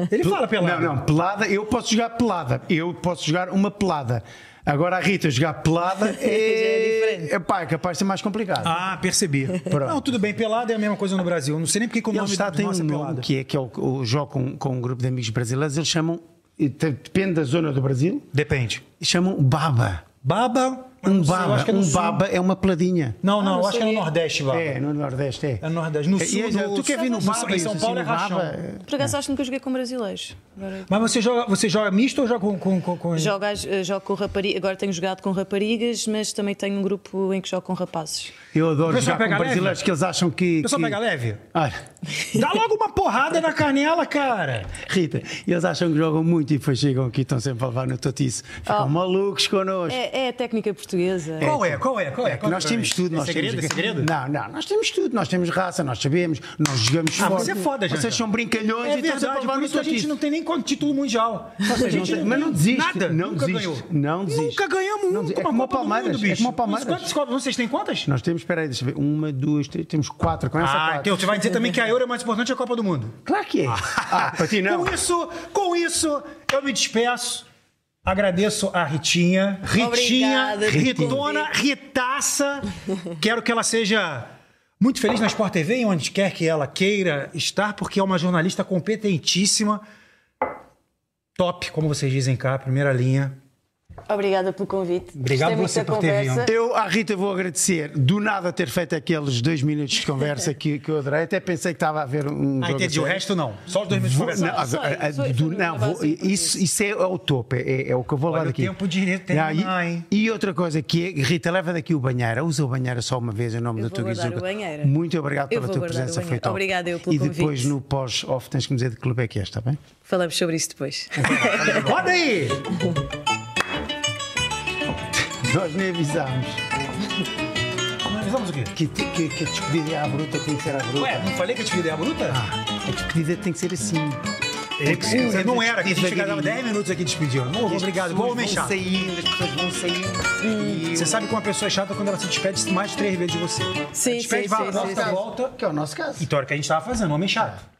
A: Ele fala pelada.
C: Não, não, pelada, eu posso jogar pelada. Eu posso jogar uma pelada. Agora a Rita jogar pelada
B: Já é
C: é.
B: diferente.
C: é pá, é capaz de ser mais complicado.
A: Ah, percebi. Não, tudo bem, pelada é a mesma coisa no Brasil. Não sei nem porque que o
C: Ele
A: nome
C: está,
A: do
C: tem um
A: nosso é
C: nome
A: pelada.
C: que é que eu, eu jogo com, com um grupo de amigos brasileiros, eles chamam, e te- depende da zona do Brasil,
A: Depende.
C: chamam baba.
A: Baba. eu
C: Um
A: não sei, eu
C: baba,
A: acho que é no
C: um
A: sul.
C: baba é uma peladinha.
A: Não,
B: Ah,
A: não,
B: não
A: eu acho que é no
B: sabia.
A: Nordeste, baba.
C: É, no Nordeste é.
A: É no Nordeste. No
C: E-
A: sul,
C: e-
A: no-
C: tu quer vir no
A: em
C: baba?
A: São
C: isso,
A: Paulo
C: assim,
A: é
C: no
A: rachão.
C: baba?
B: Por acaso acho-me que eu joguei com brasileiros. Agora...
A: Mas você joga, você joga misto ou joga com. com, com, com...
B: Jogo, às- eh, jogo com raparigas, agora tenho jogado com raparigas, mas também tenho um grupo em que jogo com rapazes.
C: Eu
A: O
C: adoro
A: pessoal
C: jogar
A: pega
C: com brasileiros
A: leve?
C: que eles acham que.
A: O pessoal
C: que-
A: pega leve?
C: Olha,
A: Dá logo uma porrada na canela, cara.
C: Rita, eles acham que jogam muito e depois chegam aqui e estão sempre a levar no totice. Ficam
B: Oh.
C: malucos connosco.
B: É, é a técnica portuguesa.
A: Qual é? Qual é? Qual é? Qual é?
C: então. Nós temos tudo,
A: É
C: nós
A: segredo,
C: temos.
A: é segredo?
C: Não, não, nós temos tudo, nós temos raça, nós sabemos, nós jogamos
A: Ah,
C: forte.
A: você é foda, gente.
C: Vocês são brincalhões
A: É
C: e estão sempre a tá
A: verdade,
C: levar
A: por
C: no
A: isso a gente
C: totice.
A: não tem nem con- título mundial. A
C: Vocês não
A: gente
C: têm-
A: não
C: mas não
A: ganhou
C: desiste,
A: Nada.
C: não
A: nunca
C: desiste,
A: ganhou.
C: não
A: Nunca
C: desiste.
A: ganhamos
C: Não
A: um,
C: desiste. É
A: uma
C: como
A: Copa
C: o
A: do
C: Palmeiras,
A: Mundo,
C: é
A: bicho.
C: como o Palmeiras.
A: Quantas Copas? Vocês têm quantas?
C: Nós temos, peraí, deixa eu ver, uma, duas, três, temos quatro, com essa
A: Ah,
C: quatro.
A: então você vai dizer também que a Euro é mais importante que a Copa do Mundo.
C: Claro que é. Ah, para ti não.
A: Com isso, com isso, eu me despeço. Agradeço a Ritinha. Ritinha,
B: Obrigada pelo
A: Ritona, Ritaça. Quero que ela seja muito feliz na Sport TV e onde quer que ela queira estar, porque é uma jornalista competentíssima. Top, como vocês dizem cá, primeira linha.
B: Obrigada pelo convite.
A: Obrigado
B: Gostei muito
A: você
B: da
A: por ter vindo.
B: conversa.
C: Eu à Rita vou agradecer do nada ter feito aqueles dois minutos de conversa que, que eu adorei. Até pensei que estava a haver um.
A: Ah,
C: jogo
A: entendi.
C: a
A: O
C: sério.
A: resto não. Só os dois minutos de
C: Vou-
A: conversa.
C: não, a-
B: Só-
C: a- a-
B: só-
C: do-
B: só-
C: não, vou-
B: assim, porque
C: isso, isso é, é o topo, é, é o que eu vou lá
A: Olha, o
C: daqui.
A: tempo de
C: Não, e-
A: terminar, hein?
C: e, outra coisa que é, Rita, leva daqui o banheira, usa o banheira só uma vez em nome
B: Eu
C: do
B: vou
C: teu
B: guardar
C: Guizuca.
B: o banheira.
C: Muito obrigado
B: Eu
C: pela
B: vou
C: tua
B: guardar o
C: presença, foi
B: banheira.
C: top.
B: Obrigada eu pelo
C: E depois
B: convite.
C: no pós-off tens que me dizer de que clube é que és, está bem?
B: Falamos sobre isso depois.
A: Roda aí!
C: Nós nem avisámos
A: Analisamos o quê?
C: que, que, que a despedida é à bruta, tem que ser à bruta.
A: Ué, não falei que eu te dei a bruta?
C: A despedida tem que ser assim.
A: Ele,
C: Porque-
A: não era, Ah, é que a gente
C: Devagarinho.
A: chegava 10 minutos aqui despedindo. Não, obrigado, igual o homem chato.
C: saindo, as pessoas vão saindo.
A: Você sabe que uma pessoa é chata quando ela se despede mais três vezes de você.
B: Sim,
A: despede,
B: sim,
A: vai,
B: sim,
A: volta,
B: sim, sim.
A: volta.
C: Que é o nosso caso.
A: Então era o que a gente estava fazendo, homem chato.